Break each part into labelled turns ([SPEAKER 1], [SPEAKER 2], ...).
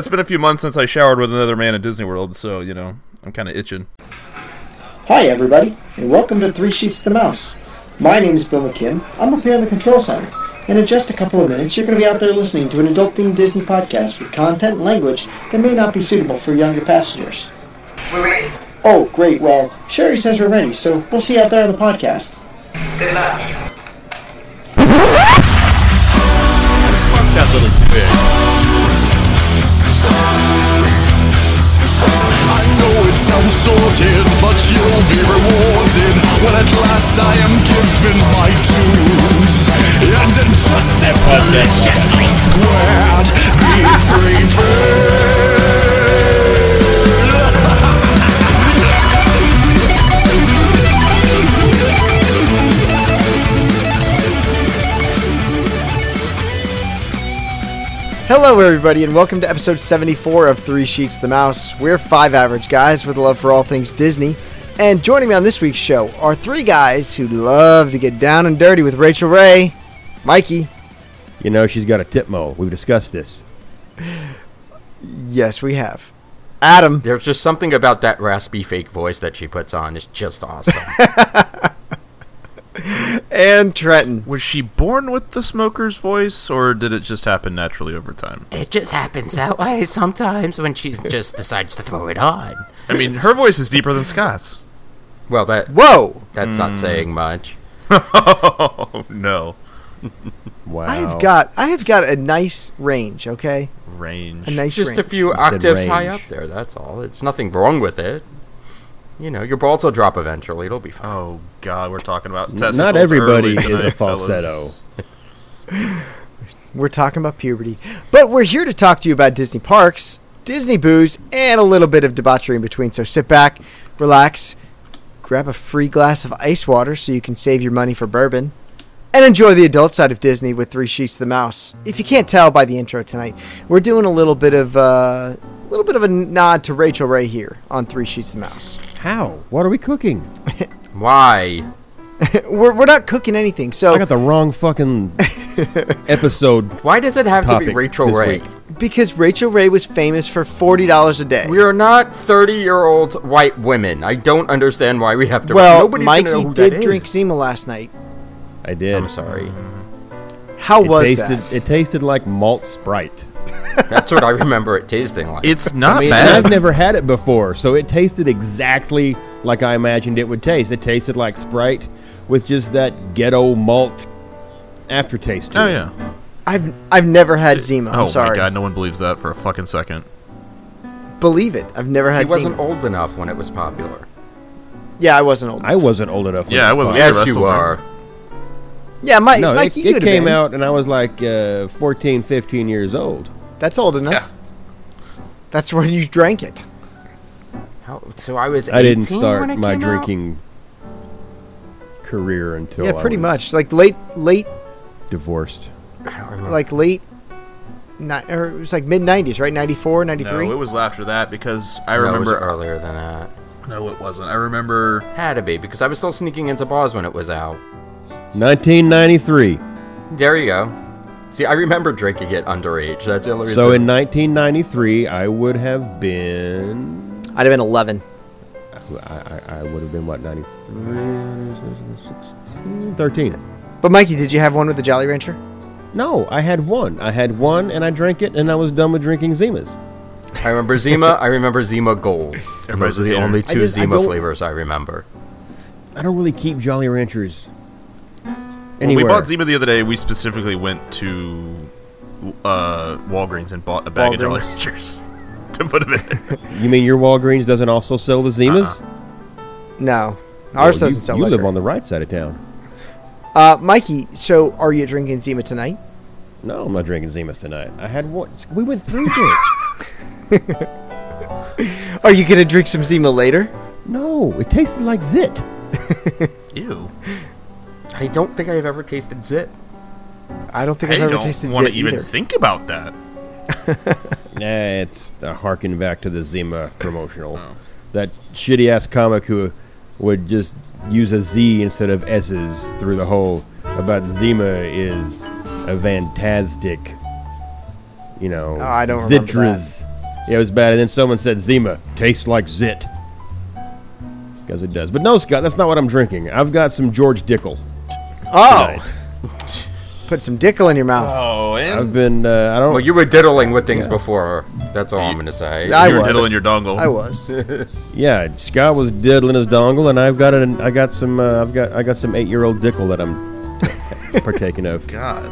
[SPEAKER 1] it's been a few months since I showered with another man at Disney World, so you know I'm kind of itching.
[SPEAKER 2] Hi, everybody, and welcome to Three Sheets to the Mouse. My name is Bill McKim. I'm up here in the control center, and in just a couple of minutes, you're going to be out there listening to an adult-themed Disney podcast with content and language that may not be suitable for younger passengers.
[SPEAKER 3] We're ready.
[SPEAKER 2] Oh, great. Well, Sherry says we're ready, so we'll see you out there on the podcast.
[SPEAKER 3] Good luck.
[SPEAKER 4] Fuck that little bitch.
[SPEAKER 5] I know it sounds sordid, but you'll be rewarded when at last I am given my dues. And injustice deliciously squared, be prepared.
[SPEAKER 2] Hello, everybody, and welcome to episode 74 of Three Sheets to the Mouse. We're five average guys with a love for all things Disney. And joining me on this week's show are three guys who love to get down and dirty with Rachel Ray, Mikey.
[SPEAKER 6] You know, she's got a tip mole. We've discussed this.
[SPEAKER 2] Yes, we have. Adam.
[SPEAKER 4] There's just something about that raspy fake voice that she puts on. It's just awesome.
[SPEAKER 2] And Trenton.
[SPEAKER 1] Was she born with the smoker's voice, or did it just happen naturally over time?
[SPEAKER 4] it just happens that way sometimes when she just decides to throw it on.
[SPEAKER 1] I mean, her voice is deeper than Scott's.
[SPEAKER 4] Well, that
[SPEAKER 2] Whoa!
[SPEAKER 4] that's not saying much.
[SPEAKER 1] Oh no,
[SPEAKER 6] Wow.
[SPEAKER 2] I've got I have got a nice range, okay?
[SPEAKER 1] range.
[SPEAKER 2] A nice
[SPEAKER 4] It's just
[SPEAKER 2] range.
[SPEAKER 4] a few
[SPEAKER 6] said
[SPEAKER 4] octaves high up
[SPEAKER 6] range.
[SPEAKER 4] there. That's all. It's nothing wrong with it. You know, your balls will drop eventually. It'll be fine.
[SPEAKER 1] oh god, we're talking about
[SPEAKER 6] Not
[SPEAKER 1] testicles
[SPEAKER 6] everybody
[SPEAKER 1] early
[SPEAKER 6] is
[SPEAKER 1] tonight,
[SPEAKER 6] a falsetto.
[SPEAKER 1] fellas.
[SPEAKER 2] We're talking about puberty. But we're here to talk to you about Disney parks, Disney booze, and a little bit of debauchery in between. So sit back, relax, grab a free glass of ice water so you can save your money for bourbon, and enjoy the adult side of Disney with Three Sheets to the Mouse. If you can't tell by the intro tonight, we're doing a little bit of uh, a little bit of a nod to Rachel Ray here on Three Sheets to the Mouse.
[SPEAKER 6] How? What are we cooking?
[SPEAKER 4] Why?
[SPEAKER 2] We're, we're not cooking anything, so
[SPEAKER 6] I got the wrong fucking episode.
[SPEAKER 4] Why does it have to
[SPEAKER 6] Topic
[SPEAKER 4] be Rachel
[SPEAKER 6] this
[SPEAKER 4] Ray?
[SPEAKER 6] week.
[SPEAKER 2] because Rachel Ray was famous for forty dollars a day.
[SPEAKER 4] We are not thirty-year-old white women. I don't understand why we have to.
[SPEAKER 2] well,
[SPEAKER 4] Nobody's gonna know
[SPEAKER 2] Mikey
[SPEAKER 4] who that
[SPEAKER 2] did
[SPEAKER 4] is.
[SPEAKER 2] drink Zima last night.
[SPEAKER 6] I did.
[SPEAKER 4] I'm sorry.
[SPEAKER 2] How
[SPEAKER 6] It
[SPEAKER 2] was
[SPEAKER 6] tasted.
[SPEAKER 2] that?
[SPEAKER 6] It tasted like malt sprite.
[SPEAKER 4] That's what I remember it tasting like.
[SPEAKER 1] It's not
[SPEAKER 6] I mean, and
[SPEAKER 1] bad.
[SPEAKER 6] I've never had it before, so it tasted exactly like I imagined it would taste. It tasted like sprite with just that ghetto malt aftertaste. To
[SPEAKER 1] oh
[SPEAKER 6] it.
[SPEAKER 1] yeah.
[SPEAKER 2] I've I've never had Zima.
[SPEAKER 1] Oh
[SPEAKER 2] I'm sorry.
[SPEAKER 1] my god, no one believes that for a fucking second.
[SPEAKER 2] Believe it. I've never
[SPEAKER 4] he
[SPEAKER 2] had
[SPEAKER 4] wasn't
[SPEAKER 2] Zima.
[SPEAKER 4] old enough when it was popular.
[SPEAKER 2] Yeah, I wasn't old.
[SPEAKER 6] I wasn't old enough. for
[SPEAKER 1] Yeah,
[SPEAKER 6] this
[SPEAKER 1] I wasn't
[SPEAKER 6] podcast.
[SPEAKER 1] either.
[SPEAKER 4] Yes, you
[SPEAKER 1] wrestled her.
[SPEAKER 4] are.
[SPEAKER 2] yeah, Mike.
[SPEAKER 6] No,
[SPEAKER 2] Mike,
[SPEAKER 6] it,
[SPEAKER 2] you
[SPEAKER 6] it
[SPEAKER 2] would've
[SPEAKER 6] came
[SPEAKER 2] been.
[SPEAKER 6] out and I was like uh, 14, 15 years old.
[SPEAKER 2] That's old enough. That's when you drank it.
[SPEAKER 4] How, so I was.
[SPEAKER 6] I didn't
[SPEAKER 4] 18
[SPEAKER 6] start
[SPEAKER 4] when it
[SPEAKER 6] my
[SPEAKER 4] came out?
[SPEAKER 6] drinking career until
[SPEAKER 2] yeah,
[SPEAKER 6] I
[SPEAKER 2] pretty
[SPEAKER 6] was
[SPEAKER 2] much. Like late, late,
[SPEAKER 6] divorced.
[SPEAKER 4] I don't remember.
[SPEAKER 2] like late. Not, or it was like mid '90s, right? '94,
[SPEAKER 1] No,
[SPEAKER 2] '93.
[SPEAKER 1] it was after that because I
[SPEAKER 4] No, it was
[SPEAKER 1] remember.
[SPEAKER 4] earlier than that.
[SPEAKER 1] no, it wasn't. I remember.
[SPEAKER 4] Had to be because I was still sneaking into bars when it was out.
[SPEAKER 6] 1993.
[SPEAKER 4] There you go. See, I remember drinking it underage. That's the only reason.
[SPEAKER 6] So in 1993, I would have been.
[SPEAKER 2] I'd have been 11.
[SPEAKER 6] I, I, I would have been what 93, 16, 13.
[SPEAKER 2] But Mikey, did you have one with the Jolly Rancher?
[SPEAKER 6] No, I had one. I had one, and I drank it, and I was done with drinking Zimas.
[SPEAKER 4] I remember Zima. I remember Zima Gold. And
[SPEAKER 1] Everybody's
[SPEAKER 4] those are
[SPEAKER 1] a
[SPEAKER 4] the
[SPEAKER 1] hater.
[SPEAKER 4] only
[SPEAKER 6] I
[SPEAKER 4] two
[SPEAKER 6] just- I
[SPEAKER 4] Zima
[SPEAKER 6] don't-
[SPEAKER 4] flavors I remember.
[SPEAKER 6] I don't really keep Jolly Ranchers.
[SPEAKER 1] When we
[SPEAKER 6] Anywhere.
[SPEAKER 1] bought Zima the other day, we specifically went to uh, Walgreens and bought a bag of Jolly
[SPEAKER 2] Walgreens.
[SPEAKER 1] Ranchers to put them in.
[SPEAKER 6] You mean your Walgreens doesn't also sell the Zimas?
[SPEAKER 2] No, Uh-uh. ours
[SPEAKER 6] Well,
[SPEAKER 2] doesn't
[SPEAKER 6] you,
[SPEAKER 2] sell
[SPEAKER 6] You
[SPEAKER 2] liquor.
[SPEAKER 6] live on the right side of town.
[SPEAKER 2] uh, Mikey, so are you drinking Zima tonight?
[SPEAKER 6] No, I'm not drinking Zimas tonight. I had one. We went through this.
[SPEAKER 2] Are you gonna drink some Zima later?
[SPEAKER 6] no, it tasted like zit.
[SPEAKER 1] Ew!
[SPEAKER 4] I don't think I've ever tasted zit.
[SPEAKER 2] I don't think
[SPEAKER 1] I
[SPEAKER 2] I've ever
[SPEAKER 1] don't
[SPEAKER 2] tasted
[SPEAKER 1] want
[SPEAKER 2] Zit
[SPEAKER 1] to even
[SPEAKER 2] either.
[SPEAKER 1] think about that.
[SPEAKER 6] Nah, Eh, it's a harken back to the Zima promotional. That shitty ass comic who would just use a Z instead of S's through the whole about Zima is a fantastic. You know,
[SPEAKER 2] Oh, I don't remember
[SPEAKER 6] Zitras Yeah, it was bad. And then someone said Zima tastes like zit. Because it does. But no, Scott, that's not what I'm drinking. I've got some George Dickel.
[SPEAKER 2] Oh, put some dickle in your mouth.
[SPEAKER 7] Oh, and
[SPEAKER 6] I've been. Uh, I don't.
[SPEAKER 4] Well, you were diddling with things before. That's all I'm gonna say.
[SPEAKER 2] I
[SPEAKER 1] you were
[SPEAKER 2] was.
[SPEAKER 1] diddling your
[SPEAKER 4] Oh.
[SPEAKER 1] dongle.
[SPEAKER 2] I was.
[SPEAKER 6] Yeah, Scott was diddling his dongle, and I've got an, I got some. Uh, I've got. I got some eight-year-old Dickel that I'm partaking of.
[SPEAKER 1] God.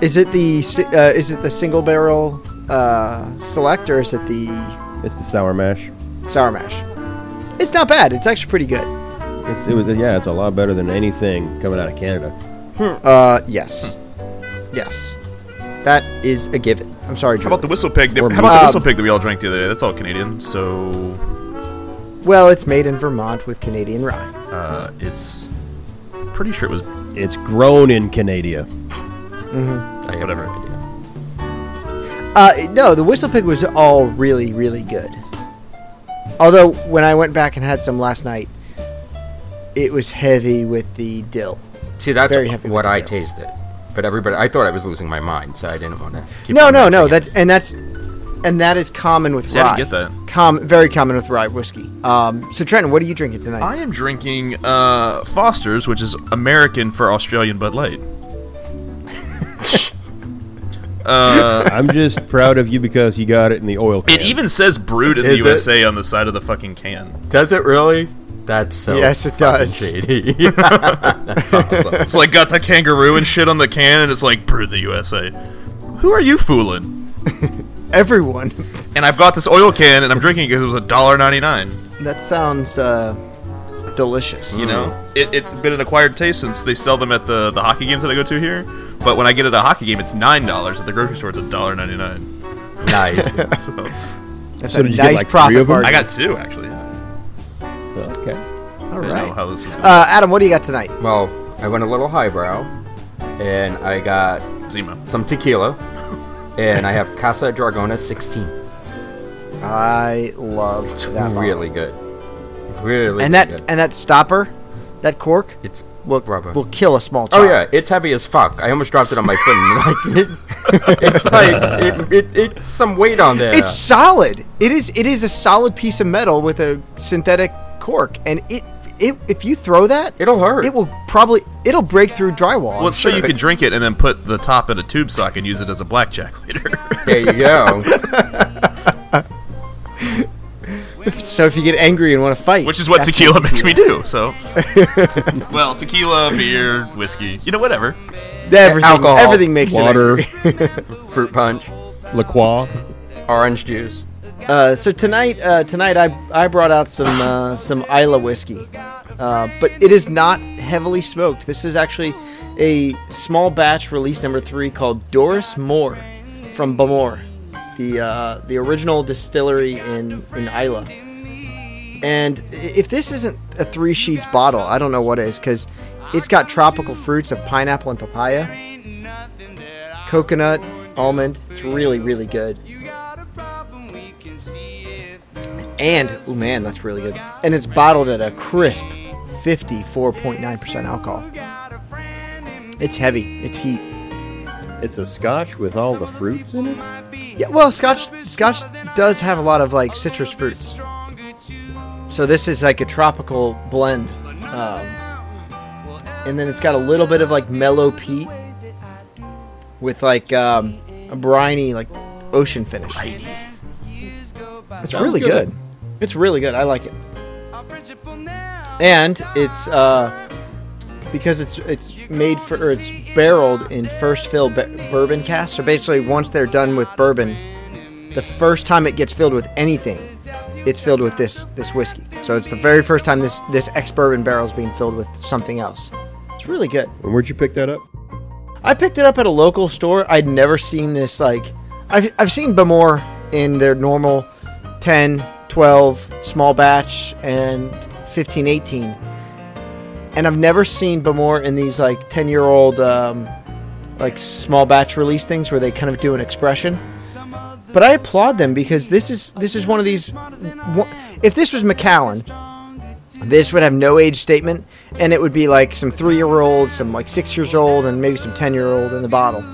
[SPEAKER 2] Is it the si- uh, is it the single barrel uh, select or is it the
[SPEAKER 6] It's the sour mash.
[SPEAKER 2] sour mash? It's not bad. It's actually pretty good.
[SPEAKER 6] It's, it was. Yeah, it's a lot better than anything coming out of Canada.
[SPEAKER 2] Uh, yes, yes, that is a given. I'm sorry,
[SPEAKER 1] How about the
[SPEAKER 2] Julie.
[SPEAKER 1] whistle pig? That,
[SPEAKER 6] Or
[SPEAKER 1] how about
[SPEAKER 2] Bob.
[SPEAKER 1] the whistle pig that we all drank the other day? That's all Canadian. So
[SPEAKER 2] well, it's made in Vermont with Canadian rye.
[SPEAKER 1] uh, it's pretty sure it was
[SPEAKER 6] It's grown in Canada.
[SPEAKER 4] I have
[SPEAKER 1] whatever.
[SPEAKER 4] no idea.
[SPEAKER 2] Uh, no, the whistle pig was all really, really good. Although when I went back and had some last night, it was heavy with the dill.
[SPEAKER 4] See, that's
[SPEAKER 2] Very happy with
[SPEAKER 4] what
[SPEAKER 2] the
[SPEAKER 4] I
[SPEAKER 2] dill.
[SPEAKER 4] tasted. But everybody, I thought I was losing my mind, so I didn't want to. keep
[SPEAKER 2] no,
[SPEAKER 4] on
[SPEAKER 2] no, no.
[SPEAKER 4] mentioning
[SPEAKER 2] That's
[SPEAKER 4] it.
[SPEAKER 2] and that's and that is common with
[SPEAKER 1] See,
[SPEAKER 2] rye.
[SPEAKER 1] I didn't get that.
[SPEAKER 2] Com- very common with rye whiskey. Um, so Trenton, what are you drinking tonight?
[SPEAKER 1] I am drinking uh, Foster's, which is American for Australian Bud Light.
[SPEAKER 6] I'm just proud of you because you got it in the oil can.
[SPEAKER 1] It even says brewed in the
[SPEAKER 4] Is it?
[SPEAKER 1] USA on the side of the fucking can.
[SPEAKER 4] Does it really? That's
[SPEAKER 1] Oh,
[SPEAKER 4] so.
[SPEAKER 2] Yes, it
[SPEAKER 4] fucking
[SPEAKER 2] does.
[SPEAKER 4] shady. That's awesome.
[SPEAKER 1] It's like got the kangaroo and shit on the can, and it's like brewed in the USA. Who are you fooling?
[SPEAKER 2] Everyone.
[SPEAKER 1] And I've got this oil can, and I'm drinking it because it was a dollar ninety nine.
[SPEAKER 2] that sounds uh, delicious.
[SPEAKER 1] You know,
[SPEAKER 2] Mm-hmm.
[SPEAKER 1] it, it's been an acquired taste since they sell them at the, the hockey games that I go to here. But when I get at a hockey game, it's nine dollars at the grocery store. It's a dollar ninety nine.
[SPEAKER 4] nice.
[SPEAKER 1] So
[SPEAKER 2] That's
[SPEAKER 6] So
[SPEAKER 2] a
[SPEAKER 6] did you get,
[SPEAKER 2] nice
[SPEAKER 6] like,
[SPEAKER 2] profit
[SPEAKER 6] three of 'em?
[SPEAKER 2] margin.
[SPEAKER 1] I got two actually. I
[SPEAKER 6] Okay.
[SPEAKER 2] All
[SPEAKER 1] didn't know
[SPEAKER 2] right.
[SPEAKER 1] how this was going.
[SPEAKER 2] Uh, Adam, what do you got tonight?
[SPEAKER 4] Well, I went a little highbrow, and I got
[SPEAKER 1] Zima.
[SPEAKER 4] some tequila, and I have Casa Dragona 16.
[SPEAKER 2] I love that. bottle.
[SPEAKER 4] really good. Really
[SPEAKER 2] And that
[SPEAKER 4] good.
[SPEAKER 2] and that stopper, that cork
[SPEAKER 4] it's
[SPEAKER 2] will
[SPEAKER 4] rubber.
[SPEAKER 2] will kill a small
[SPEAKER 4] Oh
[SPEAKER 2] child.
[SPEAKER 4] yeah, it's heavy as fuck. I almost dropped it on my foot. and, Like it, it's like it, it, it's some weight on there.
[SPEAKER 2] It's solid. It is it is a solid piece of metal with a synthetic cork, and it it if you throw that,
[SPEAKER 4] It'll hurt.
[SPEAKER 2] It will probably it'll break through drywall.
[SPEAKER 1] Well, it's so you can drink it and then put the top in a tube sock and use it as a blackjack later.
[SPEAKER 4] there you go.
[SPEAKER 2] So if you get angry and want to fight,
[SPEAKER 1] Which is what
[SPEAKER 2] that's
[SPEAKER 1] tequila makes me do. So, well, tequila, beer, whiskey, you know, whatever.
[SPEAKER 2] Everything,
[SPEAKER 4] Alcohol,
[SPEAKER 2] everything makes
[SPEAKER 6] Water,
[SPEAKER 2] It angry.
[SPEAKER 4] Fruit punch,
[SPEAKER 6] La Croix.
[SPEAKER 4] orange juice.
[SPEAKER 2] uh, so tonight, uh, tonight I I brought out some uh, some Isla whiskey, uh, but it is not heavily smoked. This is actually a small batch release number three called Doris Moore from Bamor, the uh, the original distillery in in Isla. And i- if this isn't a three sheets bottle, I don't know what is because it's got tropical fruits of pineapple and papaya, coconut, almond. It's really really good. And oh man, that's really good. And it's bottled at a crisp 54.9% alcohol. It's heavy. It's heat.
[SPEAKER 6] It's a Scotch with all the fruits in it.
[SPEAKER 2] Yeah, well, Scotch Scotch does have a lot of like citrus fruits. So this is like a tropical blend, um, and then it's got a little bit of like mellow peat with like um, a briny like ocean finish. It's really good.
[SPEAKER 6] good.
[SPEAKER 2] It's really good. I like it. And it's uh, because it's it's made for or it's barreled in first fill b- bourbon casks. So basically, once they're done with bourbon, the first time it gets filled with anything, it's filled with this this whiskey. So it's the very first time this this ex bourbon barrel is being filled with something else. It's really good.
[SPEAKER 6] And where'd you pick that up?
[SPEAKER 2] I picked it up at a local store. I'd never seen this like I've I've seen Bemore in their normal 10, 12, small batch and 15, 18. And I've never seen Bemore in these like 10-year-old um, like small batch release things where they kind of do an expression. But I applaud them because this is this is one of these one- if this was Macallan this would have no age statement and it would be like some three year old some like six years old and maybe some ten year old in the bottle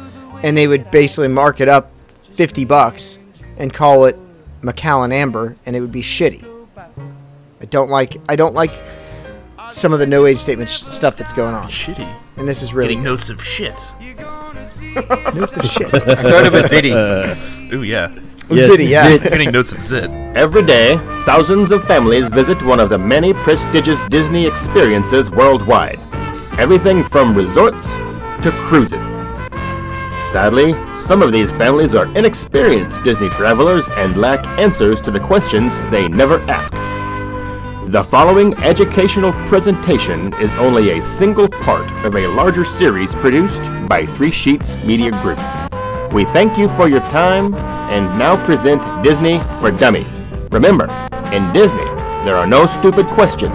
[SPEAKER 2] and they would basically mark it up 50 bucks and call it Macallan Amber, and it would be shitty. I don't like I don't like some of the no age statement sh- stuff that's going on,
[SPEAKER 1] Shitty.
[SPEAKER 2] and this is really
[SPEAKER 1] Getting notes of shit.
[SPEAKER 2] notes of shit.
[SPEAKER 4] I thought it was Zitty.
[SPEAKER 1] Ooh, yeah.
[SPEAKER 6] Yes,
[SPEAKER 2] City, yeah.
[SPEAKER 6] zit.
[SPEAKER 1] Getting notes of zit.
[SPEAKER 7] Every day, thousands of families visit one of the many prestigious Disney experiences worldwide. Everything from resorts to cruises. Sadly, some of these families are inexperienced Disney travelers and lack answers to the questions they never ask. The following educational presentation is only a single part of a larger series produced by Three Sheets Media Group. We thank you for your time and now present Disney for Dummies. Remember, in Disney, there are no stupid questions,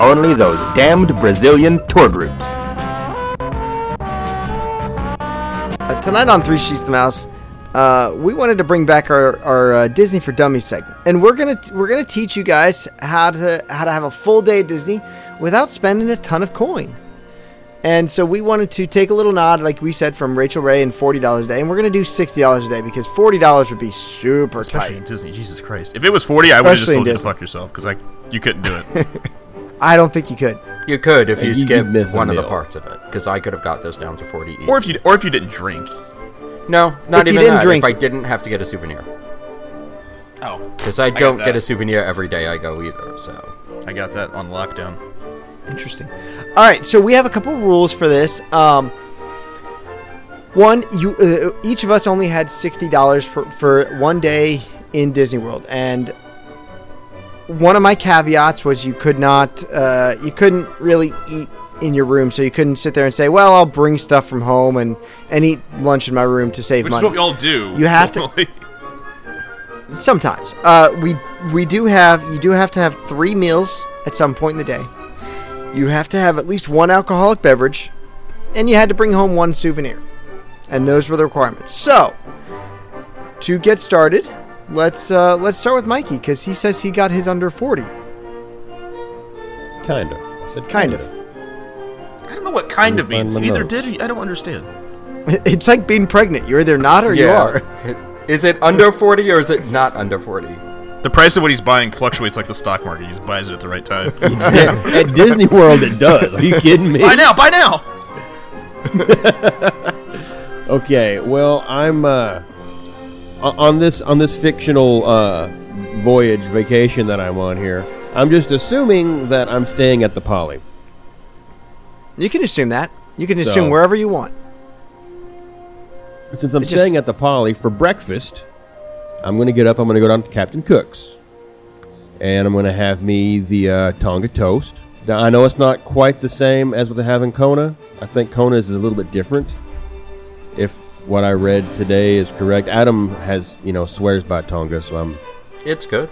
[SPEAKER 7] only those damned Brazilian tour groups.
[SPEAKER 2] Uh, tonight on Three Sheets to Mouse, uh, we wanted to bring back our, our uh, Disney for Dummies segment, and we're gonna we're gonna teach you guys how to how to have a full day at Disney without spending a ton of coin. And so we wanted to take a little nod, like we said, from Rachel Ray and forty dollars a day, and we're gonna do sixty dollars a day because forty dollars would be super
[SPEAKER 1] Especially in
[SPEAKER 2] tight.
[SPEAKER 1] Disney. Jesus Christ. If it was 40, I would have just
[SPEAKER 2] Especially in
[SPEAKER 1] told you to
[SPEAKER 2] Disney.
[SPEAKER 1] fuck yourself because I you couldn't do it.
[SPEAKER 2] I don't think you could.
[SPEAKER 4] You could if you,
[SPEAKER 6] You- you
[SPEAKER 4] skipped
[SPEAKER 6] miss a
[SPEAKER 4] one of the
[SPEAKER 6] meal.
[SPEAKER 4] parts of it, because I could have got those down to 40 each.
[SPEAKER 1] or if you or if you didn't drink.
[SPEAKER 4] no, not
[SPEAKER 2] If you
[SPEAKER 4] even
[SPEAKER 2] didn't
[SPEAKER 4] that,
[SPEAKER 2] drink-
[SPEAKER 4] If I didn't have to get a souvenir,
[SPEAKER 1] Oh,
[SPEAKER 4] because I don't
[SPEAKER 1] that.
[SPEAKER 4] get a souvenir every day I go either. So
[SPEAKER 1] I got that on lockdown.
[SPEAKER 2] Interesting. All right, so we have a couple rules for this. Um, one, you uh, each of us only had sixty dollars for, for one day in Disney World, and one of my caveats was you could not, uh, you couldn't really eat in your room, so you couldn't sit there and say, "Well, I'll bring stuff from home and and eat lunch in my room to save
[SPEAKER 1] Which is
[SPEAKER 2] money."
[SPEAKER 1] what we all do.
[SPEAKER 2] You have to- Sometimes uh, we we do have you do have to have three meals at some point in the day. You have to have at least one alcoholic beverage, and you had to bring home one souvenir, and those were the requirements. So, to get started, let's uh, let's start with Mikey because he says he got his under forty.
[SPEAKER 6] Kind of. I said
[SPEAKER 2] Kind of.
[SPEAKER 6] kinda.
[SPEAKER 1] I don't know what kind of means.
[SPEAKER 6] Find my
[SPEAKER 1] Either
[SPEAKER 6] notes.
[SPEAKER 1] did or I don't understand.
[SPEAKER 2] It's like being pregnant. You're either not or you are.
[SPEAKER 4] Is it under 40 or is it not under 40?
[SPEAKER 1] The price of what he's buying fluctuates like the stock market. He just buys it at the right time.
[SPEAKER 6] At Disney World, it does. Are you kidding me?
[SPEAKER 1] buy now, buy now.
[SPEAKER 6] Okay, well, I'm uh, o- on this on this fictional uh, voyage vacation that I'm on here. I'm just assuming that I'm staying at the Poly.
[SPEAKER 2] You can assume that. You can
[SPEAKER 6] So-
[SPEAKER 2] assume wherever you want.
[SPEAKER 6] Since I'm
[SPEAKER 2] It just-
[SPEAKER 6] staying at the Poly for breakfast, I'm going to get up. I'm going to go down to Captain Cook's, and I'm going to have me the uh, Tonga toast. Now I know it's not quite the same as what they have in Kona. I think Kona is a little bit different. If what I read today is correct, Adam has you know swears by Tonga, so I'm
[SPEAKER 4] It's good,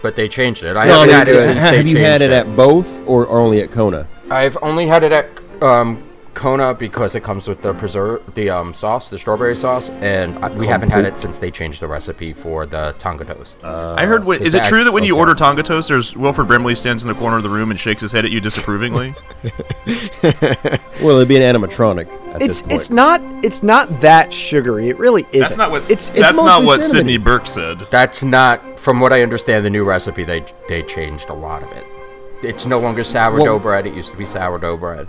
[SPEAKER 4] but they changed it. I
[SPEAKER 6] No,
[SPEAKER 4] haven't
[SPEAKER 6] I mean,
[SPEAKER 4] had it
[SPEAKER 6] uh,
[SPEAKER 4] since
[SPEAKER 6] have
[SPEAKER 4] they
[SPEAKER 6] you had
[SPEAKER 4] changed
[SPEAKER 6] it at both or, or only at Kona?
[SPEAKER 4] I've only had it at um, Kona because it comes with the preserve, the um, sauce, the strawberry sauce, and I, we haven't had it since they changed the recipe for the Tonga toast.
[SPEAKER 1] I heard. What, is
[SPEAKER 4] it's
[SPEAKER 1] it true that when you
[SPEAKER 4] actually-
[SPEAKER 1] order Tonga toast, there's Wilfred Brimley stands in the corner of the room and shakes his head at you disapprovingly?
[SPEAKER 6] Well, it'd be an animatronic. At
[SPEAKER 2] It's
[SPEAKER 6] this point.
[SPEAKER 2] it's not it's not that sugary. It really isn't.
[SPEAKER 1] that's not what.
[SPEAKER 2] it's it's
[SPEAKER 1] that's not
[SPEAKER 6] mostly
[SPEAKER 1] what
[SPEAKER 6] cinnamon.
[SPEAKER 1] Sidney Burke said.
[SPEAKER 4] That's not, from what I understand, the new recipe. They they changed a lot of it. It's no longer sourdough
[SPEAKER 6] Well-
[SPEAKER 4] bread. It used to be sourdough bread.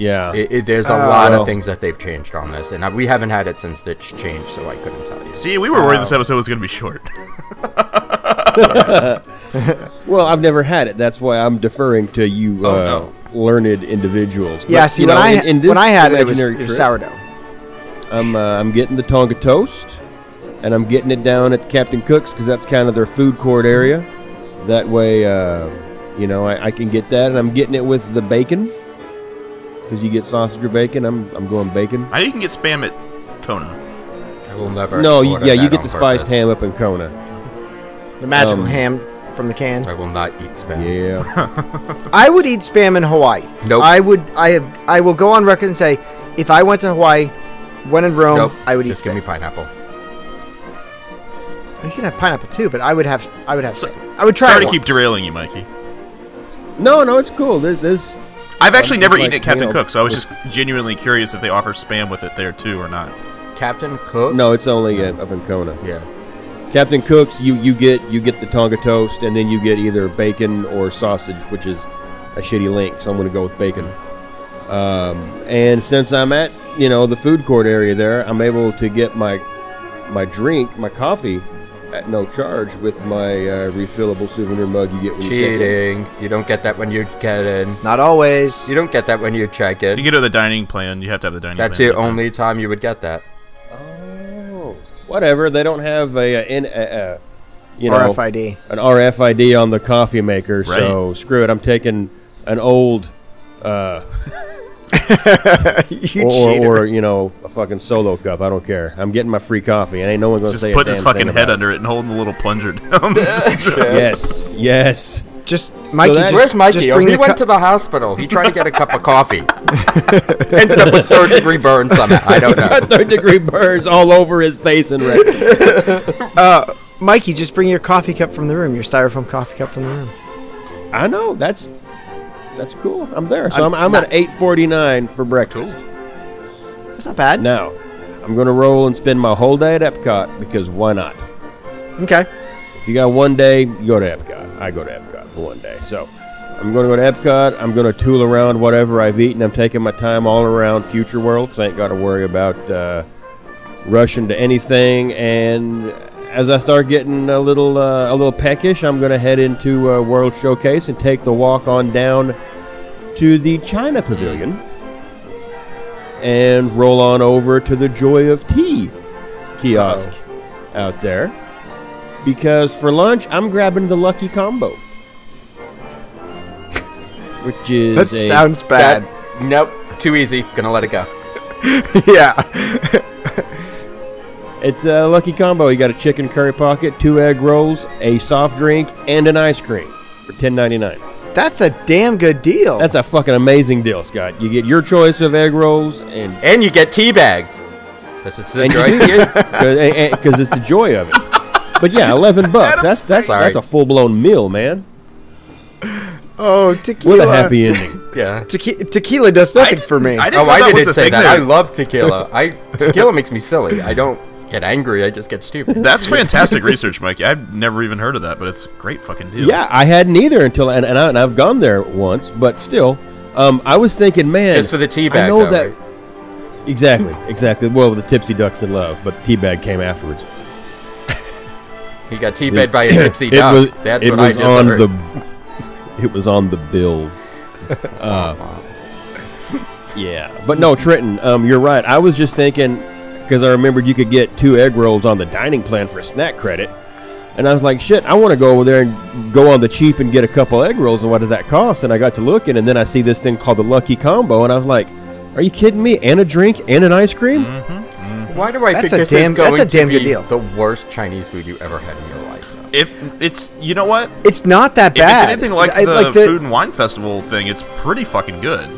[SPEAKER 6] Yeah,
[SPEAKER 4] It, it- there's a lot
[SPEAKER 6] Oh.
[SPEAKER 4] of things that they've changed on this, and I, we haven't had it since it's changed, so I couldn't tell you.
[SPEAKER 1] See, we were worried this episode was going to be short.
[SPEAKER 6] well, I've never had it. That's why I'm deferring to you, uh,
[SPEAKER 1] no.
[SPEAKER 6] learned individuals. But,
[SPEAKER 2] yeah. See,
[SPEAKER 6] you
[SPEAKER 2] when
[SPEAKER 6] know,
[SPEAKER 2] I
[SPEAKER 6] in- in this
[SPEAKER 2] when I had it, it was,
[SPEAKER 6] imaginary
[SPEAKER 2] it was
[SPEAKER 6] trip,
[SPEAKER 2] sourdough.
[SPEAKER 6] I'm uh, I'm getting the Tonga toast, and I'm getting it down at Captain Cook's because that's kind of their food court area. That way, uh, you know, I, I can get that, and I'm getting it with the bacon because you get sausage or bacon. I'm I'm going bacon.
[SPEAKER 1] I know you can get spam at Kona.
[SPEAKER 4] I will never.
[SPEAKER 6] no, you,
[SPEAKER 4] order
[SPEAKER 6] yeah,
[SPEAKER 4] that
[SPEAKER 6] you get
[SPEAKER 4] on
[SPEAKER 6] the spiced
[SPEAKER 4] purpose.
[SPEAKER 6] ham up in Kona.
[SPEAKER 2] The magical
[SPEAKER 6] Um,
[SPEAKER 2] ham from the can.
[SPEAKER 4] I will not eat spam.
[SPEAKER 6] Yeah.
[SPEAKER 2] I would eat spam in Hawaii.
[SPEAKER 4] Nope.
[SPEAKER 2] I would. I have. I will go on record and say, if I went to Hawaii, when in Rome,
[SPEAKER 4] Nope.
[SPEAKER 2] I would eat.
[SPEAKER 4] Just give
[SPEAKER 2] Spam.
[SPEAKER 4] me pineapple.
[SPEAKER 2] you can have pineapple too, but I would have. I would have.
[SPEAKER 1] So-
[SPEAKER 2] spam. I would try.
[SPEAKER 1] Sorry
[SPEAKER 2] it
[SPEAKER 1] to keep
[SPEAKER 2] once.
[SPEAKER 1] derailing you, Mikey.
[SPEAKER 6] No, no, it's cool. There's, there's
[SPEAKER 1] I've actually
[SPEAKER 6] Um,
[SPEAKER 1] never
[SPEAKER 6] it's
[SPEAKER 1] eaten
[SPEAKER 6] like
[SPEAKER 1] at Captain
[SPEAKER 6] kale.
[SPEAKER 1] Cook, so I was just genuinely curious if they offer spam with it there too or not.
[SPEAKER 4] Captain Cook.
[SPEAKER 6] no, it's only uh, up in Kona.
[SPEAKER 4] Yeah.
[SPEAKER 6] Captain Cook's, you, you get you get the Tonga toast, and then you get either bacon or sausage, which is a shitty link. So I'm going to go with bacon. Um, and since I'm at you know the food court area there, I'm able to get my my drink, my coffee, at no charge with my uh, refillable souvenir mug you get when you check in.
[SPEAKER 4] Cheating. You don't get that when you get in.
[SPEAKER 2] Not always.
[SPEAKER 4] You don't get that when you check in.
[SPEAKER 1] You get to the dining plan. You have to have the dining.
[SPEAKER 4] That's
[SPEAKER 1] plan
[SPEAKER 4] the
[SPEAKER 1] at that time.
[SPEAKER 4] only time you would get that.
[SPEAKER 6] Oh, whatever. They don't have a, a, in- a, a you know
[SPEAKER 2] RFID.
[SPEAKER 6] an RFID on the coffee maker. So screw it. I'm taking an old uh,
[SPEAKER 2] you
[SPEAKER 6] or,
[SPEAKER 2] cheater.
[SPEAKER 6] or you know a fucking solo cup. I don't care. I'm getting my free coffee, and ain't no one gonna
[SPEAKER 1] Just
[SPEAKER 6] say a
[SPEAKER 1] putting his
[SPEAKER 6] damn
[SPEAKER 1] fucking
[SPEAKER 6] thing
[SPEAKER 1] head
[SPEAKER 6] about it.
[SPEAKER 1] under it and holding the little plunger down.
[SPEAKER 6] Yes, yes.
[SPEAKER 2] just Mikey.
[SPEAKER 6] that's-
[SPEAKER 2] just,
[SPEAKER 4] Where's Mikey?
[SPEAKER 2] Just
[SPEAKER 4] oh,
[SPEAKER 2] bring
[SPEAKER 4] he
[SPEAKER 2] the
[SPEAKER 4] went
[SPEAKER 2] cu-
[SPEAKER 4] to the hospital. He tried to get a cup of coffee. Ended up with third degree burns somehow. I don't know.
[SPEAKER 6] Third degree burns all over his face and red.
[SPEAKER 2] Mikey. Just bring your coffee cup from the room. Your styrofoam coffee cup from the room.
[SPEAKER 6] I know that's that's cool. I'm there. So I'm, I'm, at eight forty nine for breakfast.
[SPEAKER 2] That's not bad.
[SPEAKER 6] Now, I'm gonna roll and spend my whole day at Epcot because why not?
[SPEAKER 2] Okay.
[SPEAKER 6] If you got one day, you go to Epcot. I go to Epcot for one day. So I'm going to go to Epcot. I'm going to tool around whatever I've eaten. I'm taking my time all around Future World because I ain't got to worry about uh, rushing to anything. And as I start getting a little uh, a little peckish, I'm going to head into uh, World Showcase and take the walk on down to the China Pavilion and roll on over to the Joy of Tea kiosk out there because for lunch I'm grabbing the lucky combo, which is
[SPEAKER 2] That
[SPEAKER 6] a-
[SPEAKER 2] sounds bad.
[SPEAKER 4] That- nope. Too easy. Gonna let it go.
[SPEAKER 2] yeah.
[SPEAKER 6] it's a lucky combo. You got a chicken curry pocket, two egg rolls, a soft drink, and an ice cream for ten ninety nine.
[SPEAKER 2] That's a damn good deal.
[SPEAKER 6] That's a fucking amazing deal, Scott. You get your choice of egg rolls and
[SPEAKER 4] And you get teabagged. That's it's the
[SPEAKER 6] And you
[SPEAKER 4] joy
[SPEAKER 6] do.
[SPEAKER 4] to
[SPEAKER 6] because it's the joy of it. But yeah, eleven bucks. That's that's
[SPEAKER 4] Sorry.
[SPEAKER 6] that's a full blown meal, man.
[SPEAKER 2] oh, tequila.
[SPEAKER 6] With a happy ending.
[SPEAKER 4] you. uh, Yeah.
[SPEAKER 2] Tequi- tequila does nothing for me.
[SPEAKER 1] I didn't
[SPEAKER 4] Oh,
[SPEAKER 1] know
[SPEAKER 4] I
[SPEAKER 1] that was
[SPEAKER 4] didn't
[SPEAKER 1] a
[SPEAKER 4] say
[SPEAKER 1] thing
[SPEAKER 4] that. I
[SPEAKER 1] there.
[SPEAKER 4] love tequila. I tequila makes me silly. I don't get angry. I just get stupid.
[SPEAKER 1] That's fantastic research, Mikey. I've never even heard of that, but it's a great fucking deal.
[SPEAKER 6] Yeah, I hadn't either until and, and, I, and I've gone there once, but still, um, I was thinking, man,
[SPEAKER 4] Just for the tea
[SPEAKER 6] I
[SPEAKER 4] bag,
[SPEAKER 6] know
[SPEAKER 4] though,
[SPEAKER 6] that
[SPEAKER 4] right?
[SPEAKER 6] exactly, exactly. Well, the tipsy ducks in love, but the tea bag came afterwards.
[SPEAKER 4] He got teabagged by a tipsy
[SPEAKER 6] it
[SPEAKER 4] dog.
[SPEAKER 6] was
[SPEAKER 4] That's
[SPEAKER 6] it
[SPEAKER 4] what
[SPEAKER 6] was
[SPEAKER 4] I just
[SPEAKER 6] on
[SPEAKER 4] heard.
[SPEAKER 6] the it was on the bills.
[SPEAKER 4] Oh,
[SPEAKER 6] Uh, yeah, but
[SPEAKER 4] Hmm.
[SPEAKER 6] no, Trenton, um, you're right. I was just thinking because I remembered you could get two egg rolls on the dining plan for a snack credit, and I was like, shit, I want to go over there and go on the cheap and get a couple egg rolls, and what does that cost? And I got to looking, and then I see this thing called the Lucky Combo, and I was like, are you kidding me? And a drink and an ice cream?
[SPEAKER 4] Mm-hmm. Why do I
[SPEAKER 2] That's
[SPEAKER 4] think
[SPEAKER 2] a
[SPEAKER 4] this
[SPEAKER 2] damn-
[SPEAKER 4] is
[SPEAKER 2] that's
[SPEAKER 4] going
[SPEAKER 2] a damn
[SPEAKER 4] to
[SPEAKER 2] good
[SPEAKER 4] be
[SPEAKER 2] deal.
[SPEAKER 4] the worst Chinese food you ever had in your life? though?
[SPEAKER 1] If it's you know what,
[SPEAKER 2] it's not that
[SPEAKER 1] if it's
[SPEAKER 2] bad.
[SPEAKER 1] anything like
[SPEAKER 2] I-
[SPEAKER 1] the, food and wine festival thing, it's pretty fucking good.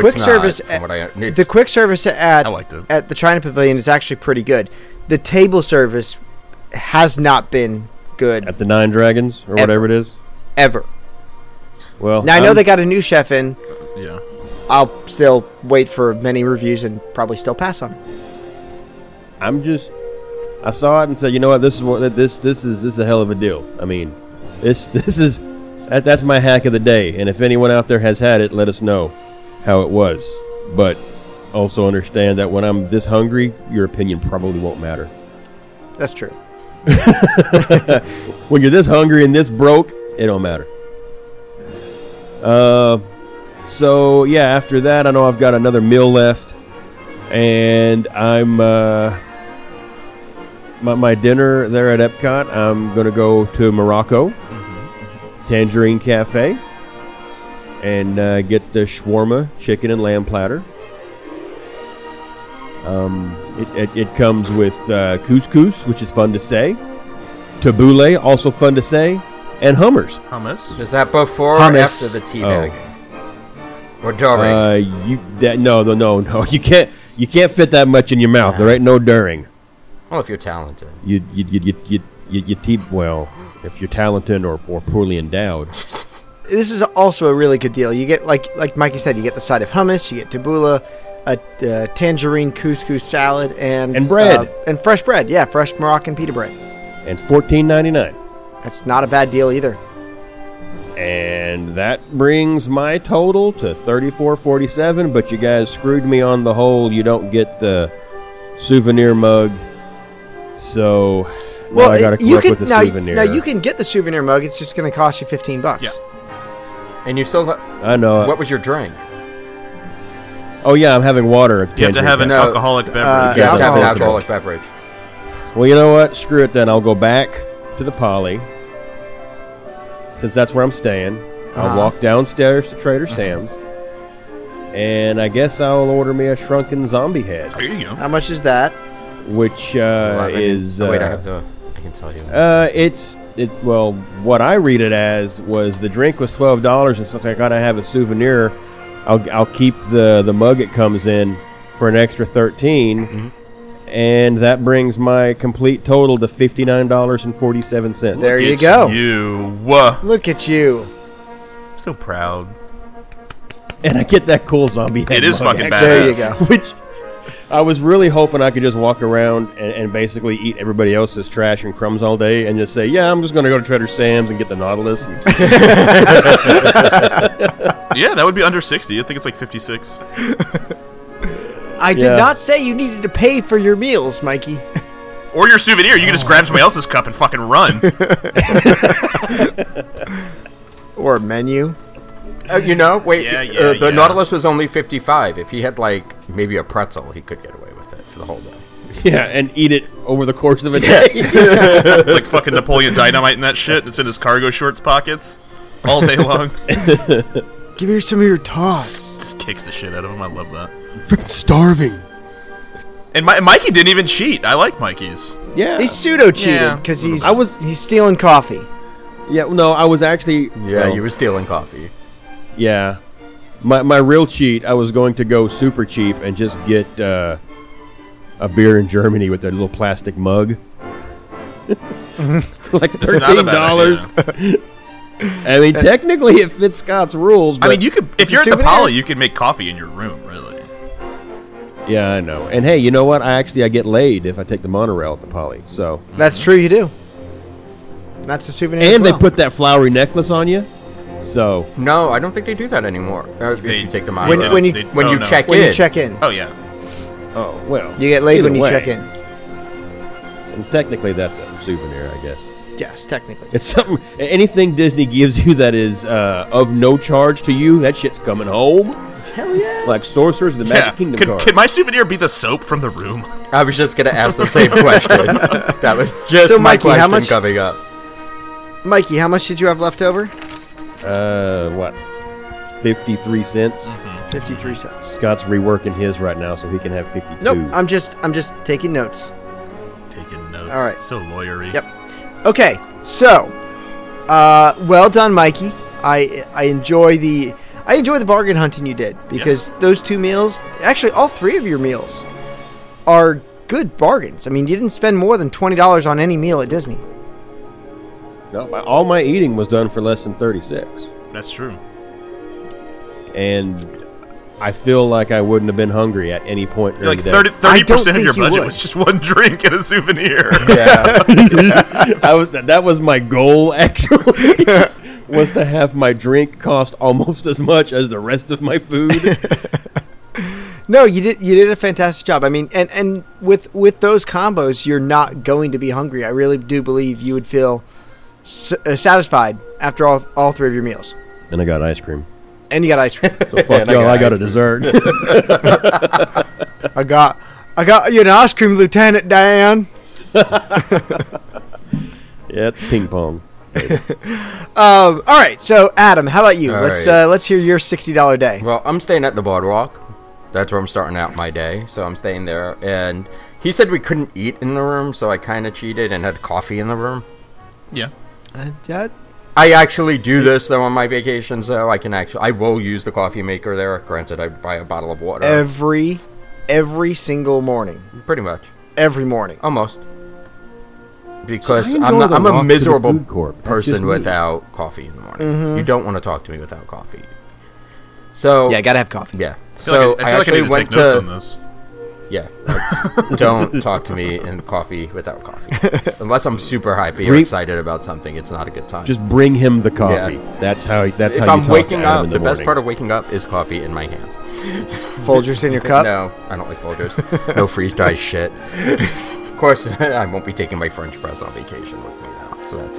[SPEAKER 2] the
[SPEAKER 4] it's
[SPEAKER 2] quick
[SPEAKER 4] not,
[SPEAKER 2] service
[SPEAKER 4] From what I,
[SPEAKER 2] at,
[SPEAKER 4] it's,
[SPEAKER 2] the quick service at
[SPEAKER 1] I liked it.
[SPEAKER 2] at the China Pavilion is actually pretty good. The table service has not been good
[SPEAKER 6] At the Nine Dragons or whatever it is.
[SPEAKER 2] ever.
[SPEAKER 6] Well,
[SPEAKER 2] Now I know
[SPEAKER 6] I'm-
[SPEAKER 2] they got a new chef
[SPEAKER 1] Um,
[SPEAKER 2] in.
[SPEAKER 1] Yeah.
[SPEAKER 2] I'll still wait for many reviews and probably still pass on it.
[SPEAKER 6] I'm just I saw it and said, you know what, this is what that this this is this is a hell of a deal. I mean, this this is that that's my hack of the day. And if anyone out there has had it, let us know how it was. But also understand that when I'm this hungry, your opinion probably won't matter.
[SPEAKER 2] That's true.
[SPEAKER 6] When you're this hungry and this broke, it don't matter. Uh, so yeah, after that, I know I've got another meal left, and I'm uh, my my dinner there at Epcot. I'm gonna go to Morocco, Tangerine Cafe, and uh, get the shawarma, chicken and lamb platter. Um, it, it, it comes with uh, couscous, which is fun to say, tabbouleh, also fun to say, and hummers.
[SPEAKER 1] Hummus.
[SPEAKER 4] is that before or
[SPEAKER 2] Hummus.
[SPEAKER 4] after the teabagging? Or during?
[SPEAKER 6] Oh. Uh, you that no no no no you can't you can't fit that much in your mouth. There ain't no during.
[SPEAKER 4] well, Oh, if you're talented.
[SPEAKER 6] You you you you you, you, you te- well if you're talented or, or poorly endowed.
[SPEAKER 2] This is also a really good deal. You get like like Mikey said, you get the side of hummus, you get tabbouleh, a uh, tangerine couscous salad, and
[SPEAKER 6] And bread.
[SPEAKER 2] uh, and fresh bread. Yeah, fresh Moroccan pita bread.
[SPEAKER 6] and fourteen ninety nine.
[SPEAKER 2] That's not a bad deal either.
[SPEAKER 6] And that brings my total to 3447, but you guys screwed me on the whole you don't get the souvenir mug. So now I got to come
[SPEAKER 2] you
[SPEAKER 6] up
[SPEAKER 2] can
[SPEAKER 6] with a
[SPEAKER 2] now,
[SPEAKER 6] souvenir.
[SPEAKER 2] now you can get the souvenir mug. It's just going to cost you fifteen bucks.
[SPEAKER 1] Yeah.
[SPEAKER 4] And you still.
[SPEAKER 6] I know.
[SPEAKER 4] What was your drink?
[SPEAKER 6] oh yeah, I'm having water. It's
[SPEAKER 1] You have to have an
[SPEAKER 4] No, uh,
[SPEAKER 1] alcoholic beverage.
[SPEAKER 6] Uh,
[SPEAKER 2] Yeah,
[SPEAKER 4] Yeah,
[SPEAKER 2] alcohol.
[SPEAKER 4] an alcoholic beverage.
[SPEAKER 6] Well, you know what? Screw it then. I'll go back to the poly. Since that's where I'm staying, I'll
[SPEAKER 4] Uh-huh.
[SPEAKER 6] walk downstairs to Trader Sam's. And I guess I'll order me a shrunken zombie head,
[SPEAKER 1] There you go.
[SPEAKER 2] How much is that?
[SPEAKER 6] which
[SPEAKER 4] Well,
[SPEAKER 6] uh,
[SPEAKER 4] I can-
[SPEAKER 6] is
[SPEAKER 4] oh, wait, I
[SPEAKER 6] uh,
[SPEAKER 4] have the. I can tell you.
[SPEAKER 6] Uh, it's it. Well, what I read it as was the drink was twelve dollars, and since I gotta have a souvenir, I'll I'll keep the the mug it comes in for an extra 13
[SPEAKER 1] Mm-hmm.
[SPEAKER 6] and that brings my complete total to fifty nine dollars and forty seven cents.
[SPEAKER 2] There you
[SPEAKER 1] It's
[SPEAKER 2] go.
[SPEAKER 1] You. Whoa.
[SPEAKER 2] Look at you.
[SPEAKER 1] I'm so proud.
[SPEAKER 6] and I get that cool zombie. Head
[SPEAKER 1] It is
[SPEAKER 6] mug,
[SPEAKER 1] fucking
[SPEAKER 6] actually,
[SPEAKER 1] badass.
[SPEAKER 2] There you go.
[SPEAKER 6] Which I was really hoping I could just walk around and, and basically eat everybody else's trash and crumbs all day, and just say, "Yeah, I'm just gonna go to Trader Sam's and get the Nautilus." And
[SPEAKER 1] Yeah, that would be under 60. I think it's like 56.
[SPEAKER 2] I did
[SPEAKER 6] Yeah.
[SPEAKER 2] not say you needed to pay for your meals, Mikey.
[SPEAKER 1] Or your souvenir. You can just grab somebody else's cup and fucking run.
[SPEAKER 2] Or a menu.
[SPEAKER 4] Uh, you know, wait.
[SPEAKER 1] Yeah, yeah,
[SPEAKER 4] uh, the
[SPEAKER 1] yeah.
[SPEAKER 4] Nautilus was only fifty-five. If he had like maybe a pretzel, he could get away with it for the whole day.
[SPEAKER 6] Yeah, and eat it over the course of a day.
[SPEAKER 1] It's like fucking Napoleon Dynamite and that shit. It's in his cargo shorts pockets all day long.
[SPEAKER 2] Give me some of your toss.
[SPEAKER 1] just kicks the shit out of him. I love that.
[SPEAKER 6] Freaking starving.
[SPEAKER 1] And Mi- Mikey didn't even cheat. I like Mikey's.
[SPEAKER 6] Yeah.
[SPEAKER 2] He's pseudo cheating
[SPEAKER 1] Yeah.
[SPEAKER 2] because he's
[SPEAKER 6] I was-
[SPEAKER 2] he's stealing coffee.
[SPEAKER 6] yeah, no, I was actually
[SPEAKER 4] Yeah,
[SPEAKER 6] well,
[SPEAKER 4] you were stealing coffee.
[SPEAKER 6] Yeah. My my real cheat, I was going to go super cheap and just get uh, a beer in Germany with their little plastic mug. For
[SPEAKER 1] It's
[SPEAKER 6] like
[SPEAKER 1] not a
[SPEAKER 6] thirteen
[SPEAKER 1] bad
[SPEAKER 6] dollars.
[SPEAKER 1] idea.
[SPEAKER 6] I mean, technically, it fits Scott's rules. But
[SPEAKER 1] I mean, you could if
[SPEAKER 2] a
[SPEAKER 1] you're at the
[SPEAKER 2] souvenir?
[SPEAKER 1] poly, you can make coffee in your room. Really,
[SPEAKER 6] yeah, I know. And hey, you know what? I actually I get laid if I take the monorail at the Poly. So,
[SPEAKER 2] That's true. You do. That's a souvenir. as
[SPEAKER 6] Mm-hmm. and they
[SPEAKER 2] well.
[SPEAKER 6] put that flowery necklace on you. So
[SPEAKER 4] No, I don't think they do that anymore. Uh,
[SPEAKER 1] They-
[SPEAKER 4] if you take the
[SPEAKER 1] they
[SPEAKER 4] monorail.
[SPEAKER 1] don't.
[SPEAKER 2] when you-
[SPEAKER 1] They-
[SPEAKER 4] when
[SPEAKER 1] no,
[SPEAKER 4] you
[SPEAKER 1] no.
[SPEAKER 4] check
[SPEAKER 2] when
[SPEAKER 4] in,
[SPEAKER 2] you check in.
[SPEAKER 1] Oh yeah,
[SPEAKER 6] Oh well.
[SPEAKER 2] You get laid
[SPEAKER 6] Uh, either
[SPEAKER 2] when you
[SPEAKER 6] way.
[SPEAKER 2] check in.
[SPEAKER 6] And technically, that's a souvenir, I guess.
[SPEAKER 2] Yes, technically.
[SPEAKER 6] It's something. Anything Disney gives you that is uh, of no charge to you, that shit's coming home. Hell yeah! Like Sorcerers of the Magic
[SPEAKER 1] yeah.
[SPEAKER 6] Kingdom
[SPEAKER 1] Could,
[SPEAKER 6] card.
[SPEAKER 1] could my souvenir be the soap from the room?
[SPEAKER 4] I was just gonna ask the same question. that was just
[SPEAKER 2] So,
[SPEAKER 4] my
[SPEAKER 2] Mikey, how
[SPEAKER 4] question
[SPEAKER 2] much-
[SPEAKER 4] coming up.
[SPEAKER 2] Mikey, how much did you have left over?
[SPEAKER 6] uh, what? Fifty-tee cents.
[SPEAKER 1] Mm-hmm.
[SPEAKER 2] Fifty-three cents.
[SPEAKER 6] Scott's reworking his right now, so he can have fifty-two.
[SPEAKER 2] Nope. I'm just I'm just taking notes.
[SPEAKER 1] Taking notes.
[SPEAKER 2] All right.
[SPEAKER 1] So lawyery.
[SPEAKER 2] Yep. Okay, so, uh, well done, Mikey. I I enjoy the I enjoy the bargain hunting you did because those two meals, actually all three of your meals, are good bargains. I mean, you didn't spend more than twenty dollars on any meal at Disney.
[SPEAKER 6] No, my- all my eating was done for less than thirty-six,
[SPEAKER 1] That's true.
[SPEAKER 6] and I feel like I wouldn't have been hungry at any point. during
[SPEAKER 1] Like
[SPEAKER 6] the
[SPEAKER 1] 30
[SPEAKER 6] day.
[SPEAKER 2] I don't
[SPEAKER 1] percent of
[SPEAKER 2] think
[SPEAKER 1] your
[SPEAKER 2] you
[SPEAKER 1] budget
[SPEAKER 2] would.
[SPEAKER 1] was just one drink and a souvenir.
[SPEAKER 6] I was that, that was my goal actually was to have my drink cost almost as much as the rest of my food.
[SPEAKER 2] No, you did you did a fantastic job. I mean, and and with with those combos, you're not going to be hungry. I really do believe you would feel s- uh, satisfied after all all three of your meals,
[SPEAKER 6] and I got ice cream.
[SPEAKER 2] and you got ice cream.
[SPEAKER 6] So fuck y'all, I got a dessert.
[SPEAKER 2] I got I got you an ice cream, Lieutenant Dan.
[SPEAKER 6] yeah, it's ping pong.
[SPEAKER 2] Um, all right, so Adam, how about you?
[SPEAKER 4] All
[SPEAKER 2] let's
[SPEAKER 4] right.
[SPEAKER 2] uh, let's hear your sixty dollar day.
[SPEAKER 4] Well, I'm staying at the boardwalk. That's where I'm starting out my day. So I'm staying there. And he said we couldn't eat in the room, so I kind of cheated and had coffee in the room.
[SPEAKER 1] yeah.
[SPEAKER 2] Uh, that-
[SPEAKER 4] I actually do this though on my vacations. Though I can actually, I will use the coffee maker there. Granted, I buy a bottle of water.
[SPEAKER 2] every every single morning,
[SPEAKER 4] pretty much,
[SPEAKER 2] every morning.
[SPEAKER 4] almost. Because
[SPEAKER 6] I enjoy
[SPEAKER 4] I'm, not,
[SPEAKER 6] the
[SPEAKER 4] I'm
[SPEAKER 6] walk
[SPEAKER 4] a
[SPEAKER 6] to the
[SPEAKER 4] miserable
[SPEAKER 6] food court. That's just
[SPEAKER 4] person
[SPEAKER 6] me. Mm-hmm.
[SPEAKER 4] without coffee in the morning. You don't want to talk to me without coffee. So
[SPEAKER 2] gotta have coffee.
[SPEAKER 4] yeah.
[SPEAKER 1] I feel
[SPEAKER 4] So
[SPEAKER 1] like
[SPEAKER 4] I,
[SPEAKER 1] I, I feel like I
[SPEAKER 4] actually
[SPEAKER 1] need to
[SPEAKER 4] went
[SPEAKER 1] take notes on
[SPEAKER 4] to
[SPEAKER 1] this.
[SPEAKER 4] Yeah. Like, don't talk to me in coffee without coffee. Unless I'm super hypey or
[SPEAKER 6] Re-
[SPEAKER 4] excited about something, it's not a good time.
[SPEAKER 6] Just bring him the coffee. That's how. That's
[SPEAKER 4] if
[SPEAKER 6] how. you
[SPEAKER 4] I'm
[SPEAKER 6] talk to
[SPEAKER 4] waking
[SPEAKER 6] Adam
[SPEAKER 4] up,
[SPEAKER 6] in
[SPEAKER 4] the,
[SPEAKER 6] the,
[SPEAKER 4] best
[SPEAKER 6] morning.
[SPEAKER 4] part of waking up is coffee in my hand.
[SPEAKER 2] Folgers in your cup.
[SPEAKER 4] No, I don't like Folgers. no freeze dried shit. of course, I won't be taking my French press on vacation with me now, so that's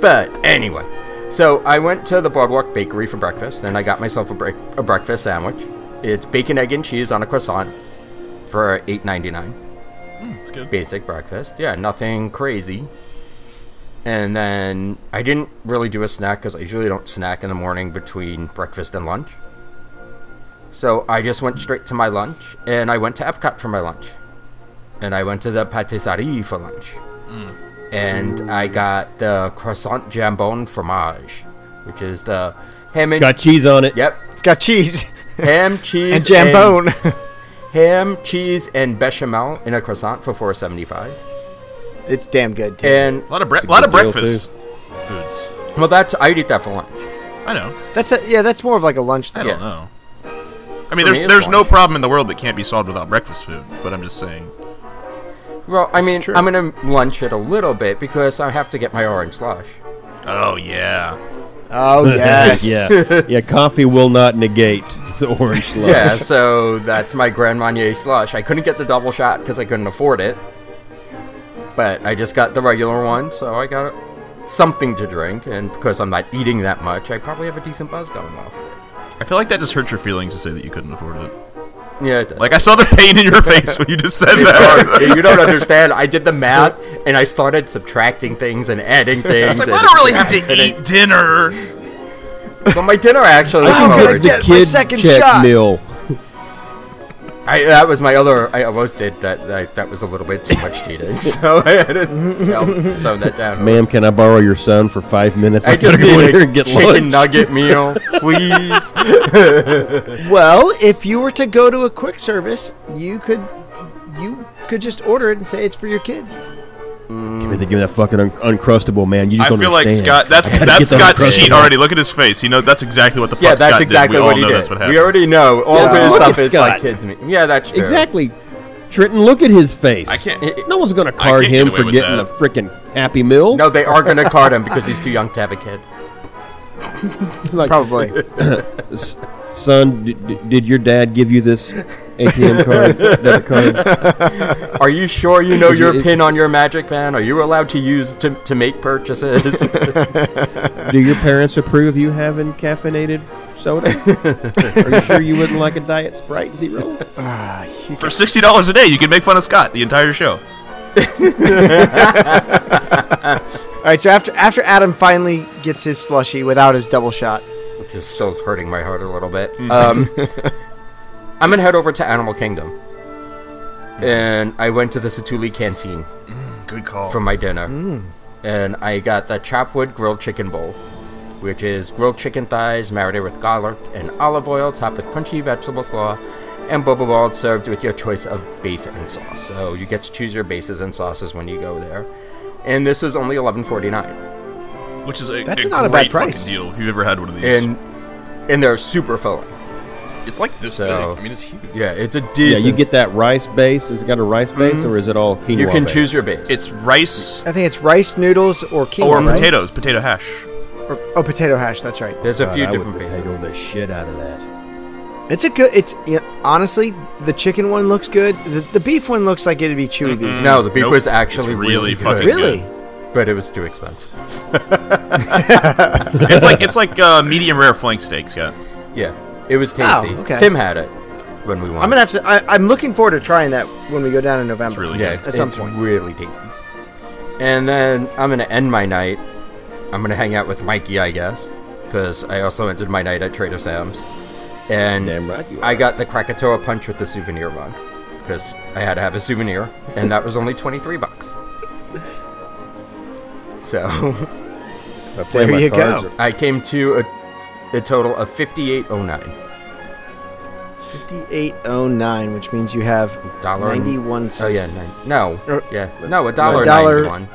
[SPEAKER 4] but anyway, so I went to the Boardwalk Bakery for breakfast, and I got myself a, break- a breakfast sandwich. It's bacon, egg, and cheese on a croissant for eight ninety nine.
[SPEAKER 1] Hmm, It's good.
[SPEAKER 4] Basic breakfast, yeah, nothing crazy. And then I didn't really do a snack because I usually don't snack in the morning between breakfast and lunch. So I just went straight to my lunch, and I went to Epcot for my lunch, and I went to the patisserie for lunch, and I got the croissant jambon fromage, which is the ham and
[SPEAKER 6] got cheese on it.
[SPEAKER 4] yep
[SPEAKER 2] It's got cheese
[SPEAKER 4] ham cheese
[SPEAKER 2] and jambone.
[SPEAKER 4] ham cheese and bechamel in a croissant for four seventy five,
[SPEAKER 2] it's damn good. Too.
[SPEAKER 4] and
[SPEAKER 1] A lot of bre- lot of
[SPEAKER 6] good deal,
[SPEAKER 1] breakfast foods.
[SPEAKER 4] well that's I would eat that for lunch.
[SPEAKER 1] I know.
[SPEAKER 2] That's a, yeah. That's more of like a lunch
[SPEAKER 1] I
[SPEAKER 2] thing.
[SPEAKER 1] don't
[SPEAKER 4] Yeah.
[SPEAKER 1] know. I mean,
[SPEAKER 4] For
[SPEAKER 1] there's
[SPEAKER 4] me, it's
[SPEAKER 1] there's no
[SPEAKER 4] lunch.
[SPEAKER 1] problem in the world that can't be solved without breakfast food. But I'm just saying.
[SPEAKER 4] Well, I mean,
[SPEAKER 1] true.
[SPEAKER 4] I'm gonna lunch it a little bit because I have to get my orange slush.
[SPEAKER 1] Oh yeah.
[SPEAKER 2] Oh yes.
[SPEAKER 6] yeah. Yeah. Coffee will not negate the orange slush.
[SPEAKER 4] Yeah, so that's my Grand Marnier slush. I couldn't get the double shot because I couldn't afford it, but I just got the regular one, so I got something to drink. And because I'm not eating that much, I probably have a decent buzz going off.
[SPEAKER 1] I feel like that just hurt your feelings to say that you couldn't afford it.
[SPEAKER 4] Yeah, it does.
[SPEAKER 1] Like I saw the pain in your face when you just said that.
[SPEAKER 4] you don't understand. I did the math and I started subtracting things and adding
[SPEAKER 1] It's
[SPEAKER 4] things.
[SPEAKER 1] like,
[SPEAKER 4] and-
[SPEAKER 1] I don't really have to eat dinner.
[SPEAKER 4] But my dinner actually.
[SPEAKER 1] Oh,
[SPEAKER 6] How
[SPEAKER 4] was
[SPEAKER 2] gonna
[SPEAKER 4] already-
[SPEAKER 6] the
[SPEAKER 2] get my
[SPEAKER 6] kid
[SPEAKER 2] second
[SPEAKER 6] check
[SPEAKER 2] shot.
[SPEAKER 6] meal.
[SPEAKER 4] I, that was my other. I almost did that. That, that was a little bit too much cheating, so I had to tell, tone that down. a little.
[SPEAKER 6] Ma'am, can I borrow your son for five minutes?
[SPEAKER 4] I just
[SPEAKER 6] gotta go in
[SPEAKER 4] need
[SPEAKER 6] here
[SPEAKER 4] a
[SPEAKER 6] and get
[SPEAKER 4] chicken
[SPEAKER 6] lunch.
[SPEAKER 4] nugget meal, please.
[SPEAKER 2] Well, if you were to go to a quick service, you could you could just order it and say it's for your kid.
[SPEAKER 6] Give me, the- give me that fucking un- uncrustable, man. You just
[SPEAKER 1] I
[SPEAKER 6] don't
[SPEAKER 1] feel like Scott.
[SPEAKER 6] understand.
[SPEAKER 1] That's
[SPEAKER 6] I gotta
[SPEAKER 1] that's
[SPEAKER 6] get that
[SPEAKER 1] Scott's
[SPEAKER 6] Uncrustable.
[SPEAKER 1] sheet already. Look at his face. You know that's exactly what the fuck
[SPEAKER 4] yeah, that's
[SPEAKER 1] Scott
[SPEAKER 4] exactly
[SPEAKER 1] did. We
[SPEAKER 4] what
[SPEAKER 1] all
[SPEAKER 4] he
[SPEAKER 1] know
[SPEAKER 4] did.
[SPEAKER 1] that's what happened.
[SPEAKER 4] we already know all of his
[SPEAKER 6] Look
[SPEAKER 4] stuff
[SPEAKER 6] at
[SPEAKER 4] is like
[SPEAKER 6] Scott.
[SPEAKER 4] kids meat. Yeah, that's true.
[SPEAKER 6] Exactly. Trenton, look at his face.
[SPEAKER 1] I can't-
[SPEAKER 6] No one's gonna
[SPEAKER 1] I
[SPEAKER 6] card
[SPEAKER 1] can't get
[SPEAKER 6] him
[SPEAKER 1] away
[SPEAKER 6] for
[SPEAKER 1] with
[SPEAKER 6] getting a
[SPEAKER 1] that.
[SPEAKER 6] freaking Happy Meal.
[SPEAKER 4] No, they are gonna card him because he's too young to have a kid.
[SPEAKER 6] like,
[SPEAKER 2] Probably.
[SPEAKER 6] s- son, d- d- did your dad give you this ATM card, debit card?
[SPEAKER 4] Are you sure you know
[SPEAKER 6] Is
[SPEAKER 4] your
[SPEAKER 6] it-
[SPEAKER 4] pin on your magic pen? Are you allowed to use to to make purchases?
[SPEAKER 6] Do your parents approve of you having caffeinated soda? Are you sure you wouldn't like a diet Sprite Zero?
[SPEAKER 1] For sixty dollars a day, you can make fun of Scott the entire show.
[SPEAKER 2] All right. So after after Adam finally gets his slushy without his double shot,
[SPEAKER 4] Which is still hurting my heart a little bit. Um, I'm gonna head over to Animal Kingdom. Mm. And I went to the Satuli canteen Mm,
[SPEAKER 1] Good call.
[SPEAKER 4] for my dinner. And I got the Chopwood Grilled Chicken Bowl, which is grilled chicken thighs marinated with garlic and olive oil, topped with crunchy vegetable slaw and boba balls, served with your choice of base and sauce. So you get to choose your bases and sauces when you go there. And this was only $11.49.
[SPEAKER 1] Which is a,
[SPEAKER 2] That's
[SPEAKER 1] a
[SPEAKER 2] not a
[SPEAKER 1] great
[SPEAKER 2] bad price.
[SPEAKER 1] fucking deal. If you've ever had one of these,
[SPEAKER 4] And and they're super filling.
[SPEAKER 1] it's like this
[SPEAKER 4] So-
[SPEAKER 1] big. I mean, it's huge.
[SPEAKER 4] Yeah, it's a
[SPEAKER 6] Yeah,
[SPEAKER 4] decent.
[SPEAKER 6] you get that rice base. Has it got a rice base,
[SPEAKER 1] Mm-hmm.
[SPEAKER 6] or is it all quinoa?
[SPEAKER 4] You can
[SPEAKER 6] base?
[SPEAKER 4] choose your base.
[SPEAKER 1] It's rice
[SPEAKER 2] I think it's rice noodles or quinoa
[SPEAKER 1] or
[SPEAKER 2] right?
[SPEAKER 1] potatoes, potato hash.
[SPEAKER 2] Or- oh, potato hash. That's right.
[SPEAKER 4] There's a
[SPEAKER 6] God,
[SPEAKER 4] few
[SPEAKER 6] I would
[SPEAKER 4] different bases.
[SPEAKER 6] potato the shit out of that.
[SPEAKER 2] It's a good. It's yeah, honestly the chicken one looks good. The, the beef one looks like it'd be chewy beef.
[SPEAKER 4] No, the beef
[SPEAKER 1] Nope.
[SPEAKER 4] was actually
[SPEAKER 1] It's
[SPEAKER 4] really,
[SPEAKER 1] really
[SPEAKER 4] good,
[SPEAKER 1] fucking-
[SPEAKER 2] Really?
[SPEAKER 4] but it was too expensive.
[SPEAKER 1] It's like it's like uh, medium rare flank steak, Scott.
[SPEAKER 4] Yeah, it was
[SPEAKER 2] Oh,
[SPEAKER 4] tasty.
[SPEAKER 2] okay.
[SPEAKER 4] Tim had it when we went.
[SPEAKER 2] I'm gonna have to. I, I'm looking forward to trying that when we go down in November.
[SPEAKER 1] It's really
[SPEAKER 4] yeah,
[SPEAKER 1] good.
[SPEAKER 2] at some
[SPEAKER 4] it's
[SPEAKER 2] point.
[SPEAKER 4] really tasty. And then I'm gonna end my night. I'm gonna hang out with Mikey, I guess, because I also ended my night at Trader Sam's. And
[SPEAKER 6] Damn right you are.
[SPEAKER 4] I got the Krakatoa punch with the souvenir mug because I had to have a souvenir, and that was only 23 bucks. So
[SPEAKER 6] I play
[SPEAKER 2] There
[SPEAKER 6] my
[SPEAKER 2] you
[SPEAKER 6] cards
[SPEAKER 2] go.
[SPEAKER 4] I came to a, a total of 5809.
[SPEAKER 2] 5809, which means you have
[SPEAKER 4] Dollar and-
[SPEAKER 2] 91
[SPEAKER 4] Oh yeah,
[SPEAKER 2] cents.
[SPEAKER 4] nine, no,
[SPEAKER 2] Er,
[SPEAKER 4] yeah, no, a dollar, and
[SPEAKER 2] dollar-
[SPEAKER 4] ninety-one.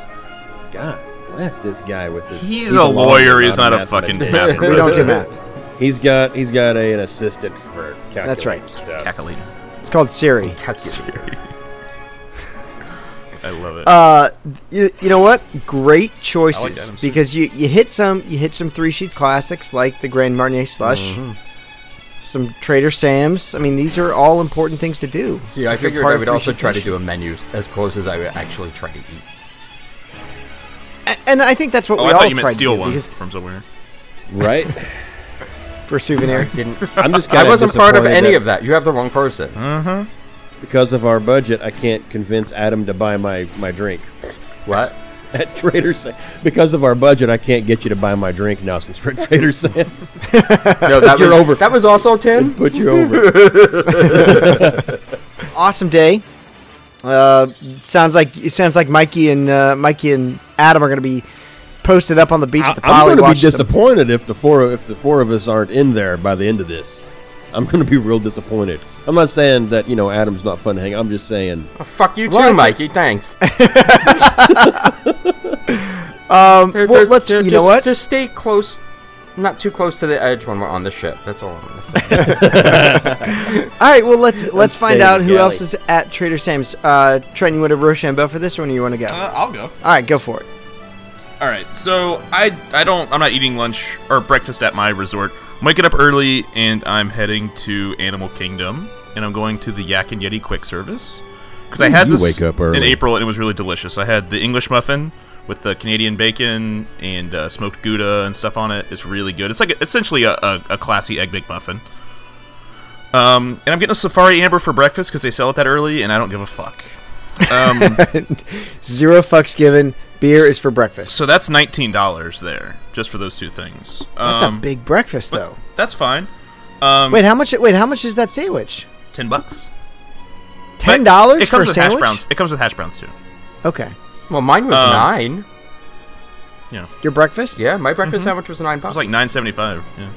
[SPEAKER 6] God bless this guy with his.
[SPEAKER 1] He's, a lawyer. He's not a fucking math
[SPEAKER 2] We don't do
[SPEAKER 1] professor.
[SPEAKER 2] math.
[SPEAKER 6] He's got he's got a, an assistant for calculating
[SPEAKER 2] That's right.
[SPEAKER 6] stuff.
[SPEAKER 1] Cackling.
[SPEAKER 2] It's called Siri.
[SPEAKER 1] Siri. I love it.
[SPEAKER 2] Uh, you, you know what? Great
[SPEAKER 1] I like
[SPEAKER 2] choices
[SPEAKER 1] Adam's
[SPEAKER 2] because you, you hit some you hit some three sheets classics like the Grand Marnier slush,
[SPEAKER 1] Mm-hmm.
[SPEAKER 2] some Trader Sam's. I mean, these are all important things to do.
[SPEAKER 4] See, I
[SPEAKER 2] If you're
[SPEAKER 4] figured
[SPEAKER 2] part
[SPEAKER 4] I
[SPEAKER 2] of
[SPEAKER 4] would
[SPEAKER 2] Three
[SPEAKER 4] also
[SPEAKER 2] Sheets
[SPEAKER 4] try to
[SPEAKER 2] Nation.
[SPEAKER 4] do a menu s- as close as I would actually try to eat.
[SPEAKER 2] A- And I think that's what
[SPEAKER 1] oh,
[SPEAKER 2] we
[SPEAKER 1] I
[SPEAKER 2] all
[SPEAKER 1] thought you
[SPEAKER 2] tried
[SPEAKER 1] meant
[SPEAKER 2] to
[SPEAKER 1] steal
[SPEAKER 2] do
[SPEAKER 1] one
[SPEAKER 2] because
[SPEAKER 1] from somewhere.
[SPEAKER 6] right?
[SPEAKER 2] for a souvenir.
[SPEAKER 4] Didn't.
[SPEAKER 6] I'm just.
[SPEAKER 4] I
[SPEAKER 6] kinda
[SPEAKER 4] wasn't part of
[SPEAKER 6] disappointed
[SPEAKER 4] any
[SPEAKER 6] that
[SPEAKER 4] of that. You have the wrong person.
[SPEAKER 6] Because of our budget, I can't convince Adam to buy my my drink
[SPEAKER 4] What?
[SPEAKER 6] at Trader Sam's. Because of our budget, I can't get you to buy my drink now since we're at Trader Sam's.
[SPEAKER 4] No, that
[SPEAKER 6] You're
[SPEAKER 4] was,
[SPEAKER 6] over.
[SPEAKER 4] That was also ten.
[SPEAKER 6] Put you over.
[SPEAKER 2] Awesome day. Uh, sounds like it sounds like Mikey and uh, Mikey and Adam are going to be posted up on the beach.
[SPEAKER 6] I,
[SPEAKER 2] to
[SPEAKER 6] am
[SPEAKER 2] probably
[SPEAKER 6] going to be
[SPEAKER 2] watch some-
[SPEAKER 6] disappointed if the four if the four of us aren't in there by the end of this. I'm going to be real disappointed. I'm not saying that you know Adam's not fun to hang. I'm just saying
[SPEAKER 4] Oh, fuck you
[SPEAKER 2] What?
[SPEAKER 4] too, Mikey. Thanks.
[SPEAKER 2] Um,
[SPEAKER 4] They're-
[SPEAKER 2] well,
[SPEAKER 4] they're-
[SPEAKER 2] let's.
[SPEAKER 4] they're
[SPEAKER 2] You know
[SPEAKER 4] just-
[SPEAKER 2] what?
[SPEAKER 4] Just stay close, not too close to the edge when we're on the ship. That's all I'm gonna say.
[SPEAKER 2] All right. Well, let's let's find
[SPEAKER 6] staying
[SPEAKER 2] out
[SPEAKER 6] in
[SPEAKER 2] who
[SPEAKER 6] Cali.
[SPEAKER 2] else is at Trader Sam's. Uh, Trent, you want to Rochambeau for this one, or you want to go?
[SPEAKER 1] Uh, I'll go.
[SPEAKER 2] All right, go for it.
[SPEAKER 1] All right, so I I don't I'm not eating lunch or breakfast at my resort. I'm waking up early and I'm heading to Animal Kingdom and I'm going to the Yak and Yeti quick service because I had
[SPEAKER 6] you
[SPEAKER 1] this
[SPEAKER 6] wake up early.
[SPEAKER 1] in April and it was really delicious. I had the English muffin with the Canadian bacon and uh, smoked gouda and stuff on it. It's really good. It's like a, essentially a, a, a classy egg McMuffin. Um, and I'm getting a safari amber for breakfast because they sell it that early and I don't give a fuck. Um,
[SPEAKER 2] Zero fucks given. Beer is for breakfast.
[SPEAKER 1] so that's nineteen dollars there just for those two things.
[SPEAKER 2] That's
[SPEAKER 1] Um,
[SPEAKER 2] a big breakfast, though.
[SPEAKER 1] That's fine. Um,
[SPEAKER 2] Wait, how much? Wait, how much is that sandwich?
[SPEAKER 1] ten bucks. But
[SPEAKER 2] Ten dollars
[SPEAKER 1] It
[SPEAKER 2] for
[SPEAKER 1] comes
[SPEAKER 2] a
[SPEAKER 1] with
[SPEAKER 2] sandwich?
[SPEAKER 1] hash browns. It comes with hash browns too.
[SPEAKER 2] Okay,
[SPEAKER 4] well, mine was
[SPEAKER 1] Um,
[SPEAKER 4] nine.
[SPEAKER 2] your breakfast.
[SPEAKER 4] Yeah, my
[SPEAKER 2] mm-hmm.
[SPEAKER 4] breakfast sandwich was nine
[SPEAKER 1] It was
[SPEAKER 4] pounds.
[SPEAKER 1] like nine seventy five. Yeah.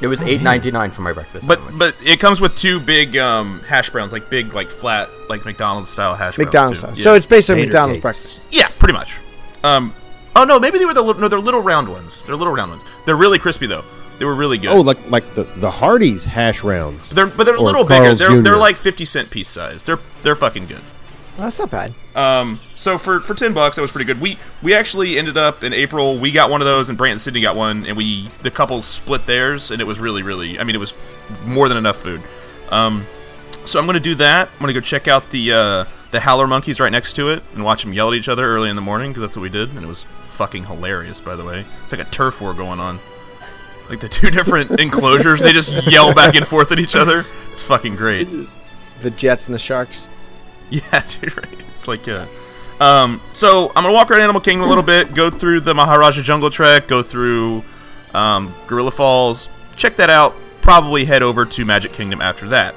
[SPEAKER 4] It was eight ninety nine for my breakfast.
[SPEAKER 1] But
[SPEAKER 4] sandwich.
[SPEAKER 1] but it comes with two big um, hash browns, like big like flat like McDonald's style hash browns.
[SPEAKER 2] McDonald's. style.
[SPEAKER 1] too.
[SPEAKER 2] So
[SPEAKER 1] yeah.
[SPEAKER 2] it's basically
[SPEAKER 6] Tater
[SPEAKER 2] McDonald's
[SPEAKER 6] cakes.
[SPEAKER 2] breakfast.
[SPEAKER 1] yeah, pretty much. Um, oh no, maybe they were the little, no, they're little round ones. They're little round ones. They're really crispy though. They were really good.
[SPEAKER 6] oh like like the the Hardee's hash rounds.
[SPEAKER 1] they're but they're a
[SPEAKER 6] or
[SPEAKER 1] little bigger.
[SPEAKER 6] Carl's
[SPEAKER 1] They're they're
[SPEAKER 6] Jr..
[SPEAKER 1] like fifty cent piece size. They're they're fucking good.
[SPEAKER 2] Well, that's not bad.
[SPEAKER 1] Um, so for for ten bucks, that was pretty good. We we actually ended up in April. We got one of those, and Brant and Sydney got one, and we the couples split theirs, and it was really really. I mean, it was more than enough food. Um, so I'm gonna do that. I'm gonna go check out the uh, the howler monkeys right next to it and watch them yell at each other early in the morning because that's what we did, and it was fucking hilarious. By the way, it's like a turf war going on. Like the two different enclosures, they just yell back and forth at each other. It's fucking great.
[SPEAKER 2] The Jets and the Sharks.
[SPEAKER 1] Yeah, dude, right. It's like uh Um, so I'm gonna walk around Animal Kingdom a little bit, go through the Maharaja Jungle Trek, go through um, Gorilla Falls, check that out. Probably head over to Magic Kingdom after that.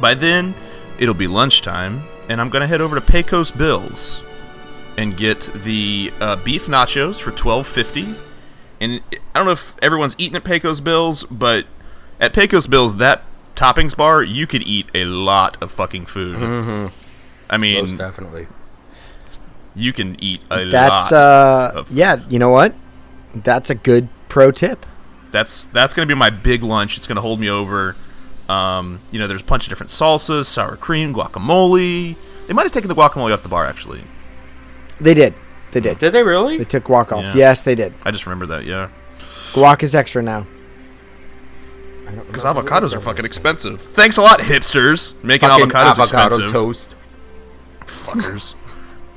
[SPEAKER 1] By then, it'll be lunchtime, and I'm gonna head over to Pecos Bills and get the uh, beef nachos for twelve fifty. And I don't know if everyone's eating at Pecos Bills, but at Pecos Bills, that toppings bar, you could eat a lot of fucking food. I
[SPEAKER 4] most
[SPEAKER 1] mean,
[SPEAKER 4] definitely.
[SPEAKER 1] you can eat a lot.
[SPEAKER 2] That's uh,
[SPEAKER 1] of-
[SPEAKER 2] yeah. You know what? That's a good pro tip.
[SPEAKER 1] that's that's gonna be my big lunch. It's gonna hold me over. Um, you know, there's a bunch of different salsas, sour cream, guacamole. They might have taken the guacamole off the bar actually.
[SPEAKER 2] They did. They did.
[SPEAKER 4] Did they really?
[SPEAKER 2] They took guac off.
[SPEAKER 1] Yeah.
[SPEAKER 2] Yes, they did.
[SPEAKER 1] I just remember that, yeah.
[SPEAKER 2] Guac is extra now.
[SPEAKER 1] Because avocados are fucking expensive. Thanks a lot, hipsters. Making
[SPEAKER 4] Fucking
[SPEAKER 1] avocados
[SPEAKER 4] avocado
[SPEAKER 1] expensive.
[SPEAKER 4] toast.
[SPEAKER 1] fuckers.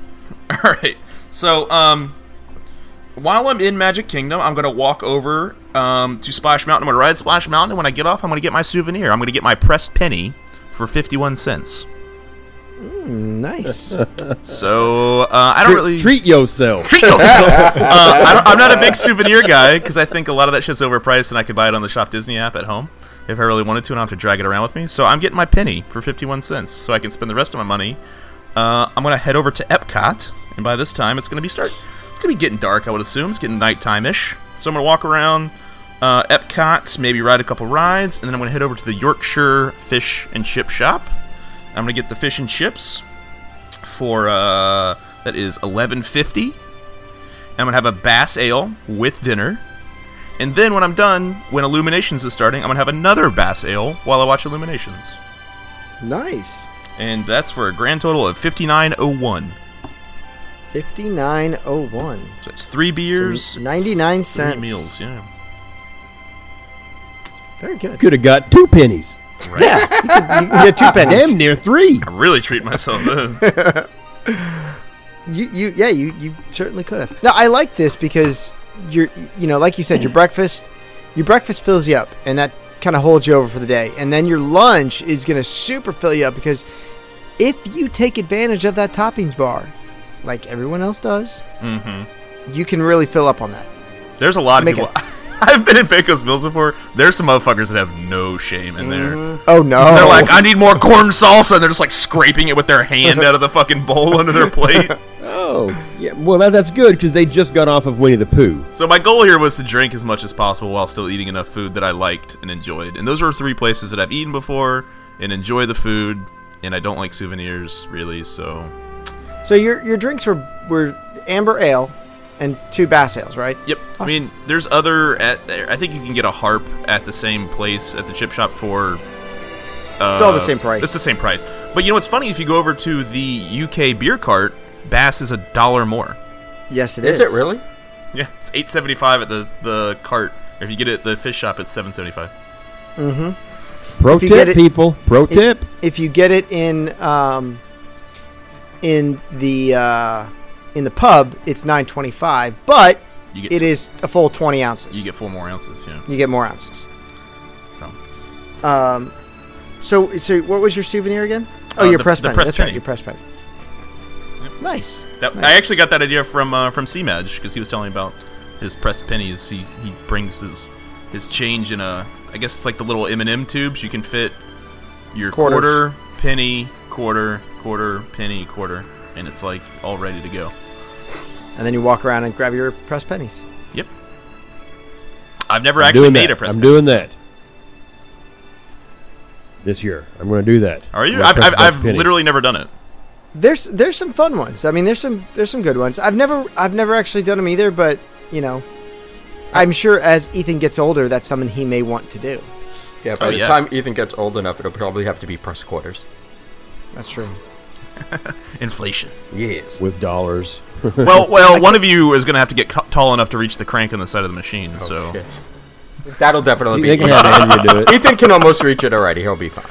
[SPEAKER 1] All right. So, um, while I'm in Magic Kingdom, I'm gonna walk over um, to Splash Mountain. I'm gonna ride Splash Mountain, and when I get off, I'm gonna get my souvenir. I'm gonna get my pressed penny for fifty-one cents.
[SPEAKER 2] Nice.
[SPEAKER 1] So uh, I don't
[SPEAKER 6] Treat,
[SPEAKER 1] really
[SPEAKER 6] treat yourself.
[SPEAKER 1] Treat yourself. uh, I don't, I'm not a big souvenir guy because I think a lot of that shit's overpriced, and I could buy it on the Shop Disney app at home if I really wanted to, and I don't have to drag it around with me. So I'm getting my penny for 51 cents, so I can spend the rest of my money. Uh, I'm gonna head over to Epcot, and by this time it's gonna be start. It's gonna be getting dark, I would assume. It's getting nighttime ish. So I'm gonna walk around uh, Epcot, maybe ride a couple rides, and then I'm gonna head over to the Yorkshire Fish and Chip Shop. I'm gonna get the fish and chips for uh, that is 11.50 I'm gonna have a bass ale with dinner, and then when I'm done, when Illuminations is starting, I'm gonna have another bass ale while I watch Illuminations.
[SPEAKER 2] Nice.
[SPEAKER 1] and that's for a grand total of fifty nine oh one.
[SPEAKER 2] 5901.
[SPEAKER 1] So that's three beers,
[SPEAKER 2] 99
[SPEAKER 1] three
[SPEAKER 2] cents.
[SPEAKER 1] meals. Yeah,
[SPEAKER 2] Very good.
[SPEAKER 6] Could have got two pennies.
[SPEAKER 2] Yeah. You can, you can get two pennies.
[SPEAKER 6] Damn near three.
[SPEAKER 1] I really treat myself. then.
[SPEAKER 2] You, you, yeah, you, you certainly could have. Now, I like this because you're, you know, like you said, your breakfast, your breakfast fills you up, and that kind of holds you over for the day. And then your lunch is going to super fill you up because if you take advantage of that toppings bar, like everyone else does, you can really fill up on that.
[SPEAKER 1] There's a lot of
[SPEAKER 2] Make
[SPEAKER 1] people. I've been in Pecos Mills before. There's some motherfuckers that have no shame in there.
[SPEAKER 2] Oh no!
[SPEAKER 1] They're like, I need more corn salsa, and they're just like scraping it with their hand out of the fucking bowl under their plate.
[SPEAKER 6] Oh, yeah. Well, that, that's good because they just got off of Winnie the Pooh.
[SPEAKER 1] So my goal here was to drink as much as possible while still eating enough food that I liked and enjoyed. And those were three places that I've eaten before and enjoy the food. And I don't like souvenirs really, so
[SPEAKER 2] so your your drinks were were amber ale and two bass ales, right?
[SPEAKER 1] Yep. I mean, there's other. At, I think you can get a harp at the same place at the chip shop for. Uh,
[SPEAKER 2] all the same price.
[SPEAKER 1] It's the same price. But you know what's funny? If you go over to the UK beer cart, Bass is a dollar more.
[SPEAKER 2] Yes, it
[SPEAKER 4] Is it really?
[SPEAKER 1] Yeah, it's eight seventy five at the the cart. Or if you get it at the fish shop, it's seven seventy five.
[SPEAKER 6] Pro
[SPEAKER 2] If you
[SPEAKER 6] tip,
[SPEAKER 2] get it-
[SPEAKER 6] people. Pro tip.
[SPEAKER 2] if you get it in um, in the uh, in the pub, it's nine twenty five, but
[SPEAKER 1] You get
[SPEAKER 2] it is a full twenty ounces.
[SPEAKER 1] You get four more ounces. Yeah.
[SPEAKER 2] You get more ounces.
[SPEAKER 1] So.
[SPEAKER 2] Um, so so what was your souvenir again? Oh,
[SPEAKER 1] Uh,
[SPEAKER 2] your
[SPEAKER 1] the-
[SPEAKER 2] press
[SPEAKER 1] the
[SPEAKER 2] penny.
[SPEAKER 1] press
[SPEAKER 2] That's
[SPEAKER 1] penny.
[SPEAKER 2] right, your press penny. Nice.
[SPEAKER 1] That, I
[SPEAKER 2] Nice.
[SPEAKER 1] actually got that idea from uh, from C Madge because he was telling me about his pressed pennies. He he brings his his change in a I guess it's like the little M and m tubes. You can fit your
[SPEAKER 2] Quarters.
[SPEAKER 1] quarter, penny, quarter, quarter, penny, quarter, and it's like all ready to go.
[SPEAKER 2] And then you walk around and grab your press pennies.
[SPEAKER 1] Yep. I've never
[SPEAKER 6] I'm
[SPEAKER 1] actually
[SPEAKER 6] doing
[SPEAKER 1] made
[SPEAKER 6] that.
[SPEAKER 1] a pressed
[SPEAKER 6] I'm
[SPEAKER 1] penny.
[SPEAKER 6] doing that this year. I'm going to do that.
[SPEAKER 1] Are
[SPEAKER 6] I'm
[SPEAKER 1] you?
[SPEAKER 6] gonna
[SPEAKER 1] I've,
[SPEAKER 6] press
[SPEAKER 1] I've,
[SPEAKER 6] press
[SPEAKER 1] I've
[SPEAKER 6] pennies.
[SPEAKER 1] literally never done it.
[SPEAKER 2] There's there's some fun ones. I mean, there's some there's some good ones. I've never I've never actually done them either, but you know, I'm sure as Ethan gets older, that's something he may want to do.
[SPEAKER 4] Yeah, by
[SPEAKER 1] Oh,
[SPEAKER 4] the
[SPEAKER 1] yeah.
[SPEAKER 4] time Ethan gets old enough, it'll probably have to be press quarters.
[SPEAKER 2] That's true.
[SPEAKER 1] Inflation.
[SPEAKER 4] Yes.
[SPEAKER 6] with dollars.
[SPEAKER 1] well, well, one of you is going to have to get cu- tall enough to reach the crank on the side of the machine.
[SPEAKER 6] Oh,
[SPEAKER 1] so
[SPEAKER 4] shit. That'll definitely
[SPEAKER 6] they
[SPEAKER 4] be.
[SPEAKER 6] can have Andrew do it.
[SPEAKER 4] Ethan can almost reach it already. He'll be fine.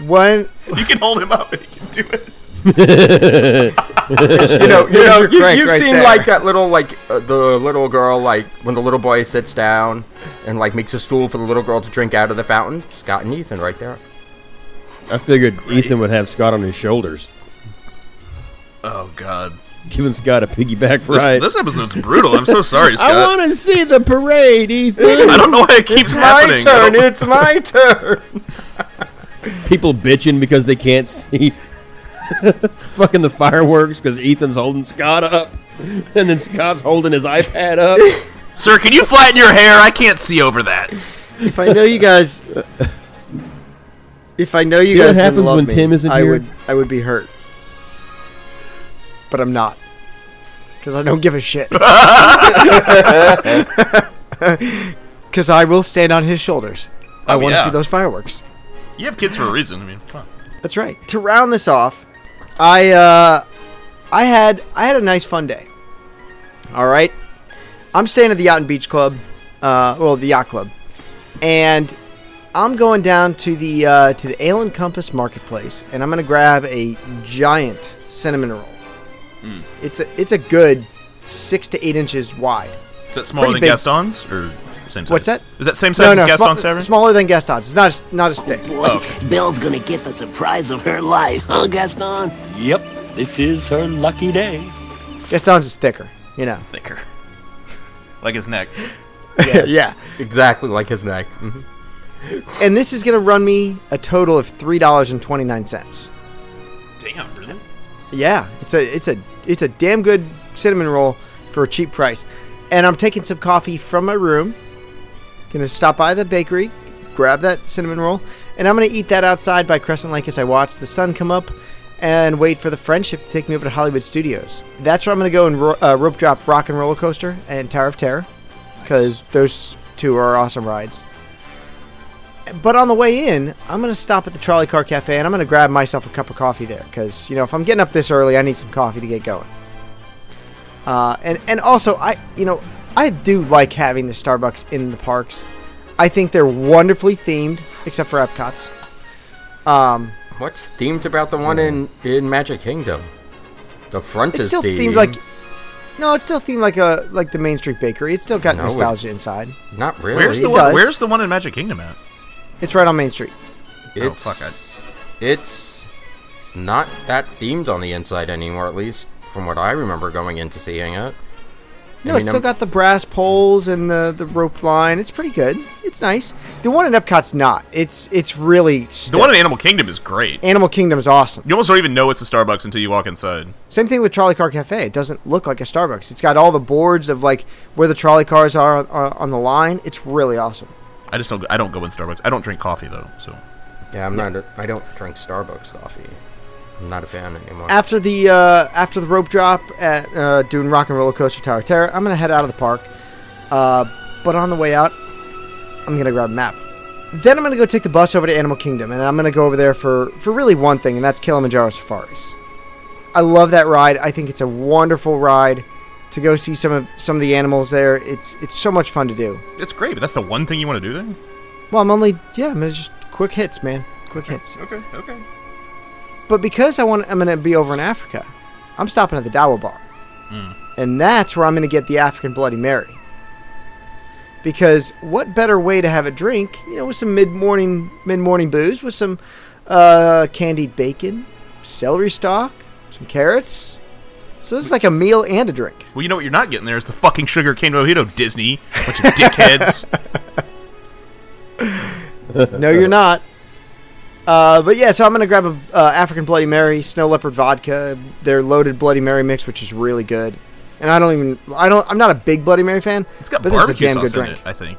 [SPEAKER 2] One
[SPEAKER 1] you can hold him up and he can do it.
[SPEAKER 4] You know, you
[SPEAKER 2] There's
[SPEAKER 4] know,
[SPEAKER 2] your
[SPEAKER 4] you,
[SPEAKER 2] crank
[SPEAKER 4] you've
[SPEAKER 2] right
[SPEAKER 4] seen
[SPEAKER 2] there.
[SPEAKER 4] like that little, like uh, the little girl, like when the little boy sits down and like makes a stool for the little girl to drink out of the fountain. Scott and Ethan right there.
[SPEAKER 6] I figured Ethan would have Scott on his shoulders,
[SPEAKER 1] Oh God.
[SPEAKER 6] giving Scott a piggyback
[SPEAKER 1] This,
[SPEAKER 6] ride.
[SPEAKER 1] this episode's brutal. I'm so sorry, Scott.
[SPEAKER 6] I want to see the parade,
[SPEAKER 1] I
[SPEAKER 6] Ethan.
[SPEAKER 1] don't know why it keeps happening. I don't-
[SPEAKER 4] It's my turn.
[SPEAKER 6] People bitching because they can't see fucking the fireworks because Ethan's holding Scott up, and then Scott's holding his iPad up.
[SPEAKER 1] Sir, can you flatten your hair? I can't see over that.
[SPEAKER 2] if I know you guys, if I know you
[SPEAKER 6] See what
[SPEAKER 2] guys, didn't
[SPEAKER 6] happens
[SPEAKER 2] love
[SPEAKER 6] when
[SPEAKER 2] me,
[SPEAKER 6] Tim isn't
[SPEAKER 2] I
[SPEAKER 6] here?
[SPEAKER 2] would, I would be hurt, but I'm not because I don't give a shit. Because I will stand on his shoulders. I
[SPEAKER 1] Oh,
[SPEAKER 2] want to
[SPEAKER 1] yeah.
[SPEAKER 2] see those fireworks.
[SPEAKER 1] You have kids for a reason. I mean, come on.
[SPEAKER 2] That's right. To round this off, I uh, I had I had a nice fun day. All right, I'm staying at the Yacht and Beach Club, uh, well the Yacht Club, and I'm going down to the uh, to the Ale and Compass Marketplace, and I'm gonna grab a giant cinnamon roll. It's a it's a good six to eight inches wide.
[SPEAKER 1] Is that smaller
[SPEAKER 2] Pretty
[SPEAKER 1] than
[SPEAKER 2] big.
[SPEAKER 1] Gaston's or same size?
[SPEAKER 2] What's that?
[SPEAKER 1] Is that same size as
[SPEAKER 2] sma-
[SPEAKER 1] Gaston's tavern?
[SPEAKER 2] smaller than Gaston's. It's not as, not as thick.
[SPEAKER 8] Belle's gonna get the surprise of her life, huh, Gaston?
[SPEAKER 9] Yep, this is her lucky day.
[SPEAKER 2] Gaston's is thicker. You know.
[SPEAKER 1] Thicker. Like his neck.
[SPEAKER 2] yeah.
[SPEAKER 4] Exactly like his neck.
[SPEAKER 2] and this is going to run me a total of three dollars and twenty nine cents.
[SPEAKER 1] Damn, really?
[SPEAKER 2] Yeah, it's a it's a it's a damn good cinnamon roll for a cheap price. And I'm taking some coffee from my room. Gonna stop by the bakery, grab that cinnamon roll, and I'm gonna eat that outside by Crescent Lake as I watch the sun come up and wait for the friendship to take me over to Hollywood Studios. That's where I'm gonna go and ro- uh, rope drop Rock and Roller Coaster and Tower of Terror because those two are awesome rides. but on the way in, I'm gonna stop at the trolley car cafe and I'm gonna grab myself a cup of coffee there because you know if I'm getting up this early, I need some coffee to get going. Uh, and and also I you know I do like having the Starbucks in the parks. I think they're wonderfully themed, except for Epcot's. Um,
[SPEAKER 4] What's themed about the one in in Magic Kingdom? The front
[SPEAKER 2] it's
[SPEAKER 4] is
[SPEAKER 2] still themed like no, it's still themed like a like the Main Street Bakery. It's still got
[SPEAKER 4] No, it-
[SPEAKER 2] nostalgia inside.
[SPEAKER 4] not really.
[SPEAKER 1] Where's the
[SPEAKER 2] It
[SPEAKER 1] one?
[SPEAKER 2] does.
[SPEAKER 1] Where's the one in Magic Kingdom at?
[SPEAKER 2] It's right on Main Street.
[SPEAKER 4] It's,
[SPEAKER 1] Oh, fuck,
[SPEAKER 4] It's not that themed on the inside anymore, at least from what I remember going into seeing it.
[SPEAKER 2] No,
[SPEAKER 4] I mean,
[SPEAKER 2] it's still
[SPEAKER 4] I'm-
[SPEAKER 2] got the brass poles and the, the rope line. It's pretty good. It's nice. The one in Epcot's not. It's it's really
[SPEAKER 1] The one in Animal Kingdom is great.
[SPEAKER 2] Animal Kingdom's awesome.
[SPEAKER 1] You almost don't even know it's a Starbucks until you walk inside.
[SPEAKER 2] Same thing with Trolley Car Cafe. It doesn't look like a Starbucks. It's got all the boards of like where the trolley cars are, are on the line. It's really awesome.
[SPEAKER 1] I just don't. I don't go in Starbucks. I don't drink coffee though. So
[SPEAKER 4] Yeah, I'm not. A, I don't drink Starbucks coffee. I'm not a fan anymore.
[SPEAKER 2] After the uh, after the rope drop at uh, doing Rock and Roller Coaster Tower of Terror, I'm gonna head out of the park. Uh, but on the way out, I'm gonna grab a map. Then I'm gonna go take the bus over to Animal Kingdom, and I'm gonna go over there for for really one thing, and that's Kilimanjaro Safaris. I love that ride. I think it's a wonderful ride to go see some of some of the animals there. It's it's so much fun to do.
[SPEAKER 1] it's great. But that's the one thing you want to do there.
[SPEAKER 2] Well, I'm only yeah, I'm gonna just quick hits, man, quick hits.
[SPEAKER 1] Okay. Okay.
[SPEAKER 2] But because I want, I'm gonna be over in Africa. I'm stopping at the Dawa Bar, and that's where I'm gonna get the African Bloody Mary. Because what better way to have a drink, you know, with some mid morning mid morning booze, with some uh, candied bacon, celery stalk, some carrots. So this is like a meal and a drink.
[SPEAKER 1] Well, you know what you're not getting there is the fucking sugar cane mojito, Disney. Bunch of dickheads.
[SPEAKER 2] No, you're not. Uh, but yeah, so I'm gonna grab a uh, African Bloody Mary, Snow Leopard vodka, their loaded Bloody Mary mix, which is really good. And I don't even, I don't, I'm not a big Bloody Mary fan.
[SPEAKER 1] It's got
[SPEAKER 2] but this is a
[SPEAKER 1] barbecue
[SPEAKER 2] damn
[SPEAKER 1] sauce
[SPEAKER 2] good
[SPEAKER 1] in
[SPEAKER 2] drink.
[SPEAKER 1] it. I think.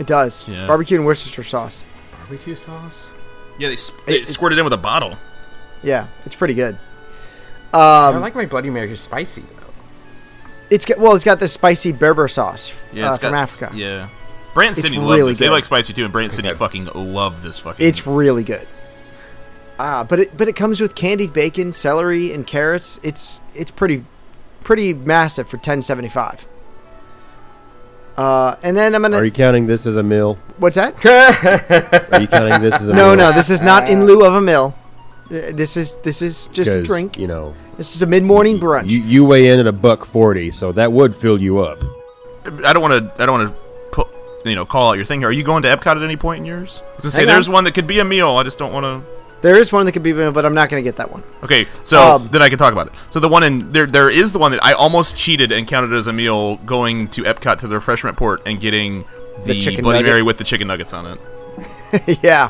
[SPEAKER 2] It does
[SPEAKER 1] Yeah.
[SPEAKER 2] barbecue and Worcestershire sauce.
[SPEAKER 1] Barbecue sauce. Yeah, they, s
[SPEAKER 2] It-
[SPEAKER 1] they squirted in with a bottle.
[SPEAKER 2] Yeah, it's pretty good.
[SPEAKER 4] I
[SPEAKER 2] Um,
[SPEAKER 4] like my Bloody Mary spicy though.
[SPEAKER 2] it's got, well, it's got this spicy Berber sauce
[SPEAKER 1] Yeah,
[SPEAKER 2] uh,
[SPEAKER 1] it's
[SPEAKER 2] from
[SPEAKER 1] got,
[SPEAKER 2] Africa.
[SPEAKER 1] Yeah, Brant
[SPEAKER 2] It's
[SPEAKER 1] City
[SPEAKER 2] really
[SPEAKER 1] loves this. They
[SPEAKER 2] good.
[SPEAKER 1] like spicy too, and Brant City
[SPEAKER 4] Okay.
[SPEAKER 1] fucking love this fucking.
[SPEAKER 2] It's really good. Ah, but it but it comes with candied bacon, celery, and carrots. It's it's pretty pretty massive for ten seventy five. Uh, and then I'm gonna
[SPEAKER 6] Are you counting this as a meal?
[SPEAKER 2] what's that?
[SPEAKER 6] Are you counting this as a
[SPEAKER 2] No,
[SPEAKER 6] meal?
[SPEAKER 2] no, this is not in lieu of a meal. Th- This is this is just a
[SPEAKER 6] 'Cause,
[SPEAKER 2] drink.
[SPEAKER 6] You know,
[SPEAKER 2] This is a mid morning brunch.
[SPEAKER 6] you, you weigh in at a buck forty, so that would fill you up.
[SPEAKER 1] I don't want to. I don't want to put. You know, call out your thing here. Are you going to Epcot at any point in yours? I was gonna say
[SPEAKER 2] Hang on.
[SPEAKER 1] there's one that could be a meal. I just don't want to.
[SPEAKER 2] there is one that could be, but I'm not going to get that one.
[SPEAKER 1] Okay, so
[SPEAKER 2] Um,
[SPEAKER 1] then I can talk about it. So the one in there, there is the one that I almost cheated and counted as a meal, going to Epcot to the refreshment port and getting
[SPEAKER 2] The
[SPEAKER 1] the,
[SPEAKER 2] chicken
[SPEAKER 1] Bloody
[SPEAKER 2] nugget.
[SPEAKER 1] Mary with the chicken nuggets on it.
[SPEAKER 2] yeah,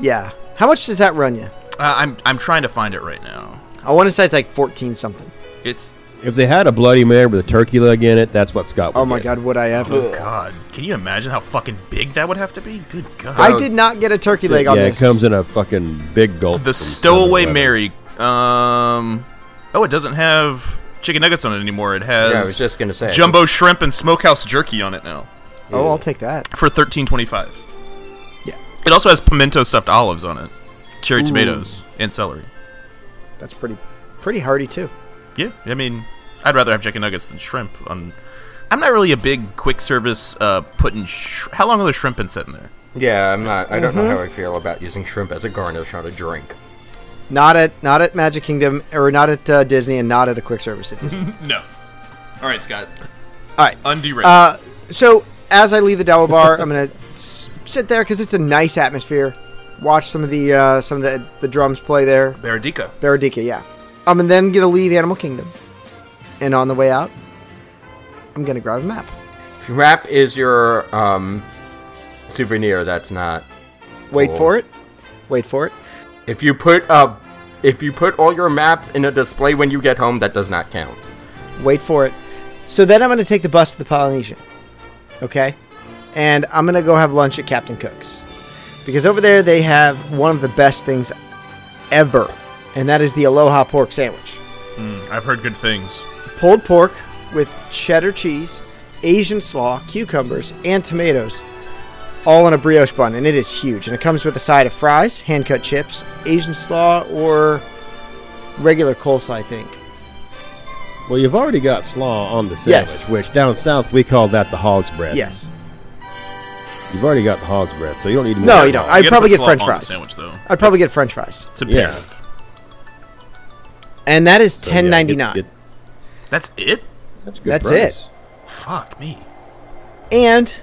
[SPEAKER 2] yeah. How much does that run you?
[SPEAKER 1] Uh, I'm I'm trying to find it right now.
[SPEAKER 2] I want to say it's like fourteen something.
[SPEAKER 1] It's
[SPEAKER 6] If they had a Bloody Mary with a turkey leg in it, that's what Scott. Would
[SPEAKER 2] Oh my
[SPEAKER 6] get.
[SPEAKER 2] god, would I ever?
[SPEAKER 1] God. Can you imagine how fucking big that would have to be? Good God.
[SPEAKER 2] I did not get a turkey
[SPEAKER 6] It's a-
[SPEAKER 2] leg on
[SPEAKER 6] yeah,
[SPEAKER 2] this. Oh,
[SPEAKER 6] it comes in a fucking big gulp.
[SPEAKER 1] The
[SPEAKER 6] from
[SPEAKER 1] Stowaway
[SPEAKER 6] 7-Eleven.
[SPEAKER 1] Mary. Um. Oh, it doesn't have chicken nuggets on it anymore. It has
[SPEAKER 4] Yeah, I was just gonna say.
[SPEAKER 1] jumbo shrimp and smokehouse jerky on it now
[SPEAKER 2] oh, I'll take that.
[SPEAKER 1] for thirteen twenty five.
[SPEAKER 2] Yeah.
[SPEAKER 1] It also has pimento stuffed olives on it, cherry tomatoes, and celery.
[SPEAKER 2] That's pretty pretty hearty too.
[SPEAKER 1] Yeah, I mean, I'd rather have chicken nuggets than shrimp. On, I'm not really a big quick service uh, putting. Sh- how long are the shrimp been sitting there?
[SPEAKER 4] Yeah, I'm not. I don't know how I feel about using shrimp as a garnish on a drink.
[SPEAKER 2] Not at not at Magic Kingdom or not at uh, Disney and not at a quick service at Disney.
[SPEAKER 1] No. All right, Scott.
[SPEAKER 2] All right.
[SPEAKER 1] Underrated.
[SPEAKER 2] Uh, so as I leave the Dower Bar, I'm gonna s- sit there because it's a nice atmosphere. Watch some of the uh, some of the, the drums play there.
[SPEAKER 1] Baradica.
[SPEAKER 2] Baradica, yeah. I'm and then gonna leave Animal Kingdom, and on the way out, I'm gonna grab a map.
[SPEAKER 4] If your map is your um, souvenir, that's not.
[SPEAKER 2] Wait
[SPEAKER 4] Cool.
[SPEAKER 2] for it. Wait for it.
[SPEAKER 4] If you put uh, if you put all your maps in a display when you get home, that does not count.
[SPEAKER 2] Wait for it. So then I'm gonna take the bus to the Polynesian. Okay, and I'm gonna go have lunch at Captain Cook's because over there they have one of the best things ever, and that is the Aloha pork sandwich.
[SPEAKER 1] I've heard good things.
[SPEAKER 2] pulled pork with cheddar cheese, Asian slaw, cucumbers, and tomatoes all on a brioche bun, and it is huge. And it comes with a side of fries, hand cut chips, Asian slaw, or regular coleslaw, I think.
[SPEAKER 6] Well, you've already got slaw on the sandwich,
[SPEAKER 2] Yes.
[SPEAKER 6] which down south we call that the hog's breath.
[SPEAKER 2] Yes.
[SPEAKER 6] You've already got the hog's breath, so you don't need more.
[SPEAKER 2] No, you don't.
[SPEAKER 6] slaw.
[SPEAKER 2] I'd
[SPEAKER 1] gotta
[SPEAKER 2] probably
[SPEAKER 1] put
[SPEAKER 2] get
[SPEAKER 1] slaw
[SPEAKER 2] French
[SPEAKER 1] on the
[SPEAKER 2] fries.
[SPEAKER 1] Sandwich though.
[SPEAKER 2] I'd probably get French fries,
[SPEAKER 1] It's imperative.
[SPEAKER 2] and that is
[SPEAKER 6] So, yeah,
[SPEAKER 2] ten ninety nine.
[SPEAKER 6] it- it-
[SPEAKER 1] That's it.
[SPEAKER 6] That's a good.
[SPEAKER 2] That's
[SPEAKER 6] price.
[SPEAKER 1] Fuck me.
[SPEAKER 2] And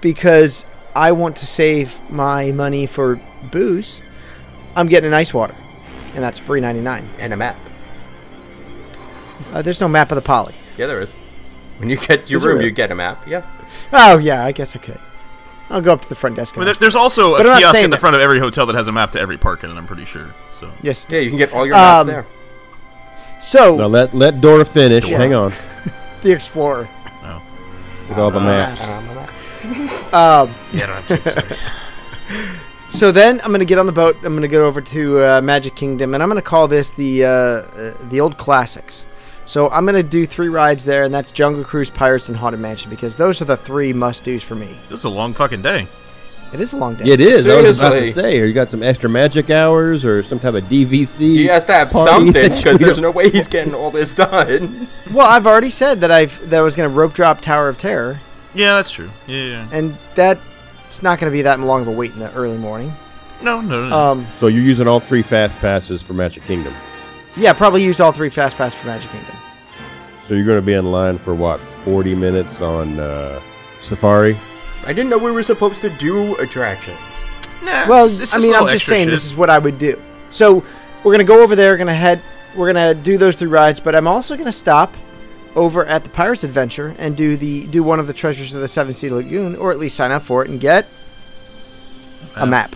[SPEAKER 2] because I want to save my money for booze, I'm getting an ice water, and that's free ninety nine.
[SPEAKER 4] And a map.
[SPEAKER 2] Uh, there's no map of the poly.
[SPEAKER 4] Yeah, there is. When you get your
[SPEAKER 2] Is there
[SPEAKER 4] room,
[SPEAKER 2] really?
[SPEAKER 4] you get a map. Yeah.
[SPEAKER 2] Oh yeah, I guess I could. I'll go up to the front desk.
[SPEAKER 1] I mean,
[SPEAKER 2] And
[SPEAKER 1] there- there's also a
[SPEAKER 2] But I'm not
[SPEAKER 1] kiosk
[SPEAKER 2] saying
[SPEAKER 1] in the
[SPEAKER 2] that.
[SPEAKER 1] front of every hotel that has a map to every park in it. I'm pretty sure. So
[SPEAKER 2] yes.
[SPEAKER 4] Yeah, you can get all your maps
[SPEAKER 2] Um,
[SPEAKER 4] there.
[SPEAKER 6] Now
[SPEAKER 2] So
[SPEAKER 6] let let Dora finish.
[SPEAKER 1] Dora.
[SPEAKER 6] Hang on.
[SPEAKER 2] the explorer.
[SPEAKER 6] With all the maps.
[SPEAKER 1] yeah, I don't have kids. sorry.
[SPEAKER 2] Um, So then I'm gonna get on the boat. I'm gonna go over to uh, Magic Kingdom, and I'm gonna call this the uh, uh, the old classics. So I'm gonna do three rides there, and that's Jungle Cruise, Pirates, and Haunted Mansion because those are the three must dos for me.
[SPEAKER 1] this is a long fucking day.
[SPEAKER 2] It is a long day.
[SPEAKER 6] It is. I was about to
[SPEAKER 4] Seriously.
[SPEAKER 6] say, or you got some extra magic hours, or some type of DVC.
[SPEAKER 4] He has to have
[SPEAKER 6] party
[SPEAKER 4] something
[SPEAKER 6] that we
[SPEAKER 4] because there's
[SPEAKER 6] don't-
[SPEAKER 4] no way he's getting all this done.
[SPEAKER 2] Well, I've already said that I've that I was gonna rope drop Tower of Terror,
[SPEAKER 1] Yeah, that's true. Yeah, yeah.
[SPEAKER 2] and that it's not gonna be that long of a wait in the early morning.
[SPEAKER 1] No, no, no. no.
[SPEAKER 2] Um,
[SPEAKER 6] So you're using all three fast passes for Magic Kingdom.
[SPEAKER 2] yeah, probably use all three fast pass for Magic Kingdom.
[SPEAKER 6] So you're going to be in line for what 40 minutes on uh, Safari.
[SPEAKER 4] I didn't know we were supposed to do attractions.
[SPEAKER 1] Nah,
[SPEAKER 2] Well,
[SPEAKER 1] it's- it's
[SPEAKER 2] I
[SPEAKER 1] just
[SPEAKER 2] mean,
[SPEAKER 1] a
[SPEAKER 2] I'm
[SPEAKER 1] little
[SPEAKER 2] just
[SPEAKER 1] extra
[SPEAKER 2] saying
[SPEAKER 1] shit.
[SPEAKER 2] this is what I would do. So we're gonna go over there. Gonna head. We're gonna do those three rides, but I'm also gonna stop over at the Pirates Adventure and do the do one of the treasures of the Seven Sea Lagoon, or at least sign up for it and get a map.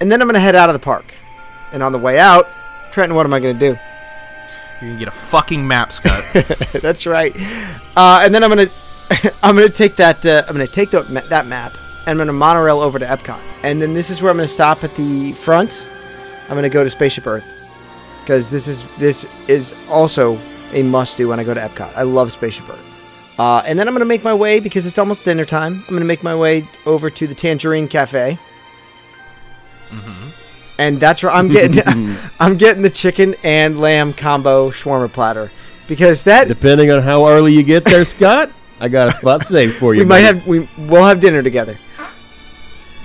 [SPEAKER 2] And then I'm gonna head out of the park. And on the way out, Trenton, what am I gonna do?
[SPEAKER 1] You can get a fucking map, Scott. That's
[SPEAKER 2] That's right. Uh, and then I'm gonna I'm gonna take that uh, I'm gonna take that ma- that map and I'm gonna monorail over to Epcot. And then this is where I'm gonna stop at the front. I'm gonna go to Spaceship Earth because this is this is also a must do when I go to Epcot. I love Spaceship Earth. Uh, and then I'm gonna make my way because it's almost dinner time. I'm gonna make my way over to the Tangerine Cafe. And that's where I'm getting I'm getting the chicken and lamb combo shawarma platter because that
[SPEAKER 6] Depending on how early you get there, Scott, I got a spot saved for you.
[SPEAKER 2] we might
[SPEAKER 6] buddy.
[SPEAKER 2] have we we'll have dinner together.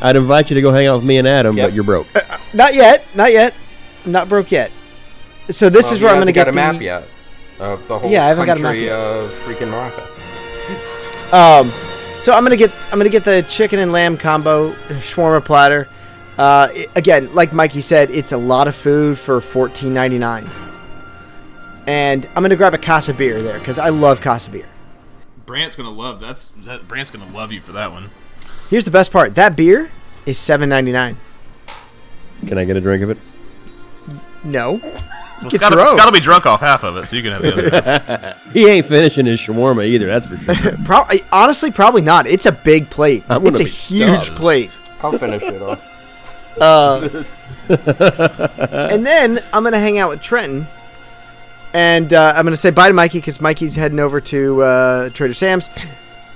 [SPEAKER 6] I'd invite you to go hang out with me and Adam,
[SPEAKER 4] Yep.
[SPEAKER 6] but you're broke.
[SPEAKER 2] Uh, Not yet, not yet. I'm not broke yet. So this
[SPEAKER 4] Well,
[SPEAKER 2] is
[SPEAKER 4] he
[SPEAKER 2] where I'm going to
[SPEAKER 4] hasn't
[SPEAKER 2] get
[SPEAKER 4] got a map
[SPEAKER 2] the-
[SPEAKER 4] yet of the whole
[SPEAKER 2] Yeah, I haven't got a map
[SPEAKER 4] country
[SPEAKER 2] yet.
[SPEAKER 4] of freaking Morocco.
[SPEAKER 2] Um, so I'm gonna get I'm gonna get the chicken and lamb combo shawarma platter. Uh, i- again, like Mikey said, it's a lot of food for $14.99. And I'm gonna grab a casa beer there because I love casa beer.
[SPEAKER 1] Brant's gonna love that's that. Brant's gonna love you for that one.
[SPEAKER 2] Here's the best part: that beer is $7.99.
[SPEAKER 6] Can I get a drink of it?
[SPEAKER 2] No,
[SPEAKER 1] Well,
[SPEAKER 2] Get
[SPEAKER 1] Scott,
[SPEAKER 2] your own.
[SPEAKER 1] Scott will be drunk off half of it, so you can have the other. half.
[SPEAKER 6] He ain't finishing his shawarma either. That's for sure.
[SPEAKER 2] Pro- I- honestly, probably not. It's a big plate.
[SPEAKER 6] I'm gonna
[SPEAKER 2] It's a
[SPEAKER 6] be
[SPEAKER 2] huge
[SPEAKER 6] stuffed.
[SPEAKER 2] plate.
[SPEAKER 4] I'll finish it off.
[SPEAKER 2] and then I'm gonna hang out with Trenton, and uh, I'm gonna say bye to Mikey because Mikey's heading over to uh, Trader Sam's,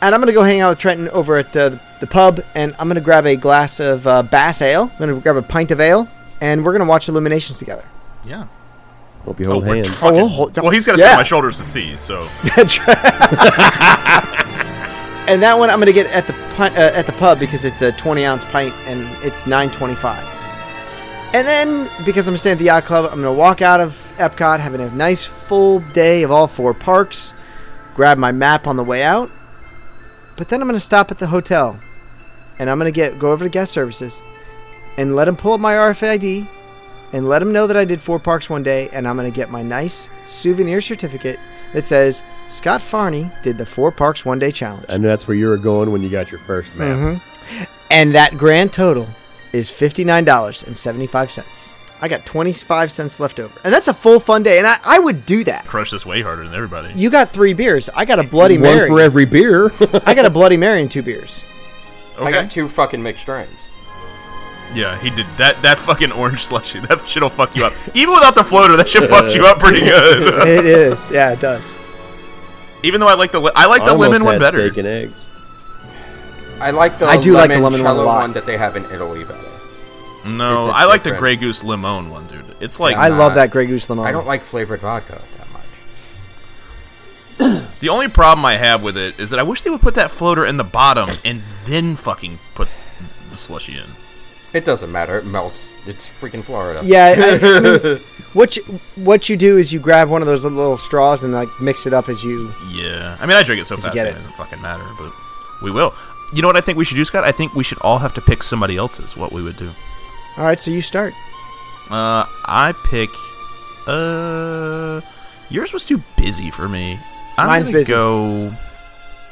[SPEAKER 2] and I'm gonna go hang out with Trenton over at uh, the pub, and I'm gonna grab a glass of uh, Bass Ale. I'm gonna grab a pint of ale, and we're gonna watch Illuminations together.
[SPEAKER 1] yeah.
[SPEAKER 6] Hope you hold
[SPEAKER 1] we're
[SPEAKER 6] hands.
[SPEAKER 1] fucking-
[SPEAKER 2] we'll hold-
[SPEAKER 1] Oh, well, he's got to
[SPEAKER 2] yeah.
[SPEAKER 1] sit on my shoulders to see. So
[SPEAKER 2] And that one I'm gonna get at the pi- uh, at the pub because it's a 20 ounce pint and it's 9.25. And then because I'm staying at the yacht club, I'm gonna walk out of Epcot having a nice full day of all four parks. Grab my map on the way out, but then I'm gonna stop at the hotel, and I'm gonna get go over to guest services, and let them pull up my RFID, and let them know that I did four parks one day, and I'm gonna get my nice souvenir certificate that says Scott Farney did the four parks one day challenge.
[SPEAKER 6] And that's where you were going when you got your first map.
[SPEAKER 2] And that grand total is $59.75. I got 25 cents left over. And that's a full fun day. And I, I would do that.
[SPEAKER 1] crush this way harder than everybody.
[SPEAKER 2] You got three beers. I got a Bloody
[SPEAKER 6] One
[SPEAKER 2] Mary.
[SPEAKER 6] for every beer.
[SPEAKER 2] I got a Bloody Mary and two beers.
[SPEAKER 1] okay.
[SPEAKER 4] I got two fucking mixed drinks.
[SPEAKER 1] Yeah, he did that. That fucking orange slushy. That shit'll fuck you up. Even without the floater, that shit fucked you up pretty good.
[SPEAKER 2] It is. Yeah, it does.
[SPEAKER 1] Even though I like the li- I like the
[SPEAKER 6] Almost
[SPEAKER 1] lemon one
[SPEAKER 6] had
[SPEAKER 1] better.
[SPEAKER 6] Steak and eggs.
[SPEAKER 4] I like the
[SPEAKER 2] I do like the lemon one a
[SPEAKER 4] limoncello
[SPEAKER 2] lot.
[SPEAKER 4] one that they have in Italy better.
[SPEAKER 1] No,
[SPEAKER 4] It's a
[SPEAKER 1] I like the
[SPEAKER 4] different-
[SPEAKER 1] Grey Goose Limon one, dude. It's like
[SPEAKER 2] I love
[SPEAKER 4] not-
[SPEAKER 2] that Grey Goose Lemon.
[SPEAKER 4] I don't like flavored vodka that much.
[SPEAKER 1] the only problem I have with it is that I wish they would put that floater in the bottom and then fucking put the slushy in.
[SPEAKER 4] It doesn't matter. It melts. It's freaking Florida.
[SPEAKER 2] Yeah, I, I mean, what you, what you do is you grab one of those little straws and like mix it up as you.
[SPEAKER 1] Yeah, I mean, I drink it so fast
[SPEAKER 2] get
[SPEAKER 1] it.
[SPEAKER 2] it.
[SPEAKER 1] doesn't fucking matter, but we will. You know what I think we should do, Scott? I think we should all have to pick somebody else's. What we would do?
[SPEAKER 2] All right, so you start.
[SPEAKER 1] Uh, I pick. Uh, yours was too busy for me. I'm
[SPEAKER 2] Mine's
[SPEAKER 1] gonna
[SPEAKER 2] busy.
[SPEAKER 1] Go.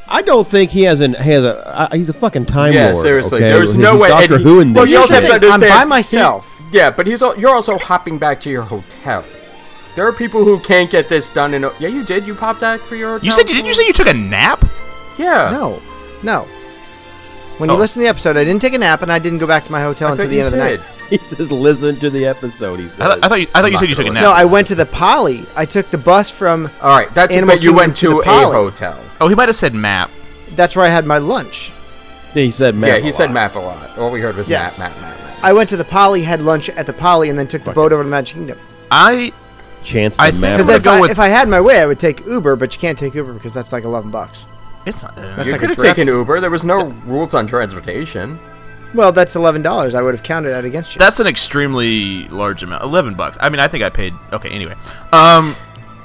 [SPEAKER 6] I don't think he has an he has a I, he's a fucking time
[SPEAKER 4] Yeah,
[SPEAKER 6] lord.
[SPEAKER 4] seriously,
[SPEAKER 6] okay?
[SPEAKER 4] there's
[SPEAKER 6] He's
[SPEAKER 4] no way-
[SPEAKER 6] Doctor
[SPEAKER 4] and-
[SPEAKER 6] Who in this.
[SPEAKER 4] well, you also
[SPEAKER 6] shit.
[SPEAKER 4] have to
[SPEAKER 2] I'm
[SPEAKER 4] understand-
[SPEAKER 2] by myself.
[SPEAKER 4] Yeah, but he's al- you're also hopping back to your hotel. There are people who can't get this done in. A- yeah, you did. You popped out for your hotel.
[SPEAKER 1] You said? Did you say you took a nap?
[SPEAKER 4] Yeah.
[SPEAKER 2] No, no. When
[SPEAKER 1] Oh.
[SPEAKER 2] you listen to the episode, I didn't take a nap and I didn't go back to my hotel
[SPEAKER 4] I
[SPEAKER 2] until
[SPEAKER 4] thought
[SPEAKER 2] the
[SPEAKER 4] you
[SPEAKER 2] end of the
[SPEAKER 4] did.
[SPEAKER 2] night.
[SPEAKER 6] he says listen to the episode. He says.
[SPEAKER 1] I, th- I thought you. I thought you said you took a nap.
[SPEAKER 2] No, I went to the Poly. I took the bus from.
[SPEAKER 4] All right, that's
[SPEAKER 2] Animal
[SPEAKER 4] but you
[SPEAKER 2] Kingdom
[SPEAKER 4] went
[SPEAKER 2] to the
[SPEAKER 4] to a
[SPEAKER 2] Poly.
[SPEAKER 4] hotel.
[SPEAKER 1] oh, he might have said map.
[SPEAKER 2] That's where I had my lunch.
[SPEAKER 6] he said map.
[SPEAKER 4] yeah, he
[SPEAKER 6] a
[SPEAKER 4] said
[SPEAKER 6] lot.
[SPEAKER 4] map a lot. All we heard was
[SPEAKER 2] Yes.
[SPEAKER 4] map, map, map, map.
[SPEAKER 2] I went to the Poly, had lunch at the Poly, and then took the boat over to Magic Kingdom.
[SPEAKER 1] I
[SPEAKER 6] Chance.
[SPEAKER 1] I
[SPEAKER 6] the
[SPEAKER 1] think
[SPEAKER 6] map.
[SPEAKER 1] I'm
[SPEAKER 2] Because
[SPEAKER 1] gonna
[SPEAKER 2] if,
[SPEAKER 1] go
[SPEAKER 2] I-
[SPEAKER 1] with-
[SPEAKER 2] if I had my way, I would take Uber, but you can't take Uber because that's like eleven bucks.
[SPEAKER 1] It's not. Uh,
[SPEAKER 4] you
[SPEAKER 2] like
[SPEAKER 4] could
[SPEAKER 2] a
[SPEAKER 4] have
[SPEAKER 2] dress.
[SPEAKER 4] taken Uber. There was no rules on transportation.
[SPEAKER 2] Well, that's eleven dollars. I would have counted that against you.
[SPEAKER 1] that's an extremely large amount. Eleven bucks. I mean, I think I paid. Okay, anyway. Um,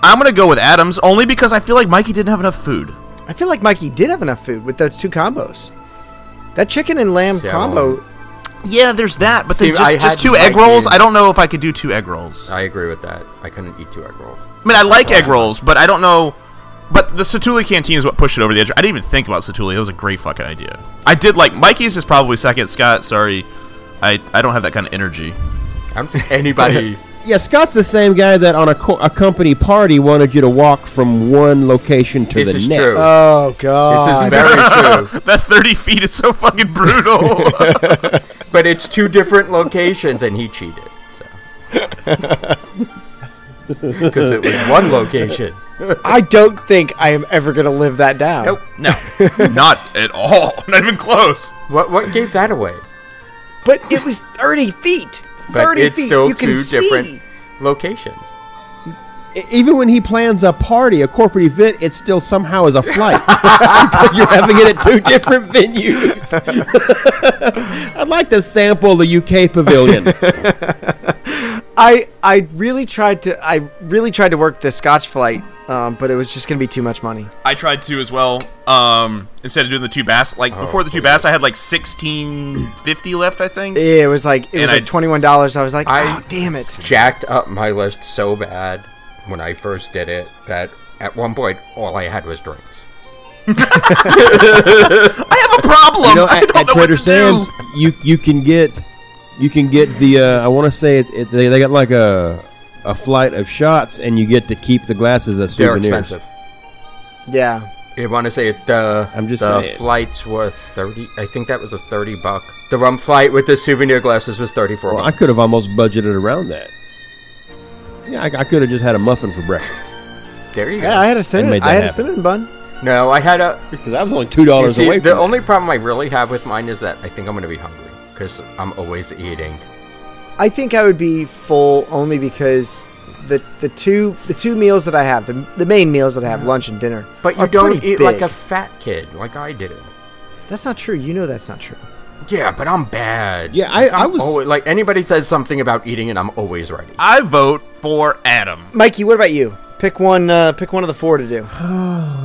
[SPEAKER 1] I'm gonna go with Adams only because I feel like Mikey didn't have enough food.
[SPEAKER 2] I feel like Mikey did have enough food with those two combos. That chicken and lamb
[SPEAKER 4] See, I
[SPEAKER 2] combo.
[SPEAKER 4] won't-
[SPEAKER 1] Yeah, there's that, but
[SPEAKER 4] See,
[SPEAKER 1] then
[SPEAKER 4] I
[SPEAKER 1] just, just
[SPEAKER 4] had
[SPEAKER 1] two egg
[SPEAKER 4] Mikey- Oh.
[SPEAKER 1] rolls. I don't know if I could do two egg rolls. I
[SPEAKER 4] I agree with that. I couldn't eat two egg rolls.
[SPEAKER 1] mean, I like egg rolls, but I don't know. But the Satuli canteen is what pushed it over the edge. I didn't even think about Satuli. That was a great fucking idea. I did like Mikey's is probably second. Scott, sorry, I I don't have that kind of energy.
[SPEAKER 4] I don't think anybody.
[SPEAKER 6] Yeah, Scott's the same guy that on a, co- a company party wanted you to walk from one location to
[SPEAKER 4] this
[SPEAKER 6] the
[SPEAKER 4] is
[SPEAKER 6] next.
[SPEAKER 4] true.
[SPEAKER 2] Oh
[SPEAKER 4] this
[SPEAKER 2] god.
[SPEAKER 4] is very true.
[SPEAKER 1] That 30 feet is so fucking brutal.
[SPEAKER 4] But it's two different locations, and he cheated. So. Because it was one location.
[SPEAKER 2] I don't think I am ever gonna live that down.
[SPEAKER 4] Nope.
[SPEAKER 1] no, not at all. Not even close.
[SPEAKER 4] What what gave that away?
[SPEAKER 2] But it was thirty feet.
[SPEAKER 4] But
[SPEAKER 2] Thirty
[SPEAKER 4] it's
[SPEAKER 2] feet.
[SPEAKER 4] still
[SPEAKER 2] you can
[SPEAKER 4] two
[SPEAKER 2] see.
[SPEAKER 4] different locations.
[SPEAKER 6] E- Even when he plans a party, a corporate event, it still somehow is a flight because you're having it at two different venues. I'd like to sample the UK pavilion.
[SPEAKER 2] I I really tried to I really tried to work the Scotch flight, um, but it was just gonna be too much money.
[SPEAKER 1] I tried to as well. Um, instead of doing the two bass, like before the two bass, I had like sixteen fifty left. I think.
[SPEAKER 2] It was like it
[SPEAKER 1] And
[SPEAKER 2] was
[SPEAKER 1] I-
[SPEAKER 2] like twenty one dollars. I was like,
[SPEAKER 4] I-
[SPEAKER 2] oh damn it.
[SPEAKER 4] Jacked up my list so bad when I first did it that at one point all I had was drinks.
[SPEAKER 1] I have a problem.
[SPEAKER 6] you know,
[SPEAKER 1] I
[SPEAKER 6] at,
[SPEAKER 1] don't
[SPEAKER 6] at
[SPEAKER 1] know what
[SPEAKER 6] Trader
[SPEAKER 1] to
[SPEAKER 6] Sam's,
[SPEAKER 1] do.
[SPEAKER 6] you you can get you can get the uh, I want to say it, it, they they got like a a flight of shots, and you get to keep the glasses as
[SPEAKER 4] They're
[SPEAKER 6] souvenirs.
[SPEAKER 4] expensive.
[SPEAKER 2] Yeah.
[SPEAKER 4] I want to say it. The
[SPEAKER 6] I'm just
[SPEAKER 4] the
[SPEAKER 6] saying.
[SPEAKER 4] flights were thirty. I think that was a thirty buck. The rum flight with the souvenir glasses was thirty four.
[SPEAKER 6] Well, I could have almost budgeted around that. Yeah, I, I could have just had a muffin for breakfast
[SPEAKER 4] There you go.
[SPEAKER 2] Yeah, I had a cinnamon
[SPEAKER 6] made
[SPEAKER 2] I
[SPEAKER 6] that
[SPEAKER 2] had a
[SPEAKER 6] happen.
[SPEAKER 2] cinnamon bun.
[SPEAKER 4] no, I had a.
[SPEAKER 6] because I was only two
[SPEAKER 4] You
[SPEAKER 6] dollars
[SPEAKER 4] see,
[SPEAKER 6] away.
[SPEAKER 4] the
[SPEAKER 6] From it.
[SPEAKER 4] only problem I really have with mine is that I think I'm going to be hungry because I'm always eating.
[SPEAKER 2] I think I would be full only because the the two the two meals that I have the, the main meals that I have lunch and dinner.
[SPEAKER 4] But you
[SPEAKER 2] are
[SPEAKER 4] don't
[SPEAKER 2] pretty
[SPEAKER 4] eat like
[SPEAKER 2] big.
[SPEAKER 4] a fat kid, like I do.
[SPEAKER 2] That's not true. You know that's not true.
[SPEAKER 4] Yeah, but I'm bad.
[SPEAKER 6] Yeah, I-
[SPEAKER 4] Like, I'm
[SPEAKER 6] I was-
[SPEAKER 4] always, like anybody says something about eating, and I'm always ready.
[SPEAKER 1] I vote for Adam.
[SPEAKER 2] Mikey, what about you? Pick one. Uh, pick one of the four to do.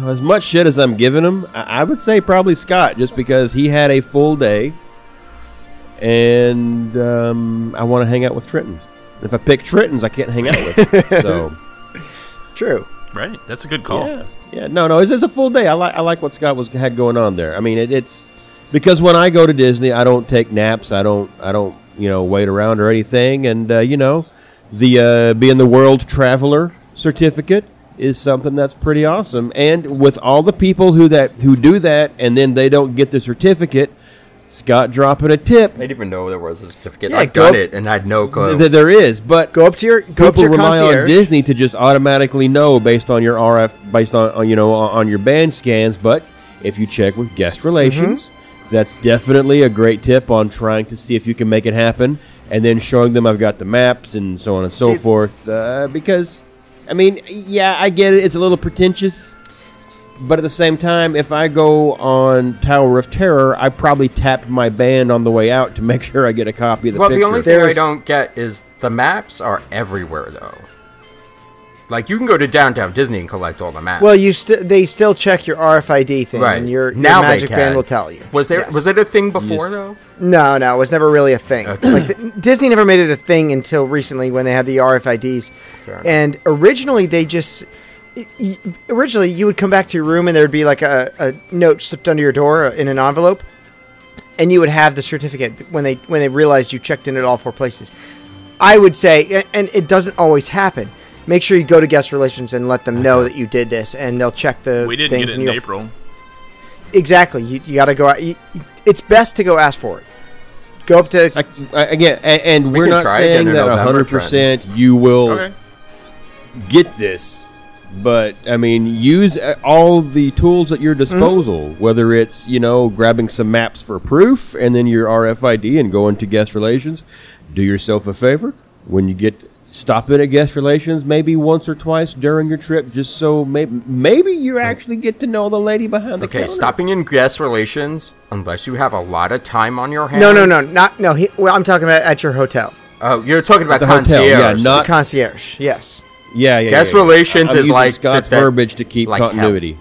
[SPEAKER 6] as much shit as I'm giving him, I, I would say probably Scott, just because he had a full day, and um, I want to hang out with Trenton. If I pick Trenton's, I can't hang out with. him. So
[SPEAKER 2] True.
[SPEAKER 1] Right, that's a good call.
[SPEAKER 6] yeah, yeah, no, no, it's, it's a full day. I like I like what Scott was had going on there. I mean, it, it's because when I go to Disney, I don't take naps. I don't I don't you know wait around or anything. And uh, you know, the uh, being the world traveler certificate is something that's pretty awesome. And with all the people who that who do that and then they don't get the certificate, Scott dropping a tip.
[SPEAKER 4] I didn't even know there was a certificate.
[SPEAKER 2] Yeah,
[SPEAKER 4] I've
[SPEAKER 2] go
[SPEAKER 4] done
[SPEAKER 2] up-
[SPEAKER 4] it and had no clue.
[SPEAKER 6] Th- th- there is, but
[SPEAKER 2] Go up to your go up to
[SPEAKER 6] people
[SPEAKER 2] your
[SPEAKER 6] rely on
[SPEAKER 2] concierge.
[SPEAKER 6] Disney to just automatically know based on your RF, based on on, you know on on your band scans. But if you check with guest relations,
[SPEAKER 4] Mm-hmm.
[SPEAKER 6] That's definitely a great tip on trying to see if you can make it happen, and then showing them I've got the maps and so on and so
[SPEAKER 4] See-
[SPEAKER 6] forth. Uh, because, I mean, yeah, I get it. It's a little pretentious, but at the same time, if I go on Tower of Terror, I probably tapped my band on the way out to make sure I get a copy of the
[SPEAKER 4] well,
[SPEAKER 6] picture.
[SPEAKER 4] the only thing I
[SPEAKER 2] There's-
[SPEAKER 4] don't get is the maps are everywhere though. Like you can go to downtown Disney and collect all the maps.
[SPEAKER 2] Well, you st- they still check your RFID thing,
[SPEAKER 4] right
[SPEAKER 2] and your, your
[SPEAKER 4] now they
[SPEAKER 2] magic
[SPEAKER 4] can.
[SPEAKER 2] band will tell you.
[SPEAKER 4] Was there
[SPEAKER 2] Yes.
[SPEAKER 4] was it a thing before though?
[SPEAKER 2] No, no, it was never really a thing. Like the, Disney never made it a thing until recently when they had the RFIDs.
[SPEAKER 4] Fair enough.
[SPEAKER 2] And originally, they just y- y- originally you would come back to your room and there'd be like a, a note slipped under your door uh, in an envelope, and you would have the certificate when they when they realized you checked in at all four places. I would say, a- and it doesn't always happen. Make sure you go to guest relations and let them know that you did this, and they'll check the.
[SPEAKER 1] We didn't
[SPEAKER 2] things
[SPEAKER 1] get it
[SPEAKER 2] and
[SPEAKER 1] in
[SPEAKER 2] you'll-
[SPEAKER 1] April.
[SPEAKER 2] Exactly. You, you got to go out. You, it's best to go ask for it. Go up to
[SPEAKER 6] I, I, again, and, and
[SPEAKER 4] We
[SPEAKER 6] we're
[SPEAKER 4] can
[SPEAKER 6] not
[SPEAKER 4] try
[SPEAKER 6] saying
[SPEAKER 4] again in
[SPEAKER 6] that
[SPEAKER 4] November,
[SPEAKER 6] hundred percent you will
[SPEAKER 1] Okay.
[SPEAKER 6] get this, but I mean, use uh, all the tools at your disposal. Whether it's you know grabbing some maps for proof, and then your RFID, and going to guest relations. Do yourself a favor when you get stop in at guest relations, maybe onbe or twice during your trip, just so maybe maybe you actually get to know the lady behind the
[SPEAKER 4] Mm. Okay,
[SPEAKER 6] counter.
[SPEAKER 4] stopping in guest relations unless you have a lot of time on your hands.
[SPEAKER 2] No, no, no, not no. He, well, I'm talking about at your hotel,
[SPEAKER 4] Oh, you're talking about
[SPEAKER 6] the hotel,
[SPEAKER 4] concierge.
[SPEAKER 6] yeah,
[SPEAKER 2] the
[SPEAKER 6] not
[SPEAKER 2] concierge. Yes,
[SPEAKER 6] yeah, yeah.
[SPEAKER 4] Guest
[SPEAKER 6] yeah, yeah.
[SPEAKER 4] relations
[SPEAKER 6] I'm
[SPEAKER 4] is
[SPEAKER 6] using
[SPEAKER 4] like-
[SPEAKER 6] Scott's
[SPEAKER 4] that- that-
[SPEAKER 6] verbiage to keep
[SPEAKER 4] like hell.
[SPEAKER 6] continuity.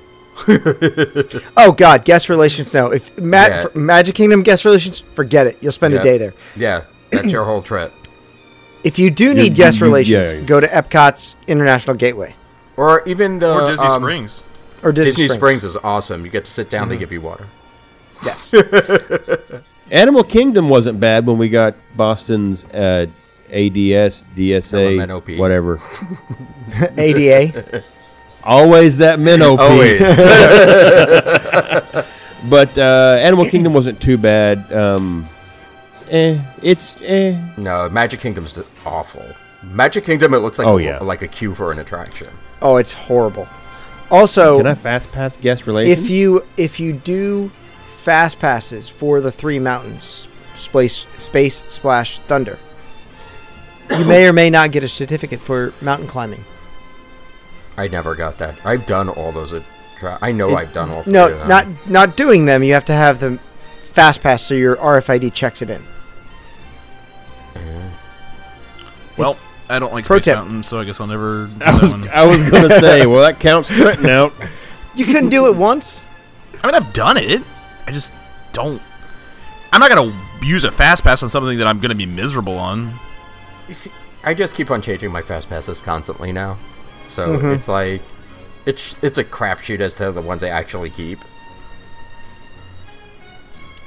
[SPEAKER 2] Oh God, guest relations. No, if Ma-
[SPEAKER 4] Yeah.
[SPEAKER 2] for- Magic Kingdom guest relations, forget it. You'll spend
[SPEAKER 4] Yeah.
[SPEAKER 2] a day there.
[SPEAKER 4] Yeah, that's your whole trip.
[SPEAKER 2] If you do need guest
[SPEAKER 6] you- you-
[SPEAKER 2] relations,
[SPEAKER 6] yeah.
[SPEAKER 2] go to Epcot's International Gateway
[SPEAKER 4] Or even the
[SPEAKER 1] Or Disney
[SPEAKER 4] um,
[SPEAKER 1] Springs.
[SPEAKER 2] or Disney,
[SPEAKER 4] Disney Springs.
[SPEAKER 2] Springs.
[SPEAKER 4] is awesome. You get to sit down. They give you water.
[SPEAKER 2] Yes,
[SPEAKER 6] Animal Kingdom wasn't bad when we got Boston's uh, ADS,
[SPEAKER 4] LMNOP.
[SPEAKER 6] DSA, whatever.
[SPEAKER 2] ADA.
[SPEAKER 6] Always that minnow.
[SPEAKER 4] Always.
[SPEAKER 6] but uh, Animal Kingdom wasn't too bad. Um, eh, it's eh.
[SPEAKER 4] no, Magic Kingdom's d- awful. Magic Kingdom, it looks like
[SPEAKER 6] Oh,
[SPEAKER 4] a,
[SPEAKER 6] yeah.
[SPEAKER 4] like a queue for an attraction.
[SPEAKER 2] Oh, it's horrible. Also,
[SPEAKER 6] Can I fast pass guest relations?
[SPEAKER 2] if you if you do fast passes for the three mountains space space splash thunder you may or may not get a certificate for mountain climbing
[SPEAKER 4] I never got that. I've done all those. Attra- I know I've done all. Three
[SPEAKER 2] no
[SPEAKER 4] of them.
[SPEAKER 2] not not doing them you have to have the fast pass so your rfid checks it in
[SPEAKER 1] Well, I don't like
[SPEAKER 2] Pro
[SPEAKER 1] Space
[SPEAKER 2] tip.
[SPEAKER 1] Mountain, so I guess I'll never do
[SPEAKER 6] I
[SPEAKER 1] that
[SPEAKER 6] was,
[SPEAKER 1] one.
[SPEAKER 6] I was gonna say, well, that counts Trenton out.
[SPEAKER 2] you couldn't do it once
[SPEAKER 1] I mean, I've done it. I just don't. I'm not gonna use a fast pass on something that I'm gonna be miserable on.
[SPEAKER 4] You see, I just keep on changing my fast passes constantly now, so it's like it's it's a crapshoot as to the ones I actually keep.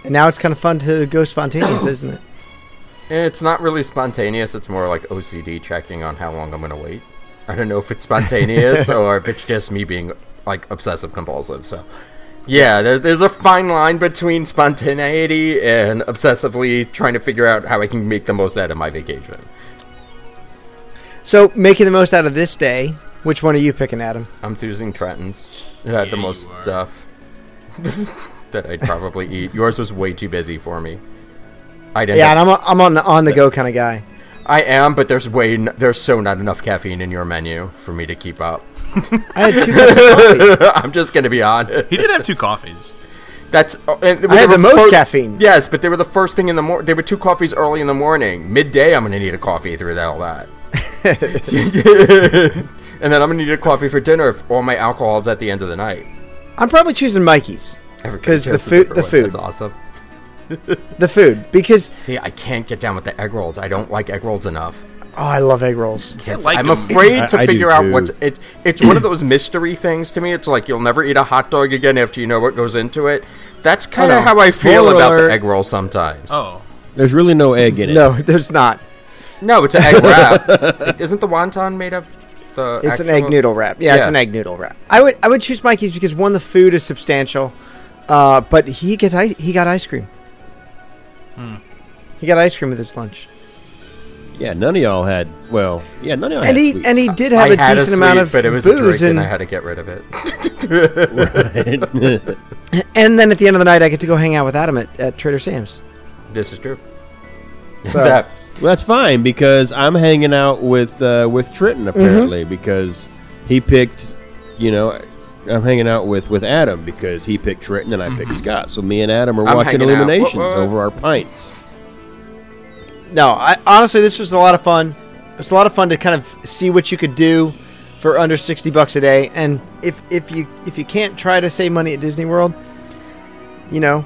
[SPEAKER 2] and now it's kind of fun to go spontaneous isn't it
[SPEAKER 4] It's not really spontaneous. It's more like OCD checking on how long I'm gonna wait. I don't know if it's spontaneous or if it's just me being like obsessive compulsive. So, yeah, there's there's a fine line between spontaneity and obsessively trying to figure out how I can make the most out of my vacation.
[SPEAKER 2] so making the most out of this day which one are you picking adam
[SPEAKER 4] I'm choosing Trenton's. It had the most stuff that I'd probably eat. Yours was way too busy for me. I didn't.
[SPEAKER 2] yeah and i'm, a, I'm on the on the go kind of guy
[SPEAKER 4] I am, but there's way n- there's so not enough caffeine in your menu for me to keep up.
[SPEAKER 2] i had two cups of coffee
[SPEAKER 4] I'm just gonna be honest.
[SPEAKER 1] He did have two coffees.
[SPEAKER 4] That's oh, and they
[SPEAKER 2] I had
[SPEAKER 4] were
[SPEAKER 2] the most
[SPEAKER 4] fir-
[SPEAKER 2] caffeine.
[SPEAKER 4] Yes, but they were the first thing in the morning. They were two coffees early in the morning. Midday, I'm gonna need a coffee through that all that. and then I'm gonna need a coffee for dinner if all my alcohol's at the end of the night.
[SPEAKER 2] i'm probably choosing mikey's
[SPEAKER 4] Everybody
[SPEAKER 2] 'Cause the
[SPEAKER 4] chose a
[SPEAKER 2] food-
[SPEAKER 4] different
[SPEAKER 2] the
[SPEAKER 4] one.
[SPEAKER 2] food.
[SPEAKER 4] That's awesome.
[SPEAKER 2] the food because
[SPEAKER 4] See, I can't get down with the egg rolls. I don't like egg rolls enough.
[SPEAKER 2] Oh, I love egg rolls.
[SPEAKER 1] I
[SPEAKER 4] It's-
[SPEAKER 1] like
[SPEAKER 4] I'm
[SPEAKER 1] them.
[SPEAKER 4] afraid
[SPEAKER 6] I-
[SPEAKER 4] to
[SPEAKER 6] I do
[SPEAKER 4] figure out
[SPEAKER 6] too.
[SPEAKER 4] what's it. It's one of those mystery things to me. It's like you'll never eat a hot dog again after you know what goes into it. That's kind
[SPEAKER 6] Oh,
[SPEAKER 4] of
[SPEAKER 6] no.
[SPEAKER 4] how I feel
[SPEAKER 6] Spoiler
[SPEAKER 4] about the
[SPEAKER 6] alert.
[SPEAKER 4] egg roll sometimes.
[SPEAKER 1] Oh,
[SPEAKER 6] There's really no egg in it.
[SPEAKER 2] No, there's not.
[SPEAKER 4] No, it's an egg wrap. It- Isn't the wonton made of the?
[SPEAKER 2] It's an egg
[SPEAKER 4] actual-
[SPEAKER 2] noodle wrap. Yeah, it's
[SPEAKER 4] Yeah.
[SPEAKER 2] an egg noodle wrap. I would I would choose Mikey's because one, the food is substantial, uh, but he gets I- he got ice cream.
[SPEAKER 4] Hmm.
[SPEAKER 2] He got ice cream with his lunch,
[SPEAKER 6] Yeah, none of y'all had. Well, yeah, none of y'all
[SPEAKER 2] and
[SPEAKER 6] had.
[SPEAKER 2] he
[SPEAKER 6] sweets.
[SPEAKER 2] and he did have
[SPEAKER 4] I
[SPEAKER 2] a
[SPEAKER 4] had
[SPEAKER 2] decent
[SPEAKER 4] sweet,
[SPEAKER 2] amount of
[SPEAKER 4] but it was a
[SPEAKER 2] booze
[SPEAKER 4] drink,
[SPEAKER 2] and
[SPEAKER 4] and, I had to get rid of it.
[SPEAKER 2] And then at the end of the night, I get to go hang out with Adam at, at Trader Sam's.
[SPEAKER 4] This is true.
[SPEAKER 2] So
[SPEAKER 4] That-
[SPEAKER 6] Well, that's fine because I'm hanging out with uh, with
[SPEAKER 4] Mm-hmm.
[SPEAKER 6] Trenton apparently because he picked, you know, I'm hanging out with with Adam because he picked Trenton and I picked Scott. So me and Adam are
[SPEAKER 4] Mm-hmm. I'm
[SPEAKER 6] watching
[SPEAKER 4] hanging out.
[SPEAKER 6] Illuminations
[SPEAKER 4] What, what?
[SPEAKER 6] over our pints.
[SPEAKER 2] no, I, honestly, this was a lot of fun. It was a lot of fun to kind of see what you could do for under sixty bucks a day. And if if you if you can't try to save money at Disney World, you know,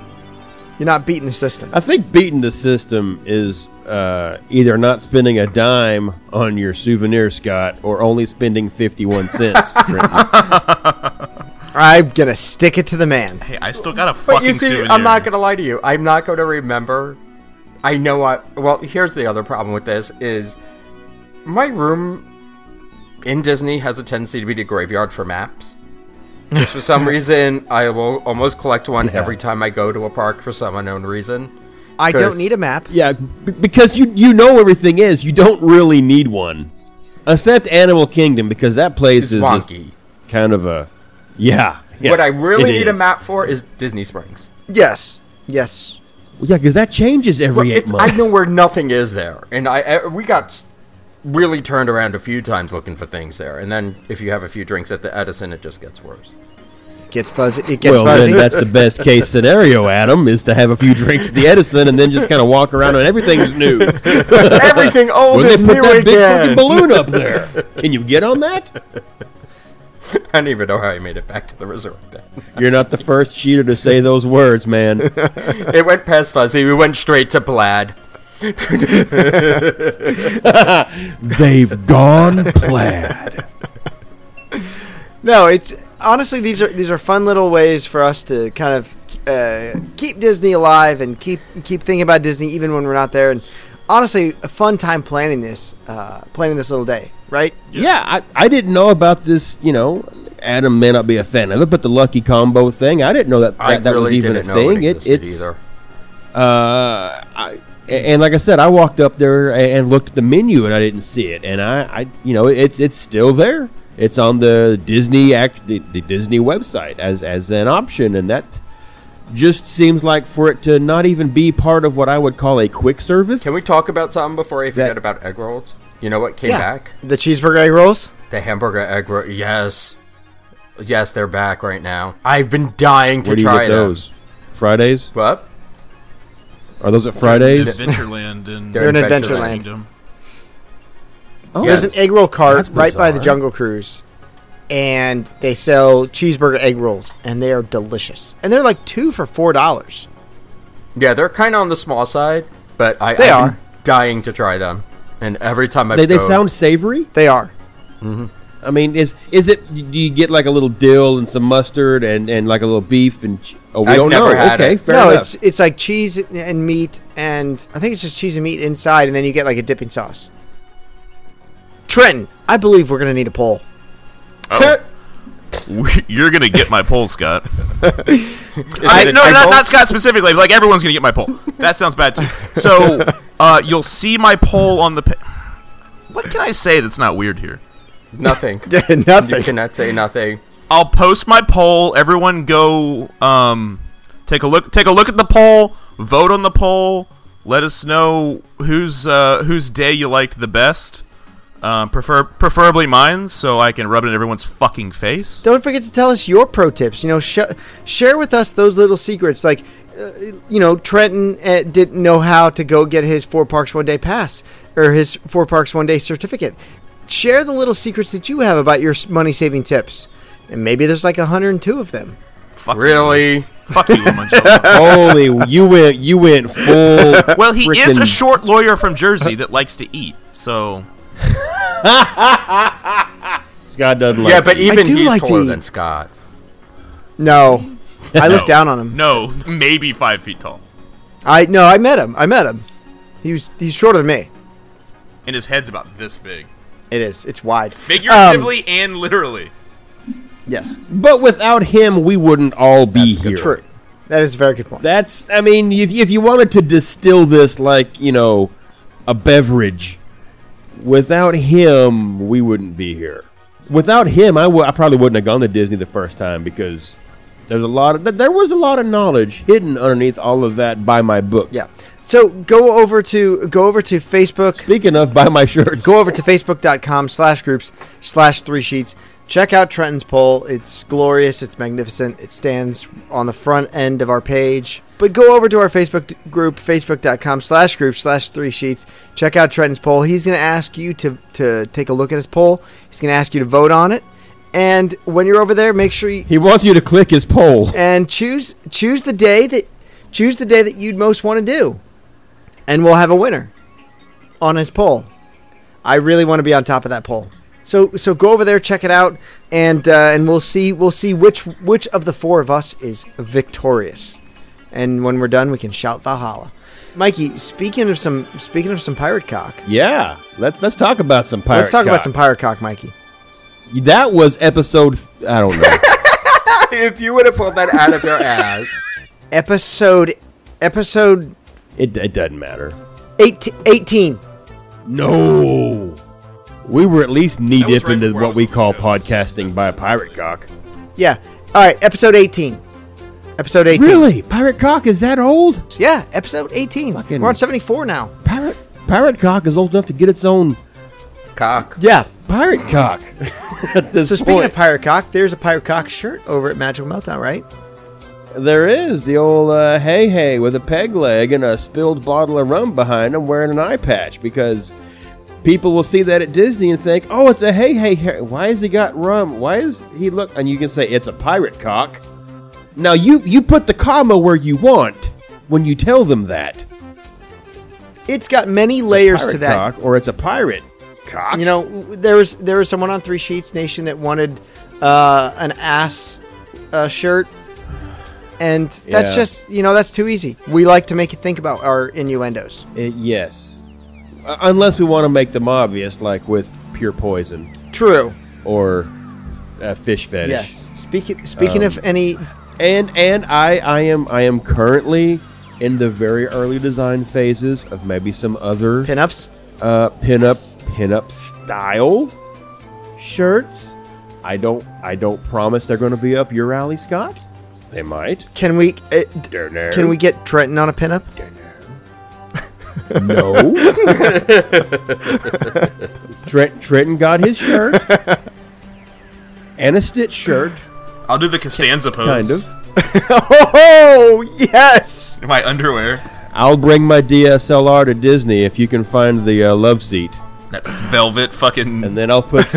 [SPEAKER 2] you're not beating the system.
[SPEAKER 6] I think beating the system is uh, either not spending a dime on your souvenir, Scott, or only spending fifty-one cents. Trenton.
[SPEAKER 2] I'm gonna stick it to the man.
[SPEAKER 1] Hey, I still got a fucking
[SPEAKER 4] But you see,
[SPEAKER 1] souvenir.
[SPEAKER 4] I'm not gonna lie to you. I'm not gonna remember. I know I. Well, here's the other problem with this: is my room in Disney has a tendency to be the graveyard for maps. Which for some reason, I will almost collect one every time I go to a park for some unknown reason.
[SPEAKER 2] I
[SPEAKER 4] Chris.
[SPEAKER 2] don't need a map.
[SPEAKER 6] yeah, b- because you you know everything is. You don't really need one, except Animal Kingdom because that place
[SPEAKER 4] It's
[SPEAKER 6] is just
[SPEAKER 4] wonky.
[SPEAKER 6] kind of a yeah. yeah,
[SPEAKER 4] what I really
[SPEAKER 6] it
[SPEAKER 4] need a
[SPEAKER 6] is.
[SPEAKER 4] map for is Disney Springs.
[SPEAKER 2] Yes. Yes.
[SPEAKER 6] Well, yeah, because that changes every
[SPEAKER 4] Well,
[SPEAKER 6] eight
[SPEAKER 4] it's-
[SPEAKER 6] months.
[SPEAKER 4] I know where nothing is there, and I, I we got s- really turned around a few times looking for things there. And then if you have a few drinks at the Edison, it just gets worse.
[SPEAKER 2] Gets fuzzy. It gets
[SPEAKER 6] well,
[SPEAKER 2] fuzzy.
[SPEAKER 6] then that's the best case scenario, Adam, is to have a few drinks at the Edison and then just kind of walk around and everything's new. when
[SPEAKER 4] Everything old
[SPEAKER 6] they
[SPEAKER 4] is
[SPEAKER 6] put
[SPEAKER 4] new
[SPEAKER 6] that big
[SPEAKER 4] again.
[SPEAKER 6] freaking balloon up there, can you get on that?
[SPEAKER 4] I don't even know how I made it back to the resort. Then.
[SPEAKER 6] You're not the first cheater to say those words, man.
[SPEAKER 4] It went past Fuzzy. We went straight to Plaid.
[SPEAKER 6] They've gone plaid.
[SPEAKER 2] No, it's honestly these are these are fun little ways for us to kind of uh, keep Disney alive and keep keep thinking about Disney even when we're not there. And honestly, a fun time planning this uh, planning this little day, right?
[SPEAKER 6] Yeah, I, I didn't know about this. You know, Adam may not be a fan of it, but the lucky combo thing, I didn't know that that,
[SPEAKER 4] I
[SPEAKER 6] that was
[SPEAKER 4] really
[SPEAKER 6] even
[SPEAKER 4] didn't
[SPEAKER 6] a
[SPEAKER 4] know
[SPEAKER 6] thing.
[SPEAKER 4] it existed either.
[SPEAKER 6] Uh, I, and like I said, I walked up there a- and looked at the menu, and I didn't see it. And I, I you know, it's it's still there. It's on the Disney act, the, the Disney website as as an option, and that just seems like for it to not even be part of what I would call a quick service.
[SPEAKER 4] Can we talk about something before I forget
[SPEAKER 6] That-
[SPEAKER 4] about egg rolls? You know what came back?
[SPEAKER 2] The cheeseburger egg rolls.
[SPEAKER 4] The hamburger egg roll. Yes, yes, they're back right now. I've been dying to
[SPEAKER 6] Where do you
[SPEAKER 4] try
[SPEAKER 6] get
[SPEAKER 4] them.
[SPEAKER 6] those? Fridays?
[SPEAKER 4] What?
[SPEAKER 6] Are those at Fridays?
[SPEAKER 1] Adventureland and
[SPEAKER 4] They're
[SPEAKER 2] in Adventureland.
[SPEAKER 1] Kingdom.
[SPEAKER 6] Oh,
[SPEAKER 4] Yes.
[SPEAKER 2] There's an egg roll cart
[SPEAKER 6] That's
[SPEAKER 2] right by the
[SPEAKER 6] bizarre.
[SPEAKER 2] Jungle Cruise, and they sell cheeseburger egg rolls, and they are delicious. And they're like two for four dollars.
[SPEAKER 4] Yeah, they're kind of on the small side, but I
[SPEAKER 2] They
[SPEAKER 4] I've
[SPEAKER 2] are.
[SPEAKER 4] been dying to try them. And every time I
[SPEAKER 6] They, they sound savory.
[SPEAKER 2] They are.
[SPEAKER 6] I mean, is is it? Do you get like a little dill and some mustard and, and like a little beef and? ch- Oh, we
[SPEAKER 4] I've
[SPEAKER 6] don't
[SPEAKER 4] never
[SPEAKER 6] know.
[SPEAKER 4] had
[SPEAKER 6] okay,
[SPEAKER 4] it.
[SPEAKER 6] fair
[SPEAKER 2] no,
[SPEAKER 6] enough.
[SPEAKER 2] it's it's like cheese and meat, and I think it's just cheese and meat inside, and then you get like a dipping sauce. Trenton, I believe we're gonna need a poll.
[SPEAKER 1] Oh. You're gonna get my poll, Scott.
[SPEAKER 4] Is
[SPEAKER 1] I,
[SPEAKER 4] it
[SPEAKER 1] no,
[SPEAKER 4] egg
[SPEAKER 1] not,
[SPEAKER 4] roll?
[SPEAKER 1] not Scott specifically. Like everyone's gonna get my poll. That sounds bad too. So uh, you'll see my poll on the. Pa- what can I say that's not weird here?
[SPEAKER 4] nothing. You
[SPEAKER 2] Nothing.
[SPEAKER 4] cannot say nothing.
[SPEAKER 1] I'll post my poll. Everyone, go um, take a look. Take a look at the poll. Vote on the poll. Let us know whose uh, whose day you liked the best. Um, prefer preferably mine, so I can rub it in everyone's fucking face.
[SPEAKER 2] Don't forget to tell us your pro tips. You know, sh- share with us those little secrets. Like, uh, you know, Trenton uh, didn't know how to go get his four parks one day pass or his four parks one day certificate. Share the little secrets that you have about your money saving tips, and maybe there's like 102 of them.
[SPEAKER 1] Fuck you.
[SPEAKER 4] Really?
[SPEAKER 1] Fuck you, Manchella.
[SPEAKER 6] Holy, you went you went full.
[SPEAKER 1] Well, he is a
[SPEAKER 6] frickin'
[SPEAKER 1] short lawyer from Jersey that likes to eat. So
[SPEAKER 6] Scott doesn't like.
[SPEAKER 4] yeah, but
[SPEAKER 6] it.
[SPEAKER 4] even
[SPEAKER 2] do
[SPEAKER 4] he's
[SPEAKER 2] like to
[SPEAKER 4] taller
[SPEAKER 2] eat.
[SPEAKER 4] than Scott.
[SPEAKER 2] No, I
[SPEAKER 1] No.
[SPEAKER 2] looked down on him.
[SPEAKER 1] no, maybe five feet tall,
[SPEAKER 2] I no, I met him. I met him. He was he's shorter than me.
[SPEAKER 1] and his head's about this big,
[SPEAKER 2] It is. It's wide. Um,
[SPEAKER 1] figuratively and literally.
[SPEAKER 2] Yes.
[SPEAKER 6] but without him, we wouldn't all be here.
[SPEAKER 2] True. That is a very good point.
[SPEAKER 6] That's. I mean, if if you wanted to distill this like you know, a beverage, without him, we wouldn't be here. Without him, I wou- I probably wouldn't have gone to Disney the first time because There's a lot of th- there was a lot of knowledge hidden underneath all of that by my book.
[SPEAKER 2] Yeah. So go over to go over to Facebook.
[SPEAKER 6] Speaking of by my shirts.
[SPEAKER 2] go over to facebook.com slash groups slash three sheets check out trenton's poll it's glorious it's magnificent it stands on the front end of our page but go over to our facebook d- group facebook.com slash group slash three sheets check out trenton's poll he's going to ask you to, to take a look at his poll he's going to ask you to vote on it and when you're over there make sure you
[SPEAKER 6] He wants you to click his poll.
[SPEAKER 2] and choose choose the day that choose the day that you'd most want to do, and we'll have a winner on his poll. I really want to be on top of that poll, so so go over there, check it out, and uh, and we'll see we'll see which which of the four of us is victorious. And when we're done, we can shout Valhalla. Mikey, speaking of some speaking of some pirate cock,
[SPEAKER 6] Yeah. Let's let's talk about some pirate.
[SPEAKER 2] let's talk about
[SPEAKER 6] cock.
[SPEAKER 2] some pirate cock, Mikey.
[SPEAKER 6] That was episode th- I don't know.
[SPEAKER 4] If you would have pulled that out of your ass,
[SPEAKER 2] Episode episode
[SPEAKER 6] it, it doesn't matter.
[SPEAKER 2] 18, 18.
[SPEAKER 6] No. We were at least knee
[SPEAKER 1] was
[SPEAKER 6] deep
[SPEAKER 1] right
[SPEAKER 6] into
[SPEAKER 1] before I
[SPEAKER 6] what
[SPEAKER 1] was
[SPEAKER 6] we
[SPEAKER 1] on
[SPEAKER 6] call
[SPEAKER 1] the show.
[SPEAKER 6] podcasting by pirate cock.
[SPEAKER 2] Yeah. All right. Episode 18. Episode 18.
[SPEAKER 6] Really? Pirate cock is that old?
[SPEAKER 2] Yeah. Episode 18.
[SPEAKER 6] Fucking-
[SPEAKER 2] We're on 74 now.
[SPEAKER 6] Pirate pirate cock is old enough to get its own
[SPEAKER 4] cock.
[SPEAKER 2] Yeah.
[SPEAKER 6] pirate cock. At this
[SPEAKER 2] So speaking
[SPEAKER 6] point.
[SPEAKER 2] of pirate cock, there's a pirate cock shirt over at Magical Meltdown, right?
[SPEAKER 6] There is the old uh, hey hey with a peg leg and a spilled bottle of rum behind him wearing an eye patch because people will see that at Disney and think, oh, it's a hey hey. Hey- Why has he got rum? Why is he look? And you can say it's a pirate cock. Now you you put the comma where you want when you tell them that
[SPEAKER 2] It's got many layers to
[SPEAKER 6] pirate
[SPEAKER 2] that.
[SPEAKER 6] cock or it's a pirate cock.
[SPEAKER 2] You know, w- there was there was someone on Three Sheets Nation that wanted uh, an ass uh, shirt, and that's
[SPEAKER 6] Yeah.
[SPEAKER 2] just you know that's too easy. We like to make you think about our innuendos.
[SPEAKER 6] Uh, yes, Uh, unless we want to make them obvious, like with pure poison
[SPEAKER 2] True.
[SPEAKER 6] or uh, fish fetish.
[SPEAKER 2] Yes. Speaking speaking
[SPEAKER 6] Um,
[SPEAKER 2] of any,
[SPEAKER 6] and and I I am I am currently in the very early design phases of maybe some other
[SPEAKER 2] pinups,
[SPEAKER 6] uh, pinup pinup style shirts. I don't I don't promise they're going to be up your alley, Scott. They might.
[SPEAKER 2] can we uh, d-
[SPEAKER 6] Darn
[SPEAKER 2] can we get Trenton on a pinup?
[SPEAKER 6] No. Trent, Trenton got his shirt and a stitch shirt,
[SPEAKER 1] I'll do the Costanza pose.
[SPEAKER 6] kind of.
[SPEAKER 2] Oh yes.
[SPEAKER 1] In my underwear.
[SPEAKER 6] I'll bring my DSLR to Disney if you can find the uh, love seat.
[SPEAKER 1] That velvet fucking.
[SPEAKER 6] and then I'll put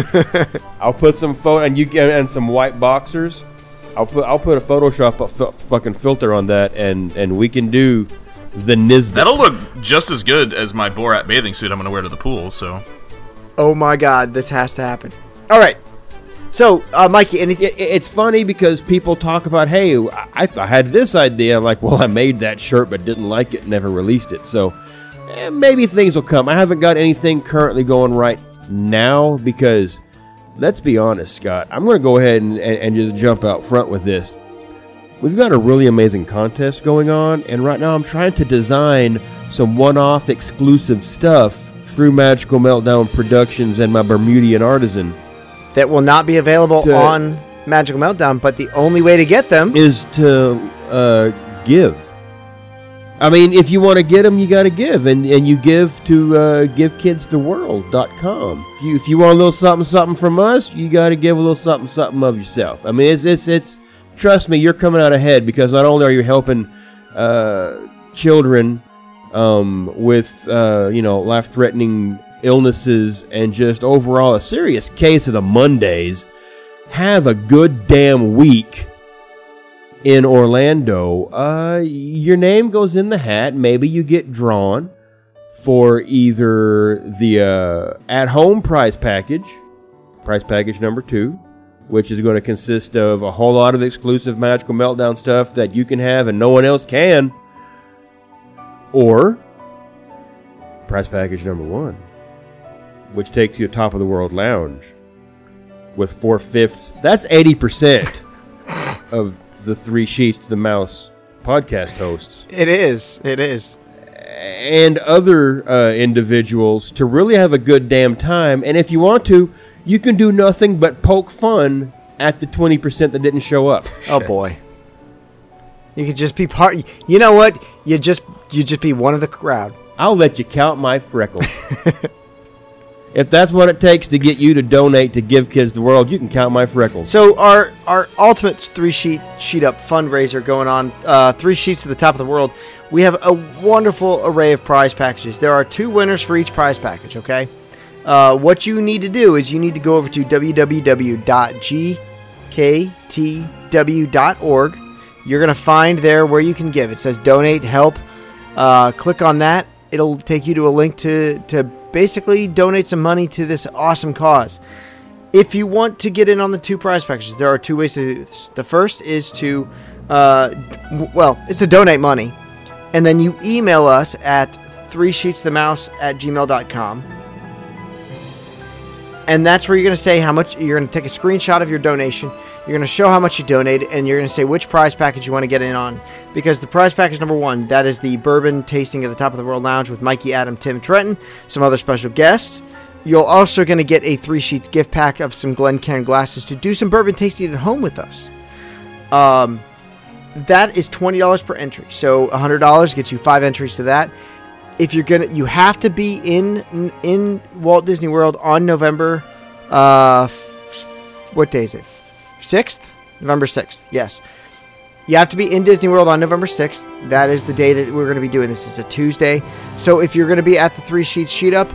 [SPEAKER 6] I'll put some photo and you get and some white boxers. I'll put I'll put a Photoshop a f- fucking filter on that, and and we can do the Nisbet.
[SPEAKER 1] That'll look just as good as my Borat bathing suit I'm gonna wear to the pool. So
[SPEAKER 2] Oh my god, this has to happen. All right. So, uh, Mikey, anything?
[SPEAKER 6] It- it's funny because people talk about, hey, I, I had this idea. I'm like, well, I made that shirt but didn't like it, never released it. So eh, maybe things will come. I haven't got anything currently going right now because let's be honest, Scott. I'm going to go ahead and, and, and just jump out front with this. We've got a really amazing contest going on, and right now I'm trying to design some one off exclusive stuff through Magical Meltdown Productions and my Bermudian Artisan.
[SPEAKER 2] That will not be available
[SPEAKER 6] To-
[SPEAKER 2] on Magical Meltdown, but the only way to get them.
[SPEAKER 6] is to uh, give. I mean, if you want to get them, you got to give, and and you give to uh, givekidstheworld.com. If you if you want a little something something from us, you got to give a little something something of yourself. I mean, it's it's it's trust me, you're coming out ahead because not only are you helping uh, children um, with uh, you know life threatening illnesses and just overall a serious case of the Mondays. Have a good damn week in Orlando, uh, your name goes in the hat. Maybe you get drawn for either the uh, at home prize package, prize package number two, which is going to consist of a whole lot of exclusive Magical Meltdown stuff that you can have and no one else can, or prize package number one, which takes you to Top of the World Lounge with four fifths. That's 80% of the Three Sheets to the Mouse podcast hosts
[SPEAKER 2] It is. It is.
[SPEAKER 6] and other uh, individuals to really have a good damn time. And if you want to, you can do nothing but poke fun at the 20% that didn't show up.
[SPEAKER 2] Oh boy. You could just be part. You know what? You just you just be one of the crowd.
[SPEAKER 6] I'll let you count my freckles. if that's what it takes to get you to donate to Give Kids the World, you can count my freckles.
[SPEAKER 2] So our our ultimate three sheet sheet up fundraiser going on. Uh, three sheets to the top of the world. We have a wonderful array of prize packages. There are two winners for each prize package. Okay. Uh, what you need to do is you need to go over to www.gktw.org. You're gonna find there where you can give. It says donate, help. Uh, click on that. It'll take you to a link to to basically donate some money to this awesome cause. If you want to get in on the two prize packages, there are two ways to do this. The first is to, uh, w- well, it's to donate money. And then you email us at three sheets the mouse at gmail.com. And that's where you're going to say how much, you're going to take a screenshot of your donation. You're going to show how much you donated, and you're going to say which prize package you want to get in on. Because the prize package number one, that is the bourbon tasting at the top of the world lounge with Mikey, Adam, Tim, Trenton, some other special guests. You're also going to get a three sheets gift pack of some Glencairn glasses to do some bourbon tasting at home with us. Um, that is twenty dollars per entry, so hundred dollars gets you five entries to that. If you're gonna, you have to be in in Walt Disney World on November, uh, f- what day is it? Sixth, November sixth. Yes, you have to be in Disney World on November 6th. That is the day that we're going to be doing this. It's a Tuesday. So if you're going to be at the Three Sheets Sheet Up,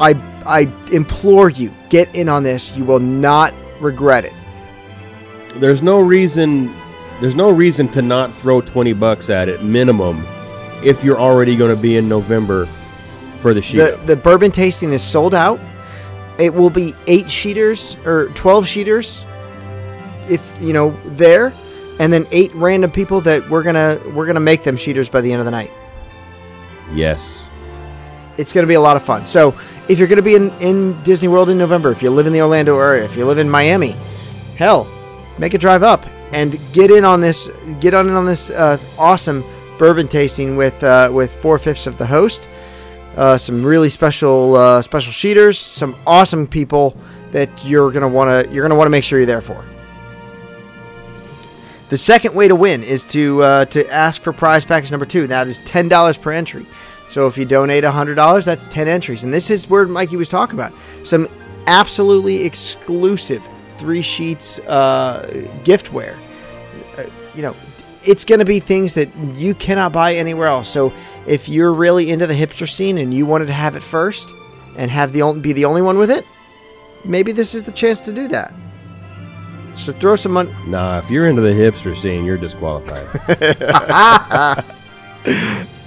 [SPEAKER 2] I I implore you, get in on this. You will not regret it.
[SPEAKER 6] there's no reason there's no reason to not throw 20 bucks at it minimum if you're already going to be in November for the sheet.
[SPEAKER 2] The the bourbon tasting is sold out. It will be eight sheeters or twelve sheeters, if you know there, and then eight random people that we're gonna we're gonna make them sheeters by the end of the night.
[SPEAKER 6] yes.
[SPEAKER 2] it's going to be a lot of fun. So if you're going to be in, in Disney World in November, if you live in the Orlando area, if you live in Miami, hell, make a drive up and get in on this. Get on in on this uh, awesome bourbon tasting with uh, with four fifths of the host, uh, some really special uh, special sheeters, some awesome people that you're going to want to you're going to want to make sure you're there for. The second way to win is to uh, to ask for prize package number two. That is ten dollars per entry. So if you donate hundred dollars, that's ten entries. And this is where Mikey was talking about some absolutely exclusive three sheets uh, giftware. Uh, you know, it's going to be things that you cannot buy anywhere else. So if you're really into the hipster scene and you wanted to have it first and have the only, be the only one with it, maybe this is the chance to do that. So throw some money.
[SPEAKER 6] Nah, if you're into the hipster scene, you're disqualified. I,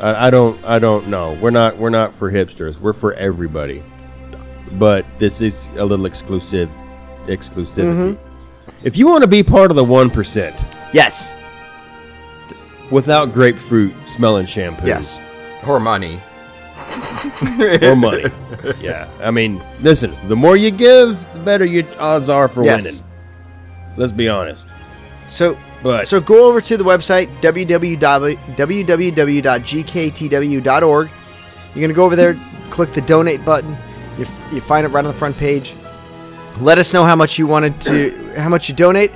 [SPEAKER 6] I don't I don't know. We're not we're not for hipsters. We're for everybody. But this is a little exclusive exclusivity.
[SPEAKER 2] Mm-hmm.
[SPEAKER 6] If you want to be part of the 1%
[SPEAKER 2] Yes.
[SPEAKER 6] without grapefruit smelling shampoo.
[SPEAKER 2] Yes.
[SPEAKER 4] Or money.
[SPEAKER 6] or money. Yeah, I mean, listen, the more you give, the better your odds are for
[SPEAKER 2] Yes.
[SPEAKER 6] winning. Let's be honest.
[SPEAKER 2] So
[SPEAKER 6] But
[SPEAKER 2] So go over to the website www.gktw.org. You're going to go over there, click the donate button. You, f- you find it right on the front page. Let us know how much you wanted to, how much you donate.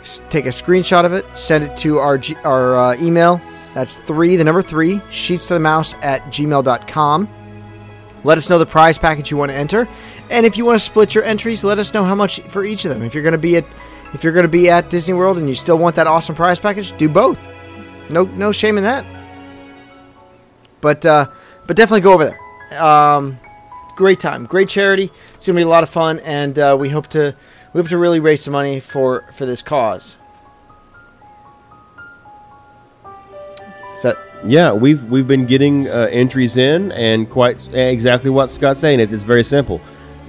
[SPEAKER 2] S- Take a screenshot of it, send it to our G- our uh, email. That's three, the number three, sheets to the mouse at gmail.com. Let us know the prize package you want to enter, and if you want to split your entries, let us know how much for each of them. If you're going to be at if you're going to be at Disney World and you still want that awesome prize package, do both. No no shame in that. But uh, but definitely go over there. Um, great time, great charity. It's going to be a lot of fun, and uh, we hope to we hope to really raise some money for for this cause. Is that
[SPEAKER 6] yeah, we've we've been getting uh, entries in, and quite s- exactly what Scott's saying. It's, it's very simple.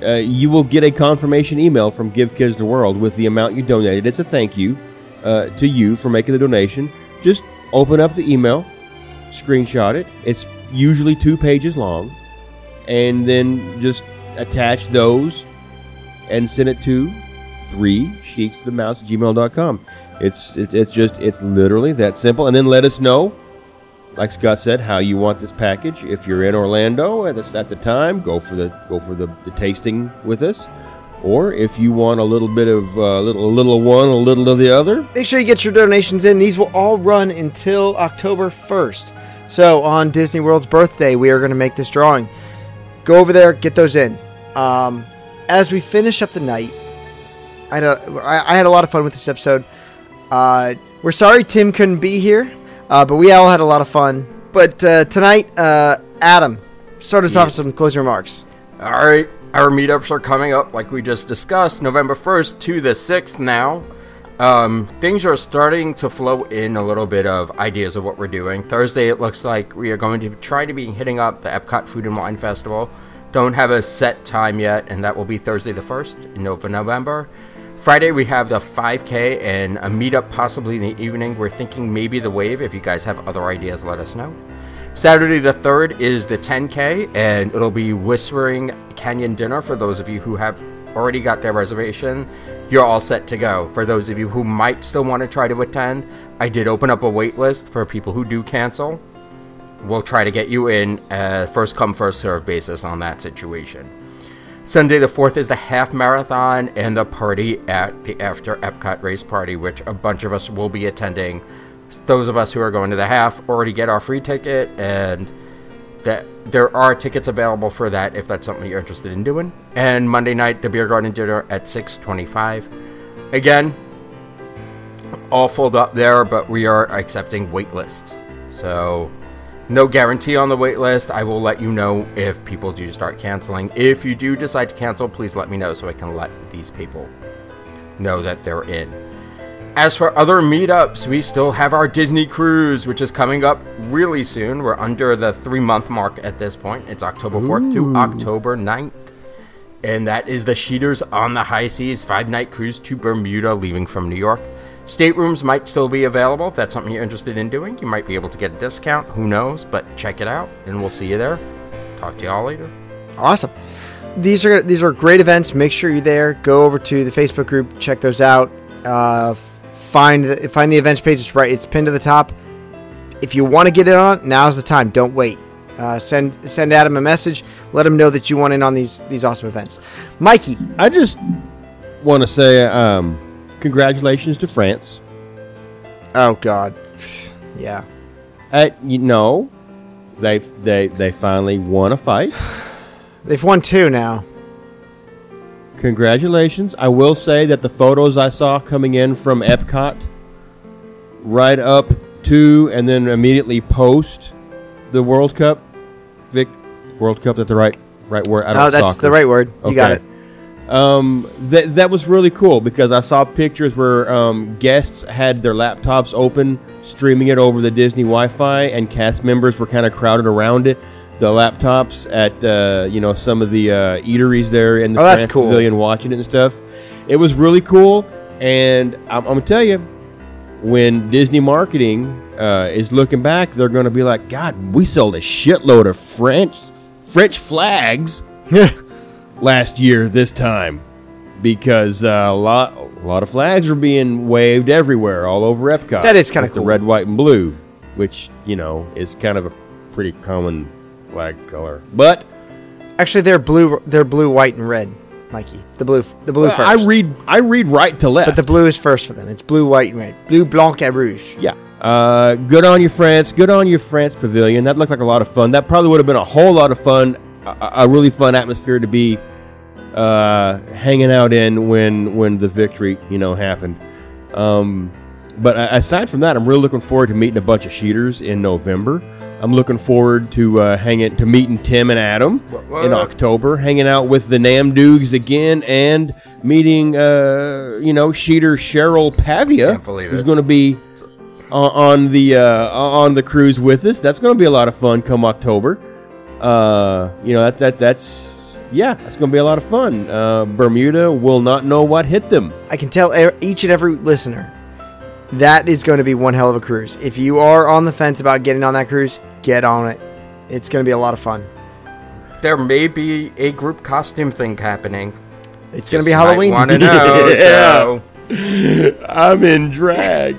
[SPEAKER 6] Uh, you will get a confirmation email from Give Kids the World with the amount you donated. It's a thank you uh, to you for making the donation. Just open up the email, screenshot it. It's usually two pages long, and then just attach those and send it to three sheets to the mouse at gmail.com. It's, it's, it's just, it's literally that simple. And then let us know, like Scott said, how you want this package. If you're in Orlando at the, at the time, go for the, go for the, the tasting with us. Or if you want a little bit of uh, little, a little of one, a little of the other,
[SPEAKER 2] Make sure you get your donations in. These will all run until October 1st. So on Disney World's birthday, we are going to make this drawing. Go over there, get those in. Um, as we finish up the night, I, don't, I, I had a lot of fun with this episode. Uh, we're sorry Tim couldn't be here, uh, but we all had a lot of fun. But uh, tonight, uh, Adam, start us off with some closing remarks.
[SPEAKER 4] All right, our meetups are coming up, like we just discussed, November 1st to the 6th now. Um, things are starting to flow in a little bit of ideas of what we're doing. Thursday, it looks like we are going to try to be hitting up the Epcot Food and Wine Festival. Don't have a set time yet, and that will be Thursday the 1st in Nov- November. Friday, we have the 5K and a meetup possibly in the evening. We're thinking maybe the wave. If you guys have other ideas, let us know. Saturday the 3rd is the 10K, and it'll be Whispering Canyon Dinner for those of you who have already got their reservation. You're all set to go. For those of you who might still want to try to attend, I did open up a wait list for people who do cancel. We'll try to get you in uh, first come, first serve basis on that situation. Sunday the 4th is the half marathon and the party at the After Epcot Race Party, which a bunch of us will be attending. Those of us who are going to the half already get our free ticket, and that there are tickets available for that if that's something you're interested in doing. And Monday night, the Beer Garden dinner at 6:25. Again, all filled up there, but we are accepting wait lists. So no guarantee on the wait list. I will let you know if people do start canceling. If you do decide to cancel, please let me know so I can let these people know that they're in. As for other meetups, we still have our Disney cruise, which is coming up really soon. We're under the three month mark at this point. It's October 4th to October 9th. And that is the Sheeters on the High Seas five night cruise to Bermuda leaving from New York. Staterooms might still be available if that's something you're interested in doing. You might be able to get a discount, who knows, but check it out and we'll see you there. Talk to y'all later.
[SPEAKER 2] Awesome. These are these are great events. Make sure you're there. Go over to the Facebook group, check those out. Uh, f- find the, find the events page. It's right. It's pinned to the top. If you want to get in on, now's the time. Don't wait. Uh, send send Adam a message. Let him know that you want in on these these awesome events. Mikey,
[SPEAKER 6] I just want to say um, congratulations to France.
[SPEAKER 2] Oh God, yeah.
[SPEAKER 6] Uh, you know, they they they finally won a fight.
[SPEAKER 2] They've won two now.
[SPEAKER 6] Congratulations. I will say that the photos I saw coming in from Epcot, right up to and then immediately post the World Cup, Vic, World Cup. That's the right right word. I don't
[SPEAKER 2] Oh, that's
[SPEAKER 6] soccer.
[SPEAKER 2] the right word. You got it.
[SPEAKER 6] Okay. Um, that that was really cool because I saw pictures where um, guests had their laptops open, streaming it over the Disney Wi-Fi, and cast members were kind of crowded around it. The laptops at uh, you know some of the uh, eateries there in the
[SPEAKER 2] Oh, that's
[SPEAKER 6] France
[SPEAKER 2] cool.
[SPEAKER 6] Pavilion, watching it and stuff. It was really cool, and I'm, I'm gonna tell you, when Disney marketing uh, is looking back, they're gonna be like, "God, we sold a shitload of French French flags." last year this time because uh, a lot a lot of flags were being waved everywhere all over Epcot.
[SPEAKER 2] That is kinda
[SPEAKER 6] With
[SPEAKER 2] cool.
[SPEAKER 6] The red, white, and blue, which you know is kind of a pretty common flag color. But
[SPEAKER 2] Actually, they're blue. They're blue, white, and red. Mikey, the blue, the blue first.
[SPEAKER 6] Uh, I read I read right to left.
[SPEAKER 2] but the blue is first for them. It's blue, white, and red. Blue, blanc, et rouge.
[SPEAKER 6] Yeah. Uh, good on you, France. Good on you, France Pavilion. That looked like a lot of fun. That probably would have been a whole lot of fun, a, a really fun atmosphere to be uh, hanging out in when when the victory you know happened. Um, but a- aside from that, I'm really looking forward to meeting a bunch of shooters in November. I'm looking forward to uh, hanging to meeting Tim and Adam in October, hanging out with the Namdoogs again, and meeting uh, you know shooter Cheryl Pavia,
[SPEAKER 4] Can't believe
[SPEAKER 6] who's
[SPEAKER 4] it.
[SPEAKER 6] going to be on- on the uh, on the cruise with us. That's going to be a lot of fun come October. Uh, you know that that that's yeah, that's going to be a lot of fun. Uh, Bermuda will not know what hit them.
[SPEAKER 2] I can tell e- each and every listener that is going to be one hell of a cruise. If you are on the fence about getting on that cruise, get on it. It's going to be a lot of fun.
[SPEAKER 4] There may be a group costume thing happening.
[SPEAKER 2] It's going to be
[SPEAKER 4] Just might
[SPEAKER 2] Halloween.
[SPEAKER 4] wanna know, so-
[SPEAKER 6] I'm in drag.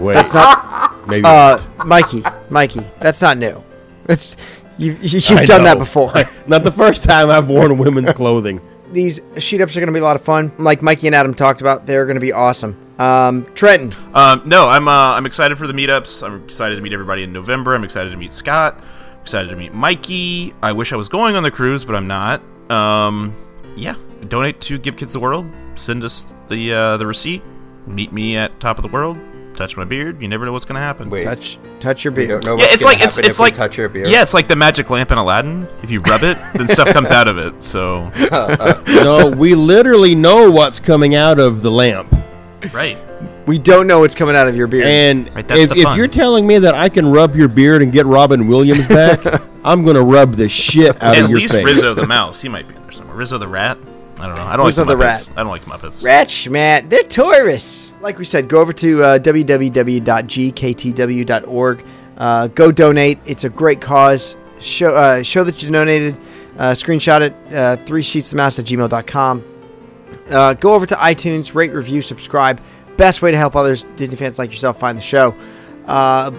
[SPEAKER 6] Wait,
[SPEAKER 2] That's not,
[SPEAKER 6] maybe
[SPEAKER 2] uh, Mikey, Mikey, that's not new. It's you, you, you've
[SPEAKER 6] I
[SPEAKER 2] done that
[SPEAKER 6] know.
[SPEAKER 2] before.
[SPEAKER 6] not the first time I've worn women's clothing.
[SPEAKER 2] these sheet ups are going to be a lot of fun. Like Mikey and Adam talked about, they're going to be awesome. Um, Trenton,
[SPEAKER 1] Um, no, I'm uh, I'm excited for the meetups. I'm excited to meet everybody in November. I'm excited to meet Scott. Excited to meet Mikey. I wish I was going on the cruise, but I'm not. Um, yeah, donate to Give Kids the World. Send us the uh, the receipt. Meet me at Top of the World. Touch my beard. You never know what's gonna happen.
[SPEAKER 4] Wait,
[SPEAKER 2] touch touch your
[SPEAKER 4] we
[SPEAKER 2] beard.
[SPEAKER 4] don't know
[SPEAKER 1] Yeah,
[SPEAKER 4] what's
[SPEAKER 1] it's
[SPEAKER 4] gonna
[SPEAKER 1] like it's
[SPEAKER 4] happen
[SPEAKER 1] it's
[SPEAKER 4] if we
[SPEAKER 1] like
[SPEAKER 4] touch your beard.
[SPEAKER 1] yeah, it's like the magic lamp in Aladdin. If you rub it, then stuff comes out of it. So
[SPEAKER 6] no, we literally know what's coming out of the lamp.
[SPEAKER 1] right,
[SPEAKER 2] We don't know what's coming out of your beard.
[SPEAKER 6] And
[SPEAKER 1] Right, that's
[SPEAKER 6] if,
[SPEAKER 1] the
[SPEAKER 6] if
[SPEAKER 1] fun.
[SPEAKER 6] you're telling me that I can rub your beard and get Robin Williams back, I'm gonna rub the shit out
[SPEAKER 1] at
[SPEAKER 6] of your
[SPEAKER 1] least
[SPEAKER 6] face.
[SPEAKER 1] Rizzo the mouse. He might be in there somewhere. Rizzo the rat. I don't know. I don't
[SPEAKER 2] Rizzo
[SPEAKER 1] like the,
[SPEAKER 2] the
[SPEAKER 1] Muppets.
[SPEAKER 2] rat.
[SPEAKER 1] I don't like Muppets.
[SPEAKER 2] Rich, man, they're tourists. Like we said, go over to uh, www.gktw.org. Uh, go donate. It's a great cause. Show uh, show that you donated. Uh, screenshot it. Uh, three sheets of mouse at gmail.com. Uh, go over to iTunes, rate, review, subscribe. Best way to help others, Disney fans like yourself, find the show. Uh,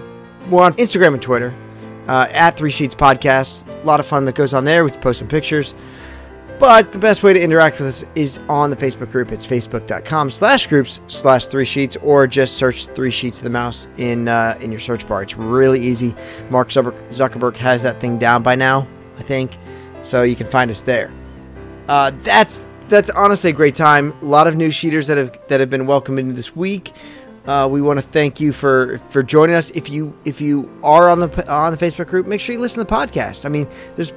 [SPEAKER 2] we're on Instagram and Twitter uh, at Three Sheets Podcast. A lot of fun that goes on there. We post some pictures. But the best way to interact with us is on the Facebook group. It's facebook.com slash groups slash three sheets or just search three sheets of the mouse in uh, in your search bar. It's really easy. Mark Zucker- Zuckerberg has that thing down by now, I think. So you can find us there. Uh, that's that's honestly a great time. A lot of new sheeters that have that have been welcomed into this week. Uh, we want to thank you for for joining us. If you if you are on the p- on the Facebook group, make sure you listen to the podcast. I mean, there's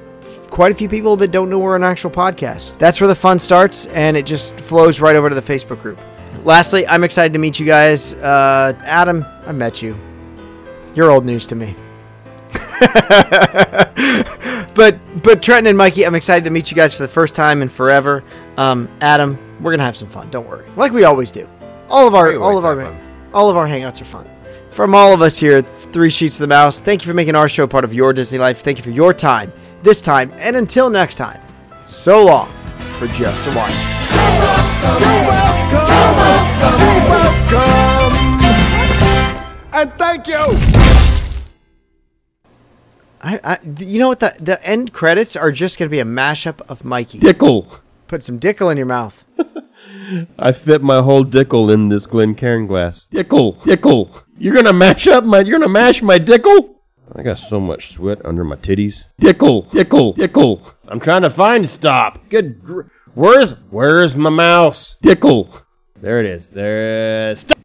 [SPEAKER 2] quite a few people that don't know we're an actual podcast. That's where the fun starts, and it just flows right over to the Facebook group. Lastly, I'm excited to meet you guys. Uh, Adam, I met you. You're old news to me. but but Trenton and Mikey, I'm excited to meet you guys for the first time in forever. Um, Adam, we're gonna have some fun. Don't worry, like we always do. All of our
[SPEAKER 4] We
[SPEAKER 2] all
[SPEAKER 4] always
[SPEAKER 2] of our
[SPEAKER 4] have fun.
[SPEAKER 2] all of our hangouts are fun. From all of us here at Three Sheets of the Mouse, thank you for making our show part of your Disney life. Thank you for your time this time, and until next time. So long for just a while.
[SPEAKER 5] And thank you!
[SPEAKER 2] I, I, th- you know what? The, the end credits are just going to be a mashup of Mikey.
[SPEAKER 6] Dickle.
[SPEAKER 2] Put some dickle in your mouth.
[SPEAKER 6] I fit my whole dickle in this Glencairn glass. Dickle, dickle. You're gonna mash up my. You're gonna mash my dickle. I got so much sweat under my titties. Dickle, dickle, dickle. I'm trying to find stop. Good. Gr- where's where's my mouse? Dickle. There uh, it is. There. Stop.